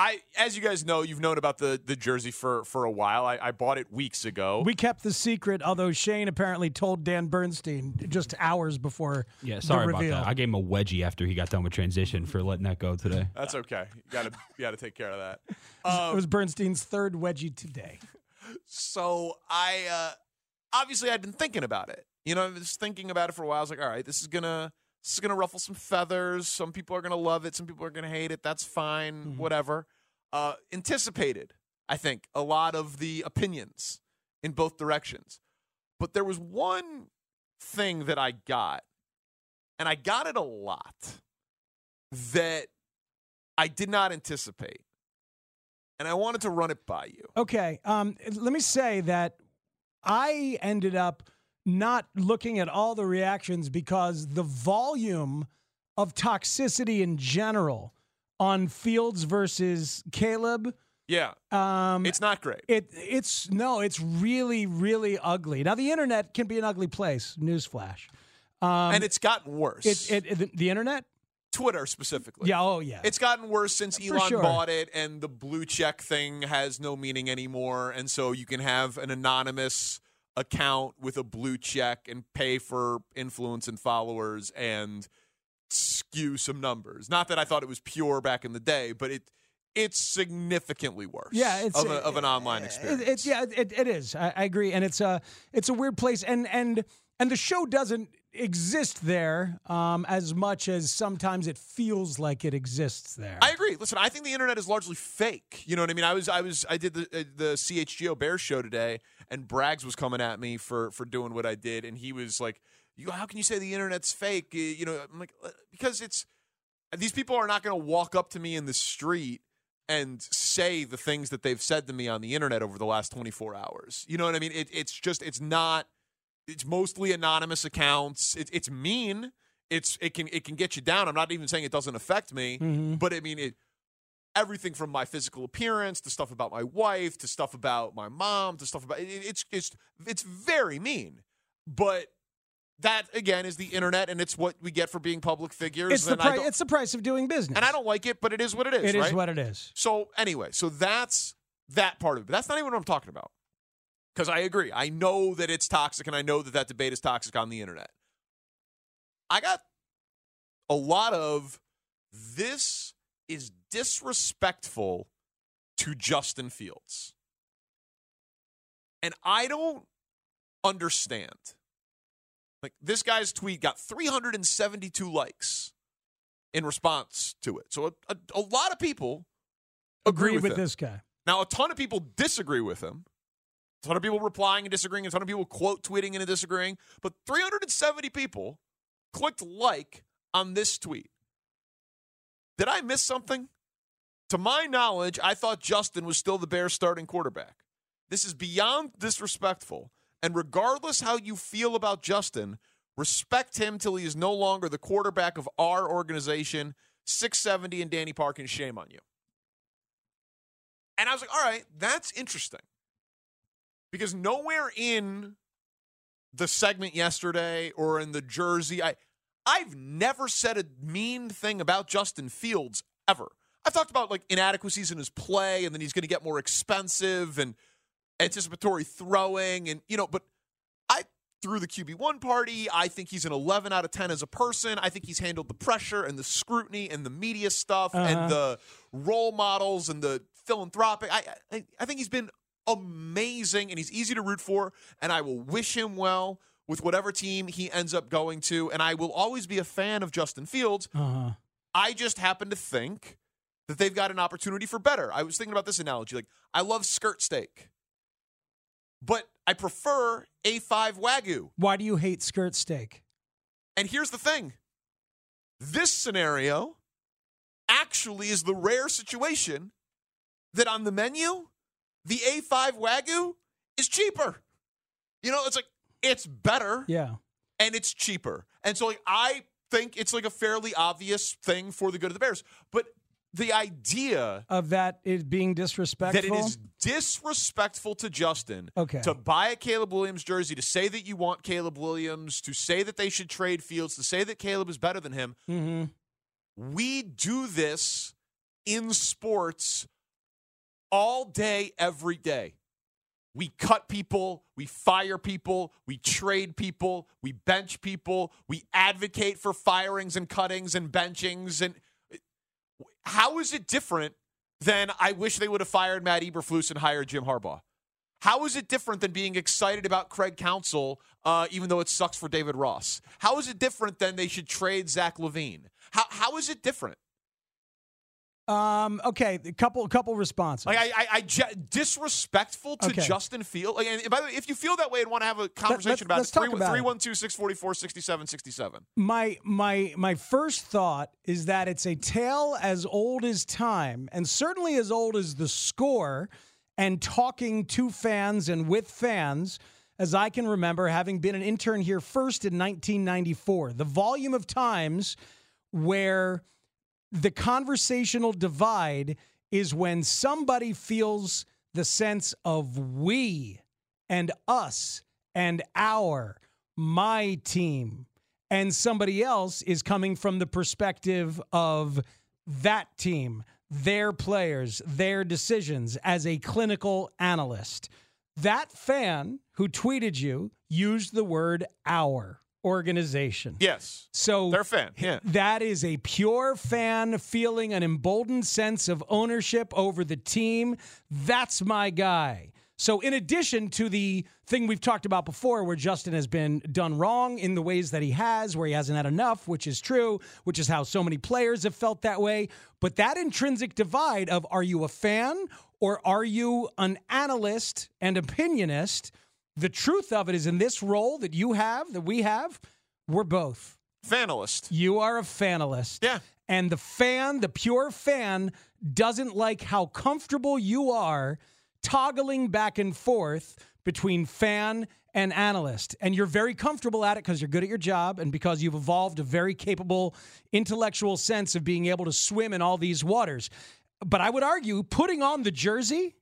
I, as you guys know, you've known about the the jersey for for a while. I, I bought it weeks ago. We kept the secret, although Shane apparently told Dan Bernstein just hours before. Yeah, sorry the about reveal. that. I gave him a wedgie after he got done with transition for letting that go today. That's okay. You gotta you gotta take care of that. [LAUGHS] it was Bernstein's third wedgie today. so I uh, obviously I'd been thinking about it. You know, I was thinking about it for a while. I was like, all right, this is gonna this is gonna ruffle some feathers. Some people are gonna love it. Some people are gonna hate it. That's fine. Whatever. Uh, anticipated, I think, a lot of the opinions in both directions. But there was one thing that I got, and I got it a lot that I did not anticipate. And I wanted to run it by you. Okay. Um, let me say that I ended up not looking at all the reactions because the volume of toxicity in general on Fields versus Caleb. Yeah. Um, it's not great. It it's no, it's really really ugly. Now the internet can be an ugly place. Newsflash. Um, and it's gotten worse. it, it, it- the internet. Twitter specifically. Yeah. Oh yeah. It's gotten worse since For Elon sure. bought it, and the blue check thing has no meaning anymore. And so you can have an anonymous account with a blue check and pay for influence and followers and skew some numbers. Not that I thought it was pure back in the day, but it it's significantly worse. Yeah, it's- of, a, of an online It, experience. it's yeah, it, it is. I, I agree, and it's a it's a weird place, and and and the show doesn't exist there um, as much as sometimes it feels like it exists there. I agree. Listen, I think the internet is largely fake. You know what I mean? I was, I was, I did the uh, the CHGO Bears show today, and Braggs was coming at me for for doing what I did, and he was like, "You, how can you say the internet's fake?" Uh, You know, I'm like, "Uh, because it's these people are not going to walk up to me in the street and say the things that they've said to me on the internet over the last 24 hours. You know what I mean? It, it's just, it's not it's mostly anonymous accounts. It, it's mean. It's it can it can get you down. I'm not even saying it doesn't affect me, Mhm. but I mean it. Everything from my physical appearance to stuff about my wife to stuff about my mom to stuff about it, it's it's it's very mean. But that again is the internet, and it's what we get for being public figures. It's the and I pri- don't- it's the price of doing business. and I don't like it, but it is what it is. It is right? what it is. So anyway, so that's that part of it. But that's not even what I'm talking about. Because I agree, I know that it's toxic, and I know that that debate is toxic on the internet. I got a lot of this is disrespectful to Justin Fields, and I don't understand. Like this guy's tweet got 372 likes in response to it. So a, a, a lot of people agree, with, him. this guy. Now, a ton of people disagree with him. A ton of people replying and disagreeing. A ton of people quote tweeting and disagreeing. But 370 people clicked like on this tweet. Did I miss something? To my knowledge, I thought Justin was still the Bears' starting quarterback. This is beyond disrespectful. And regardless how you feel about Justin, respect him till he is no longer the quarterback of our organization. 670 and Danny Parkins, shame on you. And I was like, all right, that's interesting. Because nowhere in the segment yesterday or in the jersey, I I've never said a mean thing about Justin Fields ever. I've talked about like inadequacies in his play and then he's going to get more expensive and anticipatory throwing and you know, but I threw the QB1 party. I think he's an 11 out of 10 as a person. I think he's handled the pressure and the scrutiny and the media stuff Uh-huh. and the role models and the philanthropic. I, I I think he's been amazing and he's easy to root for and I will wish him well with whatever team he ends up going to and I will always be a fan of Justin Fields. Uh-huh. I just happen to think that they've got an opportunity for better. I was thinking about this analogy like I love skirt steak. But I prefer A5 wagyu. Why do you hate skirt steak? And here's the thing this scenario actually is the rare situation that on the menu, the A5 Wagyu is cheaper. You know, it's like, it's better Yeah. and it's cheaper. And so, like, I think it's like a fairly obvious thing for the good of the Bears. But the idea Of that it being disrespectful. that it is disrespectful to Justin Okay. to buy a Caleb Williams jersey, to say that you want Caleb Williams, to say that they should trade Fields, to say that Caleb is better than him. Mm-hmm. We do this in sports all day, every day. We cut people, we fire people, we trade people, we bench people, we advocate for firings and cuttings and benchings. And how is it different than I wish they would have fired Matt Eberflus and hired Jim Harbaugh? How is it different than being excited about Craig Council, uh, even though it sucks for David Ross? How is it different than they should trade Zach Levine? How, how is it different? Um, okay, a couple couple responses. Like I, I, I ge- disrespectful to Okay. Justin Field. Like, and by the way, if you feel that way and want to have a conversation about let's it, talk three about it. three one two six forty four sixty seven sixty seven. my my my first thought is that it's a tale as old as time and certainly as old as the score and talking to fans and with fans as I can remember having been an intern here first in 1994 the volume of times where the conversational divide is when somebody feels the sense of we and us and our, my team, and somebody else is coming from the perspective of that team, their players, their decisions as a clinical analyst. That fan who tweeted you used the word our organization. Yes. So they're a fan. Yeah. that is a pure fan feeling an emboldened sense of ownership over the team. That's my guy. So, in addition to the thing we've talked about before, where Justin has been done wrong in the ways that he has, where he hasn't had enough, which is true, which is how so many players have felt that way. But that intrinsic divide of are you a fan or are you an analyst and opinionist? The truth of it is in this role that you have, that we have, we're both. Fanalist. You are a fanalist. Yeah. And the fan, the pure fan, doesn't like how comfortable you are toggling back and forth between fan and analyst. And you're very comfortable at it because you're good at your job and because you've evolved a very capable intellectual sense of being able to swim in all these waters. But I would argue putting on the jersey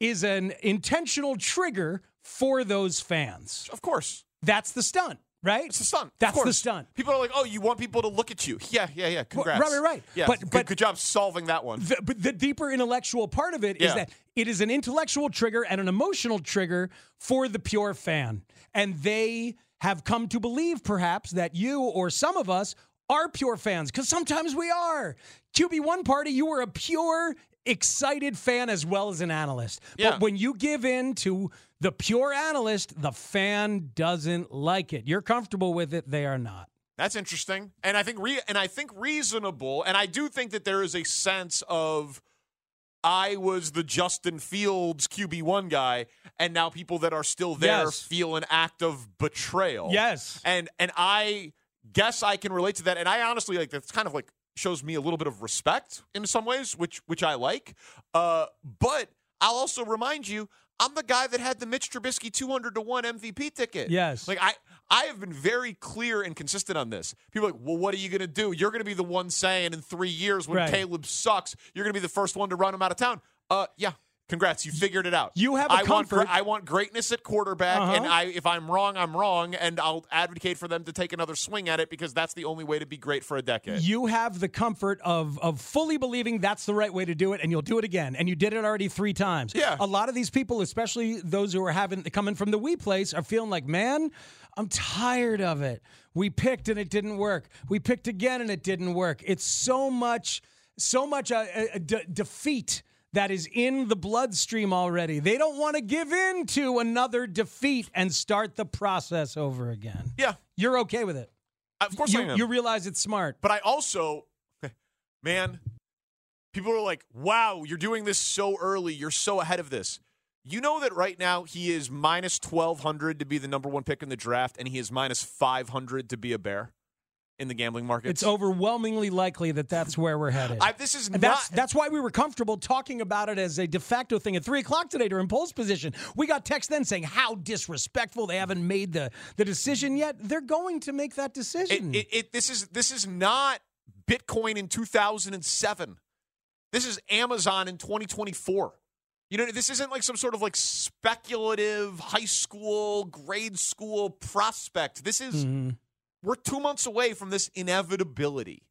is an intentional trigger for those fans. Of course. That's the stunt, right? It's the stunt. Of That's the course. stunt. People are like, "Oh, you want people to look at you?" Yeah, yeah, yeah. Congrats. right, right, right. Yeah, But- good, but- good job solving that one. The, but the deeper intellectual part of it is Yeah. that it is an intellectual trigger and an emotional trigger for the pure fan. And they have come to believe, perhaps, that you or some of us are pure fans, because sometimes we are. QB1 Party, you were a pure, excited fan as well as an analyst. Yeah. But when you give in to the pure analyst, the fan doesn't like it. You're comfortable with it, they are not. That's interesting, and I think re- and I think reasonable, and I do think that there is a sense of I was the Justin Fields QB one guy, and now people that are still there Yes. feel an act of betrayal. Yes. and and I guess I can relate to that, and I honestly like that's kind of like shows me a little bit of respect in some ways, which which I like. Uh, but I'll also remind you, I'm the guy that had the Mitch Trubisky 200 to one MVP ticket. Yes. like I. I have been very clear and consistent on this. People are like, well, what are you going to do? You're going to be the one saying in three years when Right. Caleb sucks, you're going to be the first one to run him out of town. Uh, yeah, congrats, you figured it out. You have a I want gre- comfort- I want greatness at quarterback, Uh-huh. and I if I'm wrong, I'm wrong, and I'll advocate for them to take another swing at it because that's the only way to be great for a decade. You have the comfort of of fully believing that's the right way to do it, and you'll do it again. And you did it already three times. Yeah. A lot of these people, especially those who are having coming from the we place, are feeling like, man, I'm tired of it. We picked and it didn't work. We picked again and it didn't work. It's so much, so much uh uh de- defeat. That is in the bloodstream already. They don't want to give in to another defeat and start the process over again. Yeah. You're okay with it. Of course you, I am. You realize it's smart. But I also, [LAUGHS] man, people are like, wow, you're doing this so early. You're so ahead of this. You know that right now he is minus 1,200 to be the number one pick in the draft, and he is minus 500 to be a bear in the gambling market. It's overwhelmingly likely that that's where we're headed. I- this is And that's, that's why we were comfortable talking about it as a de facto thing at three o'clock today during polls position. We got text then saying how disrespectful they haven't made the, the decision yet. They're going to make that decision. It, it this is this is not Bitcoin in 2007. This is Amazon in 2024. You know, this isn't like some sort of like speculative high school, grade school prospect. This is we're two months away from this inevitability,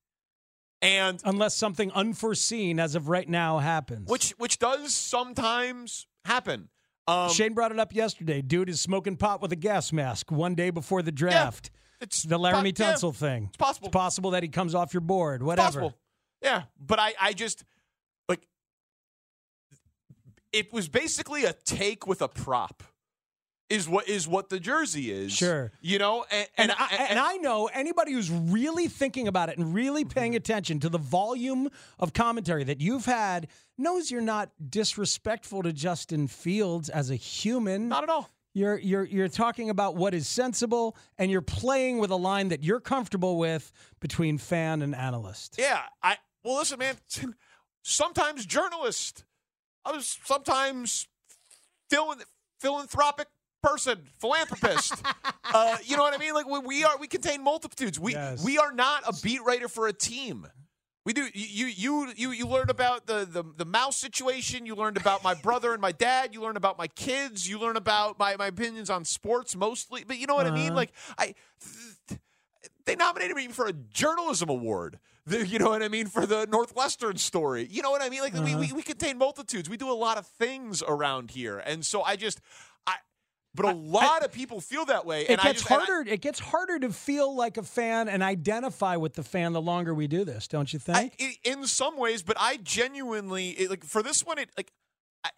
and Unless something unforeseen as of right now happens. which which does sometimes happen. Um, Shane brought it up yesterday. Dude is smoking pot with a gas mask one day before the draft. it's the Laramie po- yeah, Tunsil thing. It's possible. It's possible that he comes off your board. Whatever. possible. Yeah, but I, I just like it was basically a take with a prop. Is what is what the jersey is. Sure. you know, and, and, I, and I know anybody who's really thinking about it and really Mm-hmm. paying attention to the volume of commentary that you've had knows you're not disrespectful to Justin Fields as a human. Not at all. You're you're you're talking about what is sensible, and you're playing with a line that you're comfortable with between fan and analyst. Yeah, I well listen, man. Sometimes journalist, I was sometimes philan- philanthropic person, philanthropist. uh, you know what I mean? Like we, we are, we contain multitudes. We we are not a beat writer for a team. We do. You you you you learned about the, the the mouse situation. You learned about my brother and my dad. You learned about my kids. You learned about my my opinions on sports mostly. But you know what I mean? Uh-huh. Like I they nominated me for a journalism award. The- you know what I mean for the Northwestern story. You know what I mean? Like we, Uh-huh. we we contain multitudes. We do a lot of things around here, and so I just I. But a lot of people feel that way, It and I gets just, and I- harder. it gets harder to feel like a fan and identify with the fan the longer we do this, don't you think? I- in some ways, but I genuinely it, like for this one. It like I,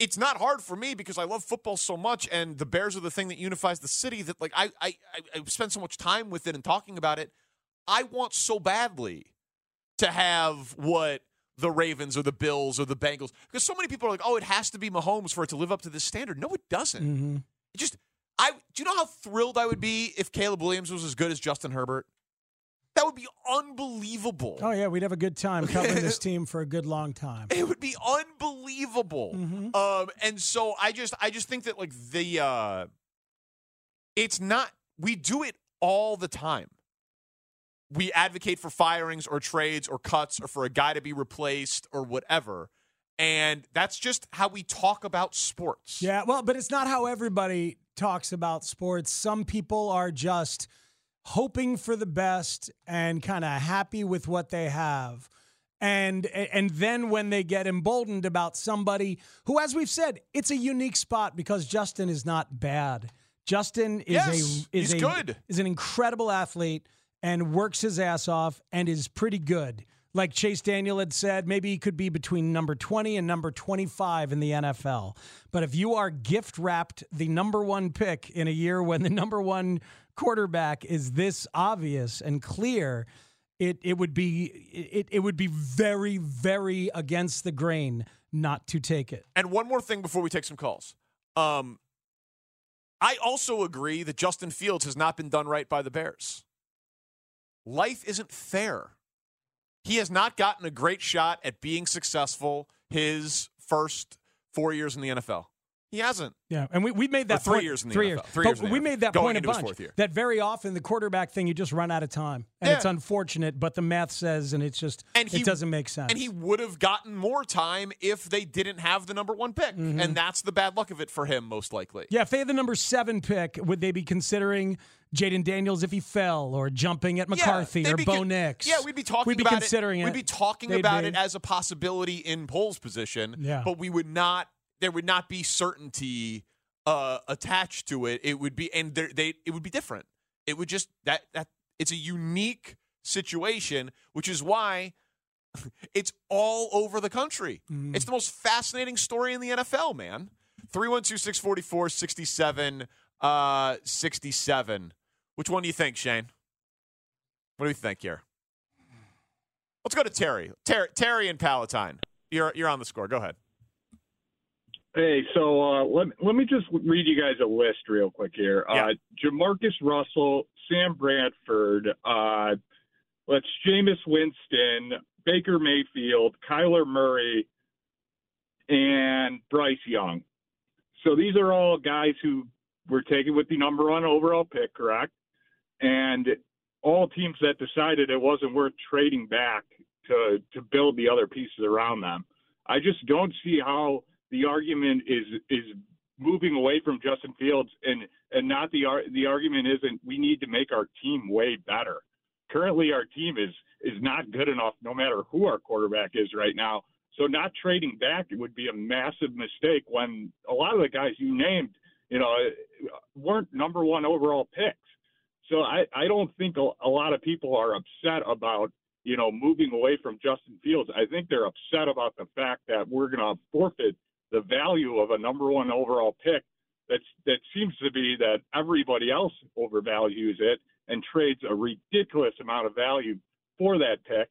it's not hard for me because I love football so much, and the Bears are the thing that unifies the city. That like I I I- I spend so much time with it and talking about it. I want so badly to have what the Ravens or the Bills or the Bengals because so many people are like, oh, it has to be Mahomes for it to live up to this standard. No, it doesn't. It just I do you know how thrilled I would be if Caleb Williams was as good as Justin Herbert. That would be unbelievable. oh yeah, we'd have a good time covering [LAUGHS] this team for a good long time. It would be unbelievable. Um, and so I just I just think that like the uh it's not we do it all the time. We advocate for firings or trades or cuts or for a guy to be replaced or whatever. And that's just how we talk about sports. Yeah, well, but it's not how everybody talks about sports. Some people are just hoping for the best and kind of happy with what they have. And and then when they get emboldened about somebody who as we've said, it's a unique spot because Justin is not bad. Justin is Yes, a is he's a, good. is an incredible athlete and works his ass off and is pretty good. Like Chase Daniel had said, maybe he could be between number 20 and number 25 in the NFL. But if you are gift wrapped the number one pick in a year when the [LAUGHS] number one quarterback is this obvious and clear, it, it would be it, it would be very, very against the grain not to take it. And one more thing before we take some calls. Um, I also agree that Justin Fields has not been done right by the Bears. Life isn't fair. He has not gotten a great shot at being successful his first four years in the NFL. He hasn't. Yeah, and we, we made Or that three point- years in the three NFL. Years. Three But years in the we NFL. made that Going point a into his bunch. fourth year. That very often the quarterback thing, you just run out of time, and it's unfortunate. But the math says, and it's just And he- it doesn't make sense. And he would have gotten more time if they didn't have the number one pick. And that's the bad luck of it for him, most likely. Mm-hmm. yeah, if they had the number seven pick, would they be considering Jaden Daniels if he fell, or jumping at McCarthy, they'd or be Bo con- Nix? Yeah, we'd be talking We'd be about considering it. it. We'd be talking They'd about be. it as a possibility in Poll's position. Yeah. But we would not there would not be certainty uh, attached to it. It would be and there, they it would be different. It would just that that it's a unique situation, which is why [LAUGHS] it's all over the country. It's the most fascinating story in the NFL, man. 312 644 67 uh 67. Which one do you think, Shane? What do we think here? Let's go to Terry. Ter- Terry and Palatine. You're you're on the score. Go ahead. Hey, so uh, let let me just read you guys a list real quick here. Uh, Jamarcus Russell, Sam Bradford, uh, let's Jameis Winston, Baker Mayfield, Kyler Murray, and Bryce Young. So these are all guys who were taken with the number one overall pick, correct? And all teams that decided it wasn't worth trading back to to build the other pieces around them. I just don't see how the argument is is moving away from Justin Fields and and not the ar- the argument isn't we need to make our team way better. Currently, our team is is not good enough, no matter who our quarterback is right now. So not trading back would be a massive mistake when a lot of the guys you named, you know, weren't number one overall picks. So I, I don't think a, a lot of people are upset about, you know, moving away from Justin Fields. I think they're upset about the fact that we're going to forfeit the value of a number one overall pick. That's, that seems to be that everybody else overvalues it and trades a ridiculous amount of value for that pick.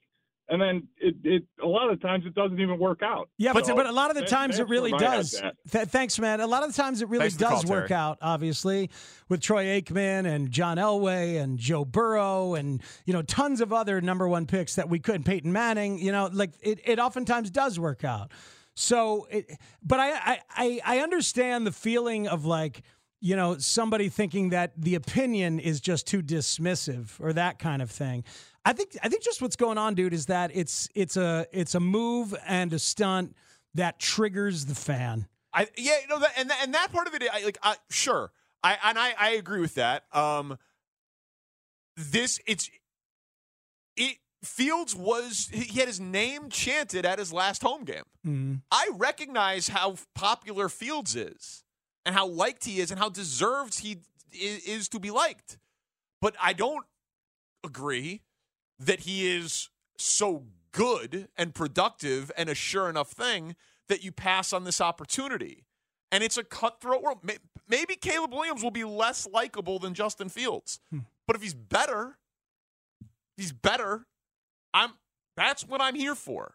And then it, it a lot of times it doesn't even work out. Yeah, but, So but a lot of the that- times it that's really where my head's does. at. Th- thanks, man. A lot of the times it really Thanks for the does call, work Terry. out. Obviously, with Troy Aikman and John Elway and Joe Burrow and you know tons of other number one picks that we could. Peyton Manning, you know, like it, it oftentimes does work out. So, it, but I, I I I understand the feeling of like you know somebody thinking that the opinion is just too dismissive or that kind of thing. I think I think just what's going on, dude, is that it's it's a it's a move and a stunt that triggers the fan. I yeah, no, that, and that, and that part of it, I, like, I, sure, I and I, I agree with that. Um, this it's it Fields was he he had his name chanted at his last home game. Hmm. Mm-hmm. I recognize how popular Fields is and how liked he is and how deserved he i- is to be liked, but I don't agree that he is so good and productive and a sure enough thing that you pass on this opportunity. And it's a cutthroat world. May- Maybe Caleb Williams will be less likable than Justin Fields, but if he's better, if he's better. I'm. That's what I'm here for.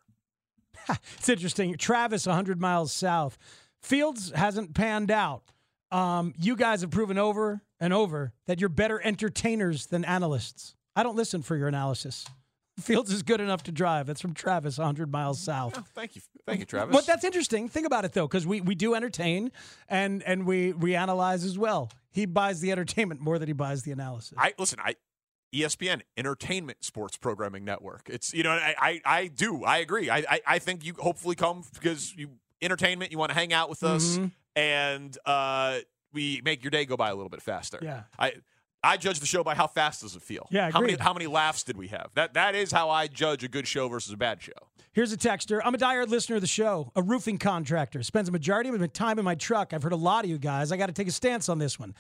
It's interesting. Travis, 100 miles south. Fields hasn't panned out. Um, you guys have proven over and over that you're better entertainers than analysts. I don't listen for your analysis. Fields is good enough to drive. That's from Travis, 100 miles south. Oh, Thank you, thank you, Travis. But that's interesting. Think about it though, because we, we do entertain and and we we analyze as well. He buys the entertainment more than he buys the analysis. I listen. I E ESPN Entertainment Sports Programming Network. It's you know I I, I do I agree. I, I I think you hopefully come because you entertainment. You want to hang out with us Mhm. and uh we make your day go by a little bit faster. Yeah. I. I judge the show by how fast does it feel. Yeah, how many agreed. how many laughs did we have? That that is how I judge a good show versus a bad show. Here's a texter. I'm a diehard listener of the show, a roofing contractor. Spends a majority of my time in my truck. I've heard a lot of you guys. I got to take a stance on this one.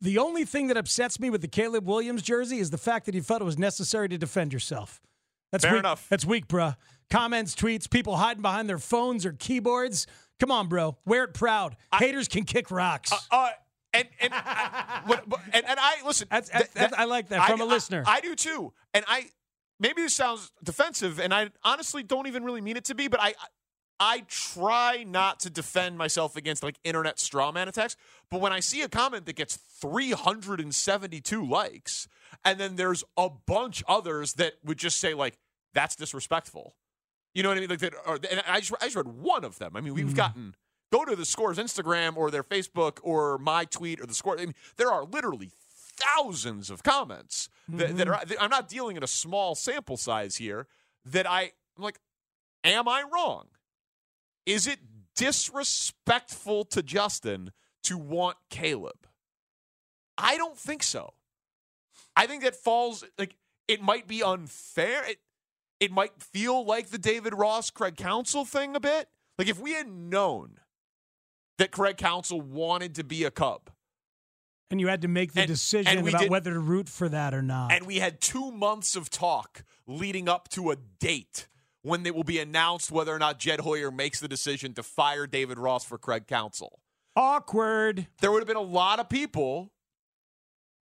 The only thing that upsets me with the Caleb Williams jersey is the fact that he felt it was necessary to defend yourself. That's Fair weak. enough. That's weak, bruh. Comments, tweets, people hiding behind their phones or keyboards. Come on, bro. Wear it proud. Haters can kick rocks. Uh, and [LAUGHS] and I, what, but- and, and I listen. that's- I like that from a a listener. I, do too. And I maybe this sounds defensive, and I honestly don't even really mean it to be, but I I try not to defend myself against like internet straw man attacks. But when I see a comment that gets 372 likes, and then there's a bunch others that would just say like, that's disrespectful. You know what I mean? Like that, or, and I just, I just read one of them. I mean, we've gotten go to the scores Instagram or their Facebook or my tweet or the score. I mean, there are literally thousands of comments that, that are. That I'm not dealing in a small sample size here. That I, I'm like, am I wrong? Is it disrespectful to Justin to want Caleb? I don't think so. I think that falls like it might be unfair. It it might feel like the David Ross Craig Council thing a bit. Like if we had known that Craig Council wanted to be a Cub And you had to make the decision and we about did- whether to root for that or not. and we had 2 months of talk leading up to a date when it will be announced whether or not Jed Hoyer makes the decision to fire David Ross for Craig Council. Awkward. There would have been a lot of people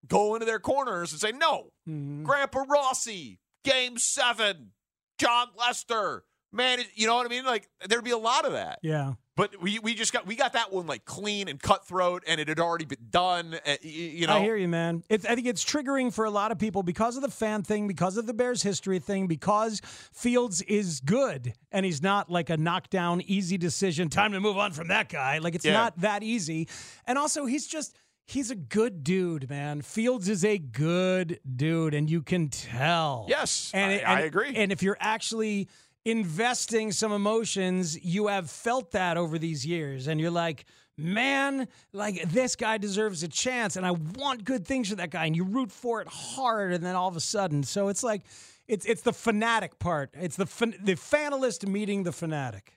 go into their corners and say, "No, Grandpa Rossi, Game Seven, John Lester, man, you know what I mean? Like there'd be a lot of that." Yeah. But we we just got we got that one like clean and cutthroat, and it had already been done. uh, y- y- You know, I hear you, man. It's, I think it's triggering for a lot of people because of the fan thing, because of the Bears history thing, because Fields is good and he's not like a knockdown, easy decision. Time to move on from that guy. Like it's Yeah. not that easy. And also, he's just. He's a good dude, man. Fields is a good dude, and you can tell. Yes, and I- it- I and- agree. And if you're actually investing some emotions, you have felt that over these years, and you're like, man, like this guy deserves a chance, and I want good things for that guy, and you root for it hard, and then all of a sudden, so it's like, it's it's the fanatic part. It's the fan, the fanalist meeting the fanatic.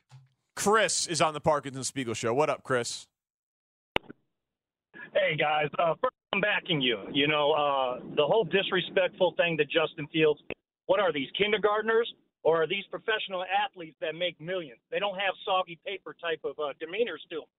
Chris is on the Parkinson Spiegel show. What up, Chris? Hey guys, uh, first I'm backing you. You know uh, the whole disrespectful thing to Justin Fields. What are these kindergartners or are these professional athletes that make millions? They don't have soggy paper type of uh, demeanors to them.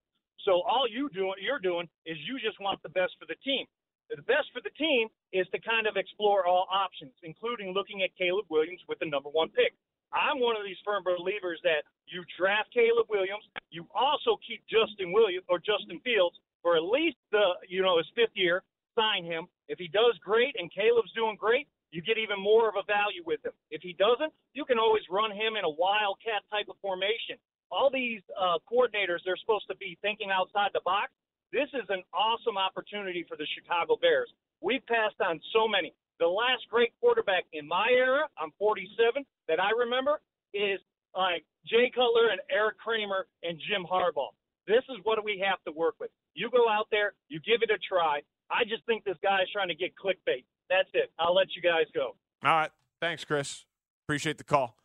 So all you do you're doing is you just want the best for the team. The best for the team is to kind of explore all options, including looking at Caleb Williams with the number one pick. I'm one of these firm believers that you draft Caleb Williams, you also keep Justin Williams or Justin Fields for at least the you know his fifth year. Sign him. If he does great and Caleb's doing great, you get even more of a value with him. If he doesn't, you can always run him in a wildcat type of formation. All these uh, coordinators, they're supposed to be thinking outside the box. This is an awesome opportunity for the Chicago Bears. We've passed on so many. The last great quarterback in my era, I'm 47, that I remember is like Jay Cutler and Eric Kramer and Jim Harbaugh. This is what we have to work with. You go out there, you give it a try. I just think this guy is trying to get clickbait. That's it. I'll let you guys go. All right. Thanks, Chris. Appreciate the call.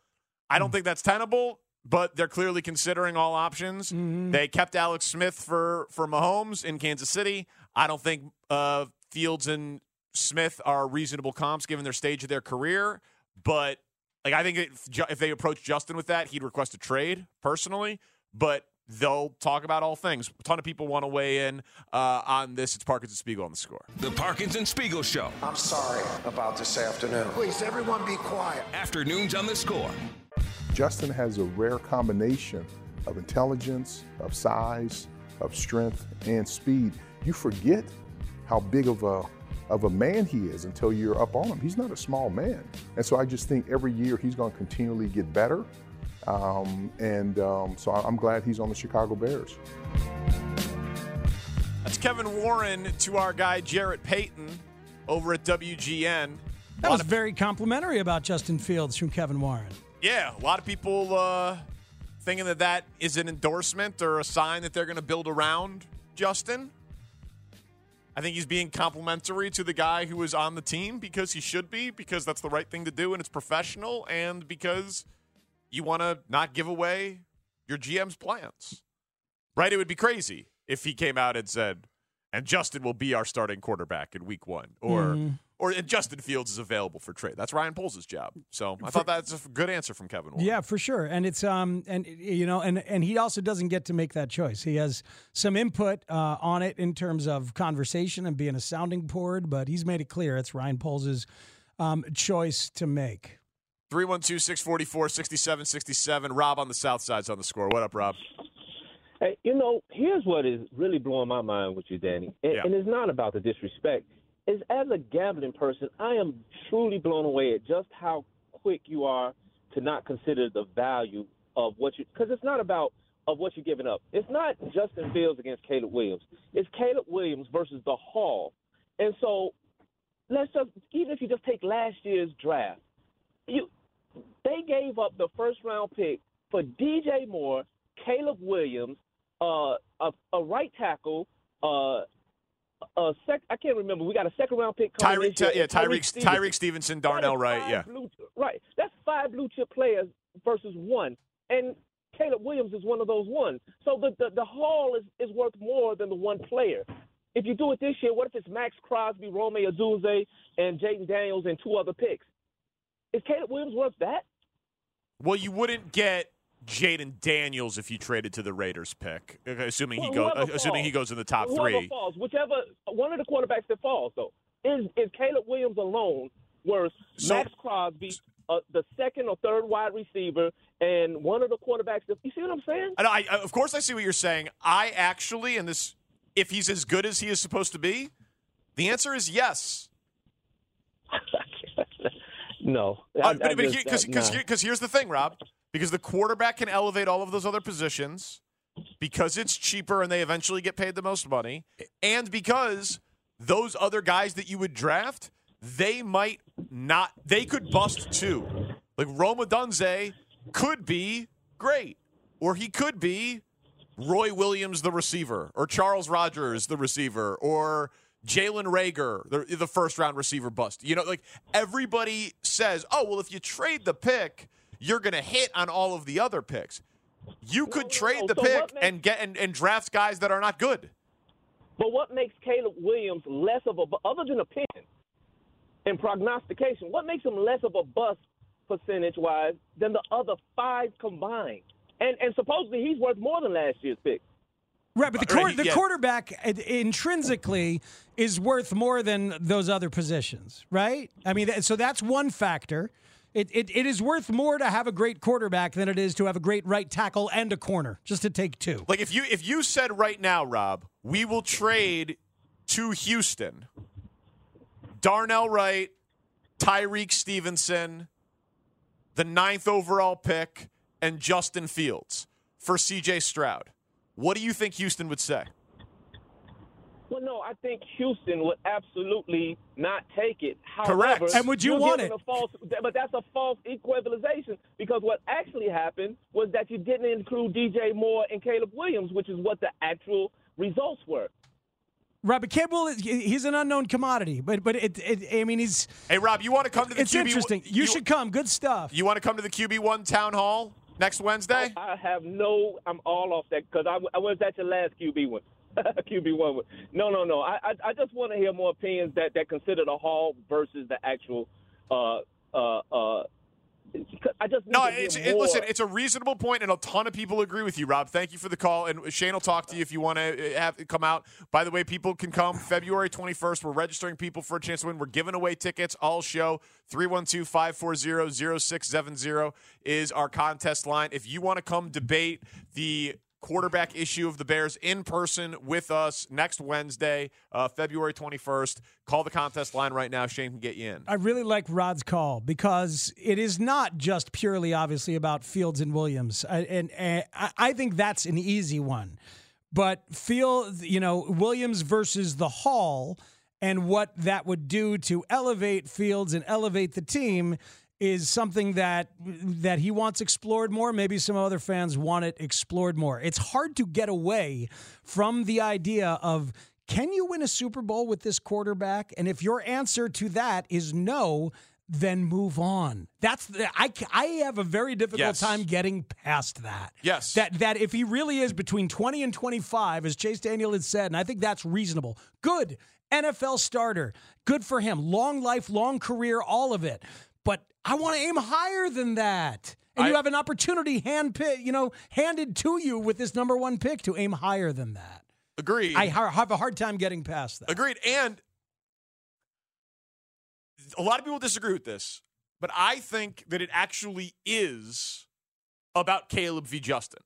I don't think that's tenable, but they're clearly considering all options. They kept Alex Smith for for Mahomes in Kansas City. I don't think uh, Fields and Smith are reasonable comps given their stage of their career, but like I think if, Ju- if they approach Justin with that, he'd request a trade personally. But they'll talk about all things. A ton of people want to weigh in uh, on this. It's Parkinson Spiegel on the score. The Parkinson Spiegel Show. I'm sorry about this afternoon. Please, everyone be quiet. Afternoons on the score. Justin has a rare combination of intelligence, of size, of strength, and speed. You forget how big of a of a man he is until you're up on him. He's not a small man, and so I just think every year he's going to continually get better. Um, and um, so I- I'm glad he's on the Chicago Bears. That's Kevin Warren to our guy Jarrett Payton over at WGN. That was very complimentary about Justin Fields from Kevin Warren. Yeah, a lot of people uh, thinking that that is an endorsement or a sign that they're going to build around Justin. I think he's being complimentary to the guy who is on the team because he should be, because that's the right thing to do and it's professional, and because you want to not give away your GM's plans. Right? It would be crazy if he came out and said, and Justin will be our starting quarterback in week one, or Mhm. or and Justin Fields is available for trade. That's Ryan Poles' job. So I thought that's a good answer from Kevin Warren. Yeah, for sure. And it's um and you know and and he also doesn't get to make that choice. He has some input uh, on it in terms of conversation and being a sounding board, but he's made it clear it's Ryan Poles' um, choice to make. 312 644 6767. Rob on the South Side's on the score. What up, Rob? Hey, you know, here's what is really blowing my mind with you, Danny. And, and it's not about the disrespect. It's as a gambling person, I am truly blown away at just how quick you are to not consider the value of what you because it's not about of what you're giving up. It's not Justin Fields against Caleb Williams. It's Caleb Williams versus the Hall. And so let's just even if you just take last year's draft, you they gave up the first round pick for DJ Moore, Caleb Williams, uh, a, a right tackle, uh, a sec I can't remember. We got a second round pick. coming Tyreek, this year. yeah, Tyreek, Tyreek Stevenson. Stevenson, Darnell Wright, yeah. Blue- right. That's five blue chip players versus one, and Caleb Williams is one of those ones. So the the, the haul is, is worth more than the one player. If you do it this year, what if it's Max Crosby, Romeo Dunze, and Jaden Daniels, and two other picks? Is Caleb Williams worth that? Well, you wouldn't get Jaden Daniels if you traded to the Raiders pick, okay, assuming he Wh- goes, whoever assuming he falls. goes in the top whoever three. falls, whichever one of the quarterbacks that falls, though, is is Caleb Williams alone worth So- Max Crosby, uh, the second or third wide receiver, and one of the quarterbacks? That, you see what I'm saying? I know, I, of course, I see what you're saying. I actually, and this, if he's as good as he is supposed to be, the answer is yes. No, Uh, but because just- because uh, nah. here's the thing, Rob, because the quarterback can elevate all of those other positions because it's cheaper and they eventually get paid the most money, and because those other guys that you would draft, they might not, they could bust too. Like Roma Dunze could be great, or he could be Roy Williams, the receiver, or Charles Rogers, the receiver, or Jalen Rager, the, the first round receiver bust. You know, like everybody says, oh, well, if you trade the pick, you're going to hit on all of the other picks. You could trade the So what pick and get and, and draft guys that are not good. But what makes Caleb Williams less of a bu- other than opinion and prognostication? What makes him less of a bust percentage wise than the other five combined? And and supposedly he's worth more than last year's pick. Right, Uh, but the, Right, quar- the yeah. quarterback in- intrinsically is worth more than those other positions, right? I mean, that- so that's one factor. It, it, it is worth more to have a great quarterback than it is to have a great right tackle and a corner, just to take two. Like if you if you said right now, Rob, we will trade to Houston, Darnell Wright, Tyreek Stevenson, the ninth overall pick, and Justin Fields for C.J. Stroud. What do you think Houston would say? Well, no, I think Houston would absolutely not take it. However, Correct. And would you you're want giving it? A false, but that's a false equalization because what actually happened was that you didn't include DJ Moore and Caleb Williams, which is what the actual results were. Right, but Campbell, is- he's an unknown commodity, but but it, it I mean, he's. Hey, Rob, you want to come to the It's QB? interesting. You, should come. Good stuff. You want to come to the QB one town hall next Wednesday? Oh, I have no. I'm all off that because I, I was at your last QB one. [LAUGHS] QB one. No, no, no. I I, I just want to hear more opinions that that consider the Hall versus the actual. Uh, uh, uh, I just need No, to hear it's, it, more. listen, it's a reasonable point, and a ton of people agree with you, Rob. Thank you for the call, and Shane will talk to you if you want to have come out. By the way, people can come February 21st. We're registering people for a chance to win. We're giving away tickets all show. 312-540-0670 is our contest line. If you want to come debate the quarterback issue of the Bears in person with us next Wednesday, uh, February 21st, call the contest line right now. Shane can get you in. I really like Rod's call because it is not just purely, obviously, about Fields and Williams, I, and, and I I think that's an easy one. But Field, you know, Williams versus the Hall, and what that would do to elevate Fields and elevate the team is something that that he wants explored more maybe some other fans want it explored more it's hard to get away from the idea of can you win a Super Bowl with this quarterback? And if your answer to that is no, then move on. That's the, I c- I have a very difficult Yes. time getting past that. Yes. That that if he really is between 20 and 25 as Chase Daniel had said, and I think that's reasonable. Good NFL starter. Good for him. Long life, long career, all of it. But I want to aim higher than that. And you I- have an opportunity hand pick, you know, handed to you with this number 1 pick to aim higher than that. Agreed. I ha- have a hard time getting past that. Agreed. And a lot of people disagree with this, but I think that it actually is about Caleb v. Justin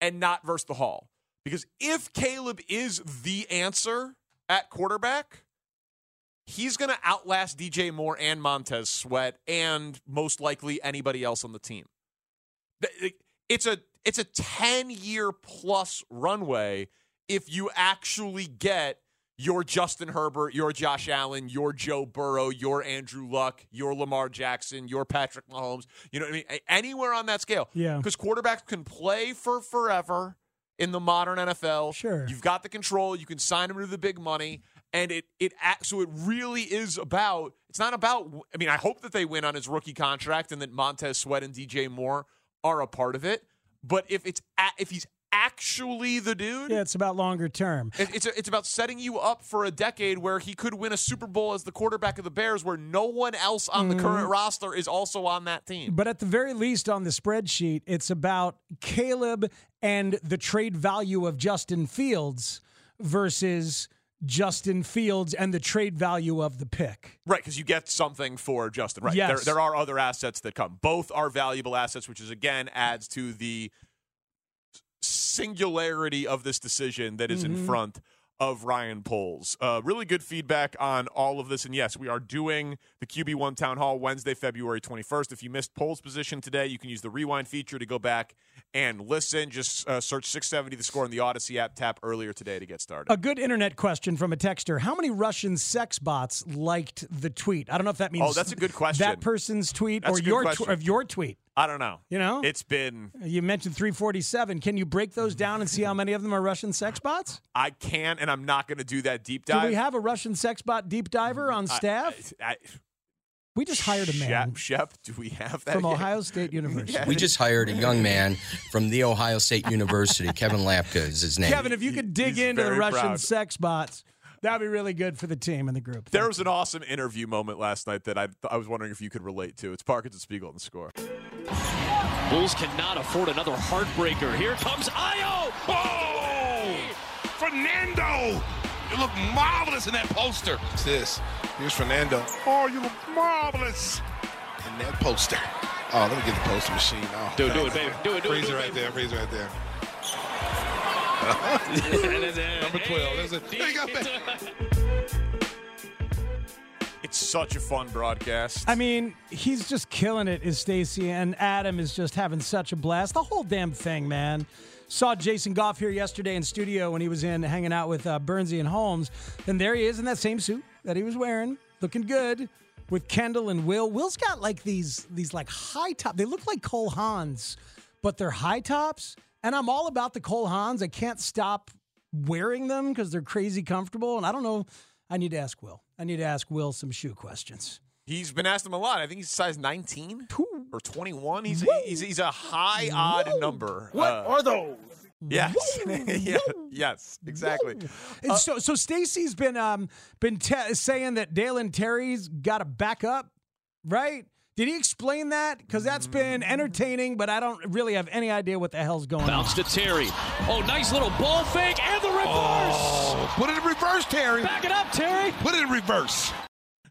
and not versus the Hall. Because if Caleb is the answer at quarterback, he's going to outlast DJ Moore and Montez Sweat and most likely anybody else on the team. Th- It's a it's a 10 year plus runway if you actually get your Justin Herbert, your Josh Allen, your Joe Burrow, your Andrew Luck, your Lamar Jackson, your Patrick Mahomes, you know what I mean? A- Anywhere on that scale. Yeah. Because quarterbacks can play for forever in the modern NFL. Sure. You've got the control. You can sign them to the big money. And it it act- so it really is about it's not about I mean I hope that they win on his rookie contract and that Montez Sweat and DJ Moore are a part of it but if it's a- if he's actually the dude Yeah, it's about longer term. it- it's it's about setting you up for a decade where he could win a Super Bowl as the quarterback of the Bears where no one else on Mm-hmm. the current roster is also on that team But at the very least, on the spreadsheet, it's about Caleb and the trade value of Justin Fields versus Justin Fields and the trade value of the pick. Right, because you get something for Justin. Right. Yes. There, there are other assets that come. Both are valuable assets, which is again adds to the singularity of this decision that is in Mm-hmm. Mhm. front of Ryan Poles. Uh, really good feedback on all of this. And yes, we are doing the QB1 Town Hall Wednesday, February 21st. If you missed Poles' position today, you can use the rewind feature to go back and listen. Just uh, search 670 the score in the Odyssey app, tap earlier today to get started. A good internet question from a texter. How many Russian sex bots liked the tweet? I don't know if that means Oh, that's a good question. That person's tweet That's or a good your tw- question. of your tweet. I don't know. You know? It's been You mentioned 347. Can you break those down and see how many of them are Russian sex bots? I can and I'm not going to do that deep Do dive. we have a Russian sex bot deep diver on I- staff? I, we just hired a man Shep, Shep, do we have [LAUGHS] that from yet? Ohio State University. We just hired a young man from the Ohio [LAUGHS] State [LAUGHS] University. Kevin Lapka is his name. Kevin, if you could dig into the very Russian proud. sex bots, that'd be really good for the team and the group. There was an awesome interview moment last night that I, I was wondering if you could relate to. It's Parkinson Spiegel on the score. Bulls cannot afford another heartbreaker. Here comes Io. Oh! Fernando! You look marvelous in that poster. What's this? Here's Fernando. Oh, you look marvelous in that poster. Oh, let me get the poster machine. Oh, Do it, do thanks. it, baby. Do it, do it, Freezer do it, right baby. there. Freezer right there. Number 12. There's a, there you go, [LAUGHS] It's such a fun broadcast. I mean, he's just killing it, is Stacy, and Adam is just having such a blast. The whole damn thing, man. Saw Jason Goff here yesterday in studio when he was in hanging out with uh, Bernsey and Holmes, and there he is in that same suit that he was wearing, looking good with Kendall and Will. Will's got like these these like high top. They look like Cole Hans, but they're high tops. And I'm all about the Cole Hans. I can't stop wearing them because they're crazy comfortable. And I don't know. I need to ask Will. I need to ask Will some shoe questions. He's been asked him a lot. I think he's size 19 or 21. He's, he's he's a high odd number. uh, What are those? Yes. [LAUGHS] yeah. Yes, exactly. And so, so Stacy's been um been te- saying that Dalen Terry's got to back up, right? Did he explain that? Because that's been Mm. entertaining, but I don't really have any idea what the hell's going on. Bounce to Terry. Oh, nice little ball fake and the reverse. Oh, Put it in reverse, [LAUGHS] Terry. Back it up, Terry. Put it in reverse.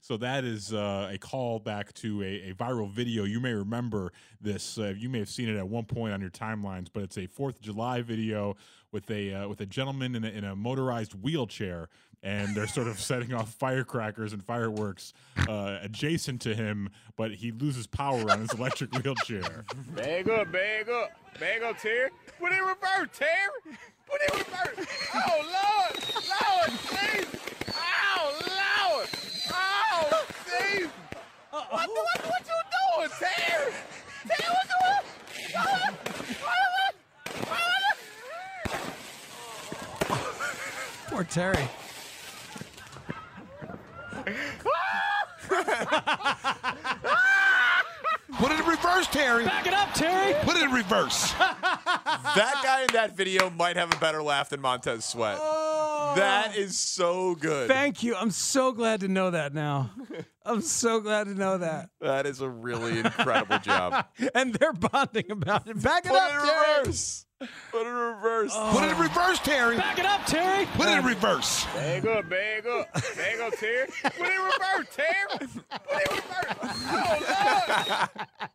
So that is uh, a call back to a, a viral video. You may remember this. Uh, you may have seen it at one point on your timelines, but it's a Fourth of July video with a uh, with a gentleman in a, in a motorized wheelchair, and they're sort of [LAUGHS] setting off firecrackers and fireworks uh, adjacent to him, but he loses power on his electric wheelchair. Bag up, bag up. Bag up, Terry. Put it in reverse, Terry. Put it in reverse. Oh, Lord. Lord, please. Oh, Lord. Oh, Steve. What, the- what, what you doing, Terry? Terry, what you doing? Poor Terry. Put it in reverse, Terry. Back it up, Terry. Put it in reverse. [LAUGHS] that guy in that video might have a better laugh than Montez Sweat. That is so Oh. good. Oh. Thank you. I'm so glad to know that [LAUGHS] now. I'm so glad to know that. that is a really [LAUGHS] incredible job. and they're bonding about it. Back it Put up, it in Terry. Oh. reverse. Put it in reverse. Put it in reverse, Terry. Back it up, Terry. Put it in reverse. Bag up, bag up. Bag up, Terry. Put it in reverse, Terry. Put it in reverse. Oh,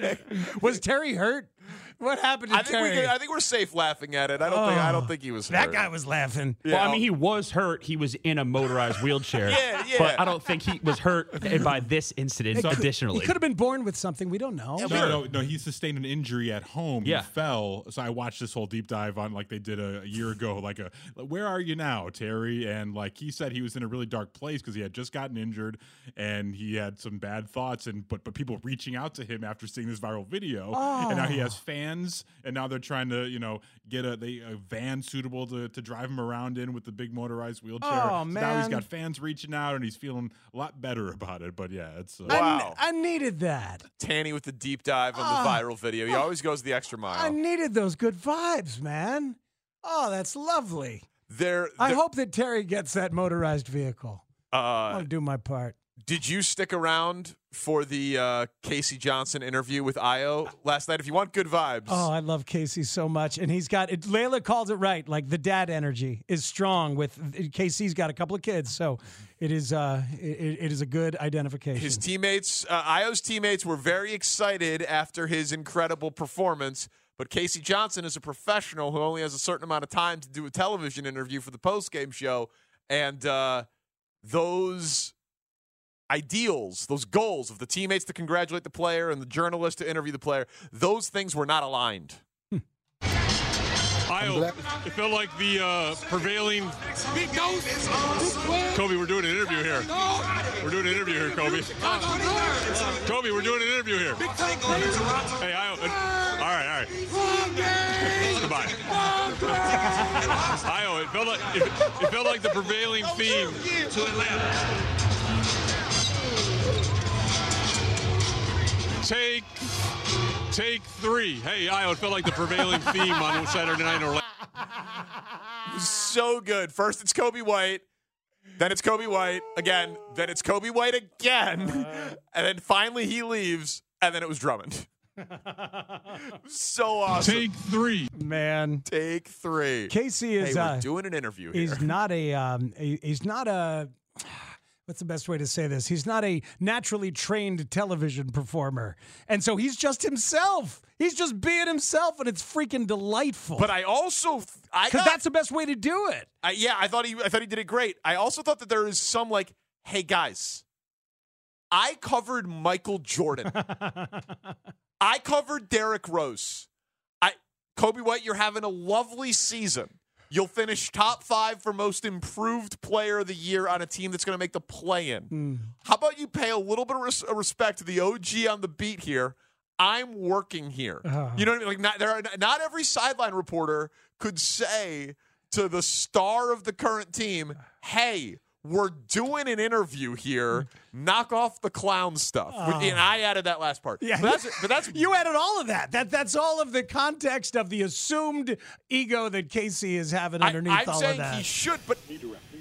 Lord. Was Terry hurt? What happened to I think Terry? Oh. we could, I think we're safe laughing at it. I don't think I Oh, don't think he was That hurt. guy was laughing. well, I mean, he was hurt. He was in a motorized wheelchair. [LAUGHS] Yeah, yeah. But I don't think he was hurt by this incident. So- additionally, He could have been born with something. We don't know. No, no, no, he sustained an injury at home. Yeah. He fell. So I watched this whole deep dive on like they did a, a year ago, like a where are you now, Terry? And like he said he was in a really dark place because he had just gotten injured and he had some bad thoughts and but but people reaching out to him after seeing this viral video. And now he Oh. has fans and now they're trying to, you know, get a they a van suitable to, to drive him around in with the big motorized wheelchair. Oh, So now he's man. got fans reaching out and he's feeling a lot better about it. But yeah, it's uh, I- I needed that. Tanny with the deep dive on the Ah. viral video. He always goes the extra mile. I needed those good vibes, man. Oh, that's lovely. there, I there- hope that Terry gets that motorized vehicle. I Uh, want to do my part. did you stick around for the uh, Casey Johnson interview with Io last night? If you want good vibes, Oh, I love Casey so much, and he's got it. Layla called it right. Like the dad energy is strong. With Casey's got a couple of kids, so Mm-hmm. it is. Uh, it, it is a good identification. his teammates, uh, Io's teammates, were very excited after his incredible performance. But Casey Johnson is a professional who only has a certain amount of time to do a television interview for the postgame show, and uh, those ideals, those goals of the teammates to congratulate the player and the journalist to interview the player, those things were not aligned. Hmm. Io, it felt like the uh, prevailing. Kobe, we're doing an interview here. We're doing an interview here, Kobe. Kobe, we're doing an interview here. Hey, Io. and- All right, all right. Goodbye. Io, it felt like it, it felt like the prevailing theme to Atlanta. Take, take three. Hey, Io, it felt like the [LAUGHS] prevailing theme on Saturday Night in Orlando. so good. First it's Kobe White, then it's Kobe White again, then it's Kobe White again, [LAUGHS] and then finally he leaves, and then it was Drummond. [LAUGHS] [LAUGHS] so awesome. Take three, man. Take three. Casey is Hey, we're uh, doing an interview here. [LAUGHS] He's not a. Um, he- he's not a. [SIGHS] What's the best way to say this? He's not a naturally trained television performer, and so he's just himself. He's just being himself, and it's freaking delightful. But I also, I because got- that's the best way to do it. I, yeah, I thought he, I thought he did it great. I also thought that there is some like, hey guys, I covered [LAUGHS] Michael Jordan. I covered Derrick Rose. I Kobe White, you're having a lovely season. You'll finish top five for most improved player of the year on a team that's going to make the play in. How about you pay a little bit of res- uh, respect to the OG on the beat here? I'm working here. Uh-huh. Ah. You know what I mean? Like not there are, not every sideline reporter could say to the star of the current team, "Hey, we're doing an interview Mm. here. Knock off the clown stuff." Ah. And I added that last [LAUGHS] part. Yeah, But that's, but that's you added all of that. That that's all of the context of the assumed ego that Casey is having underneath I, am all saying of that. he should, but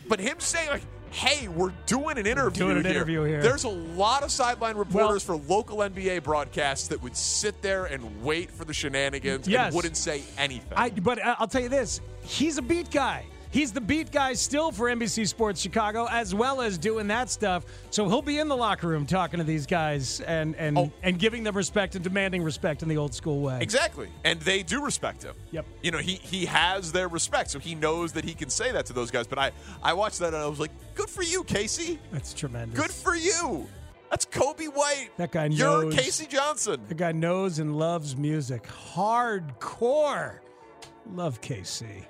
but him saying like, "Hey, we're doing an interview, doing an interview here. There's a lot of sideline reporters for local NBA broadcasts that would sit there and wait for the shenanigans Yes. and wouldn't say anything. I, but I- I'll tell you this: he's a beat guy. He's the beat guy still for NBC Sports Chicago, as well as doing that stuff. So he'll be in the locker room talking to these guys and and Oh. and giving them respect and demanding respect in the old school way. Exactly, and they do respect him. Yep. You know he he has their respect, so he knows that he can say that to those guys. But I I watched that and I was like, good for you, Casey. That's tremendous. Good for you. That's Kobe White. That guy You're knows. Casey Johnson. That guy knows and loves music hardcore. Love KC.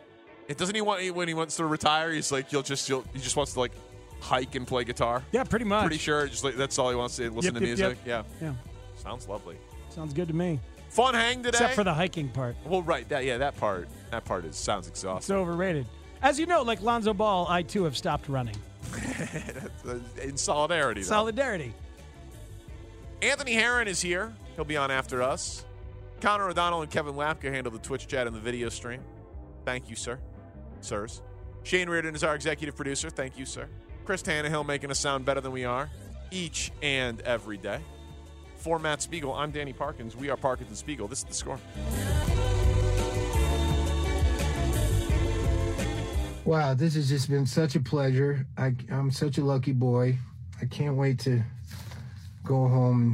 It doesn't he want when he wants to retire? He's like, you'll just you'll, he just wants to like hike and play guitar. Yeah, pretty much. Pretty sure, just like that's all he wants to listen Yep, to yep, music. yep. Yeah, Yeah. sounds lovely. Sounds good to me. Fun hang today. Except for the hiking part. well, right that yeah that part that part is sounds It's exhausting. [LAUGHS] overrated. As you know, like Lonzo Ball, I too have stopped running. uh, In solidarity, though. Solidarity. Anthony Herron is here. He'll be on after us. Connor O'Donnell and Kevin Lapka handle the Twitch chat and the video stream. Thank you, sir. Sirs. Shane Reardon is our executive producer. Thank you, sir. Chris Tannehill making us sound better than we are each and every day. For Matt Spiegel, I'm Danny Parkins. We are Parkins and Spiegel. This is the score. Wow, this has just been such a pleasure. I, I'm such a lucky boy. I can't wait to go home.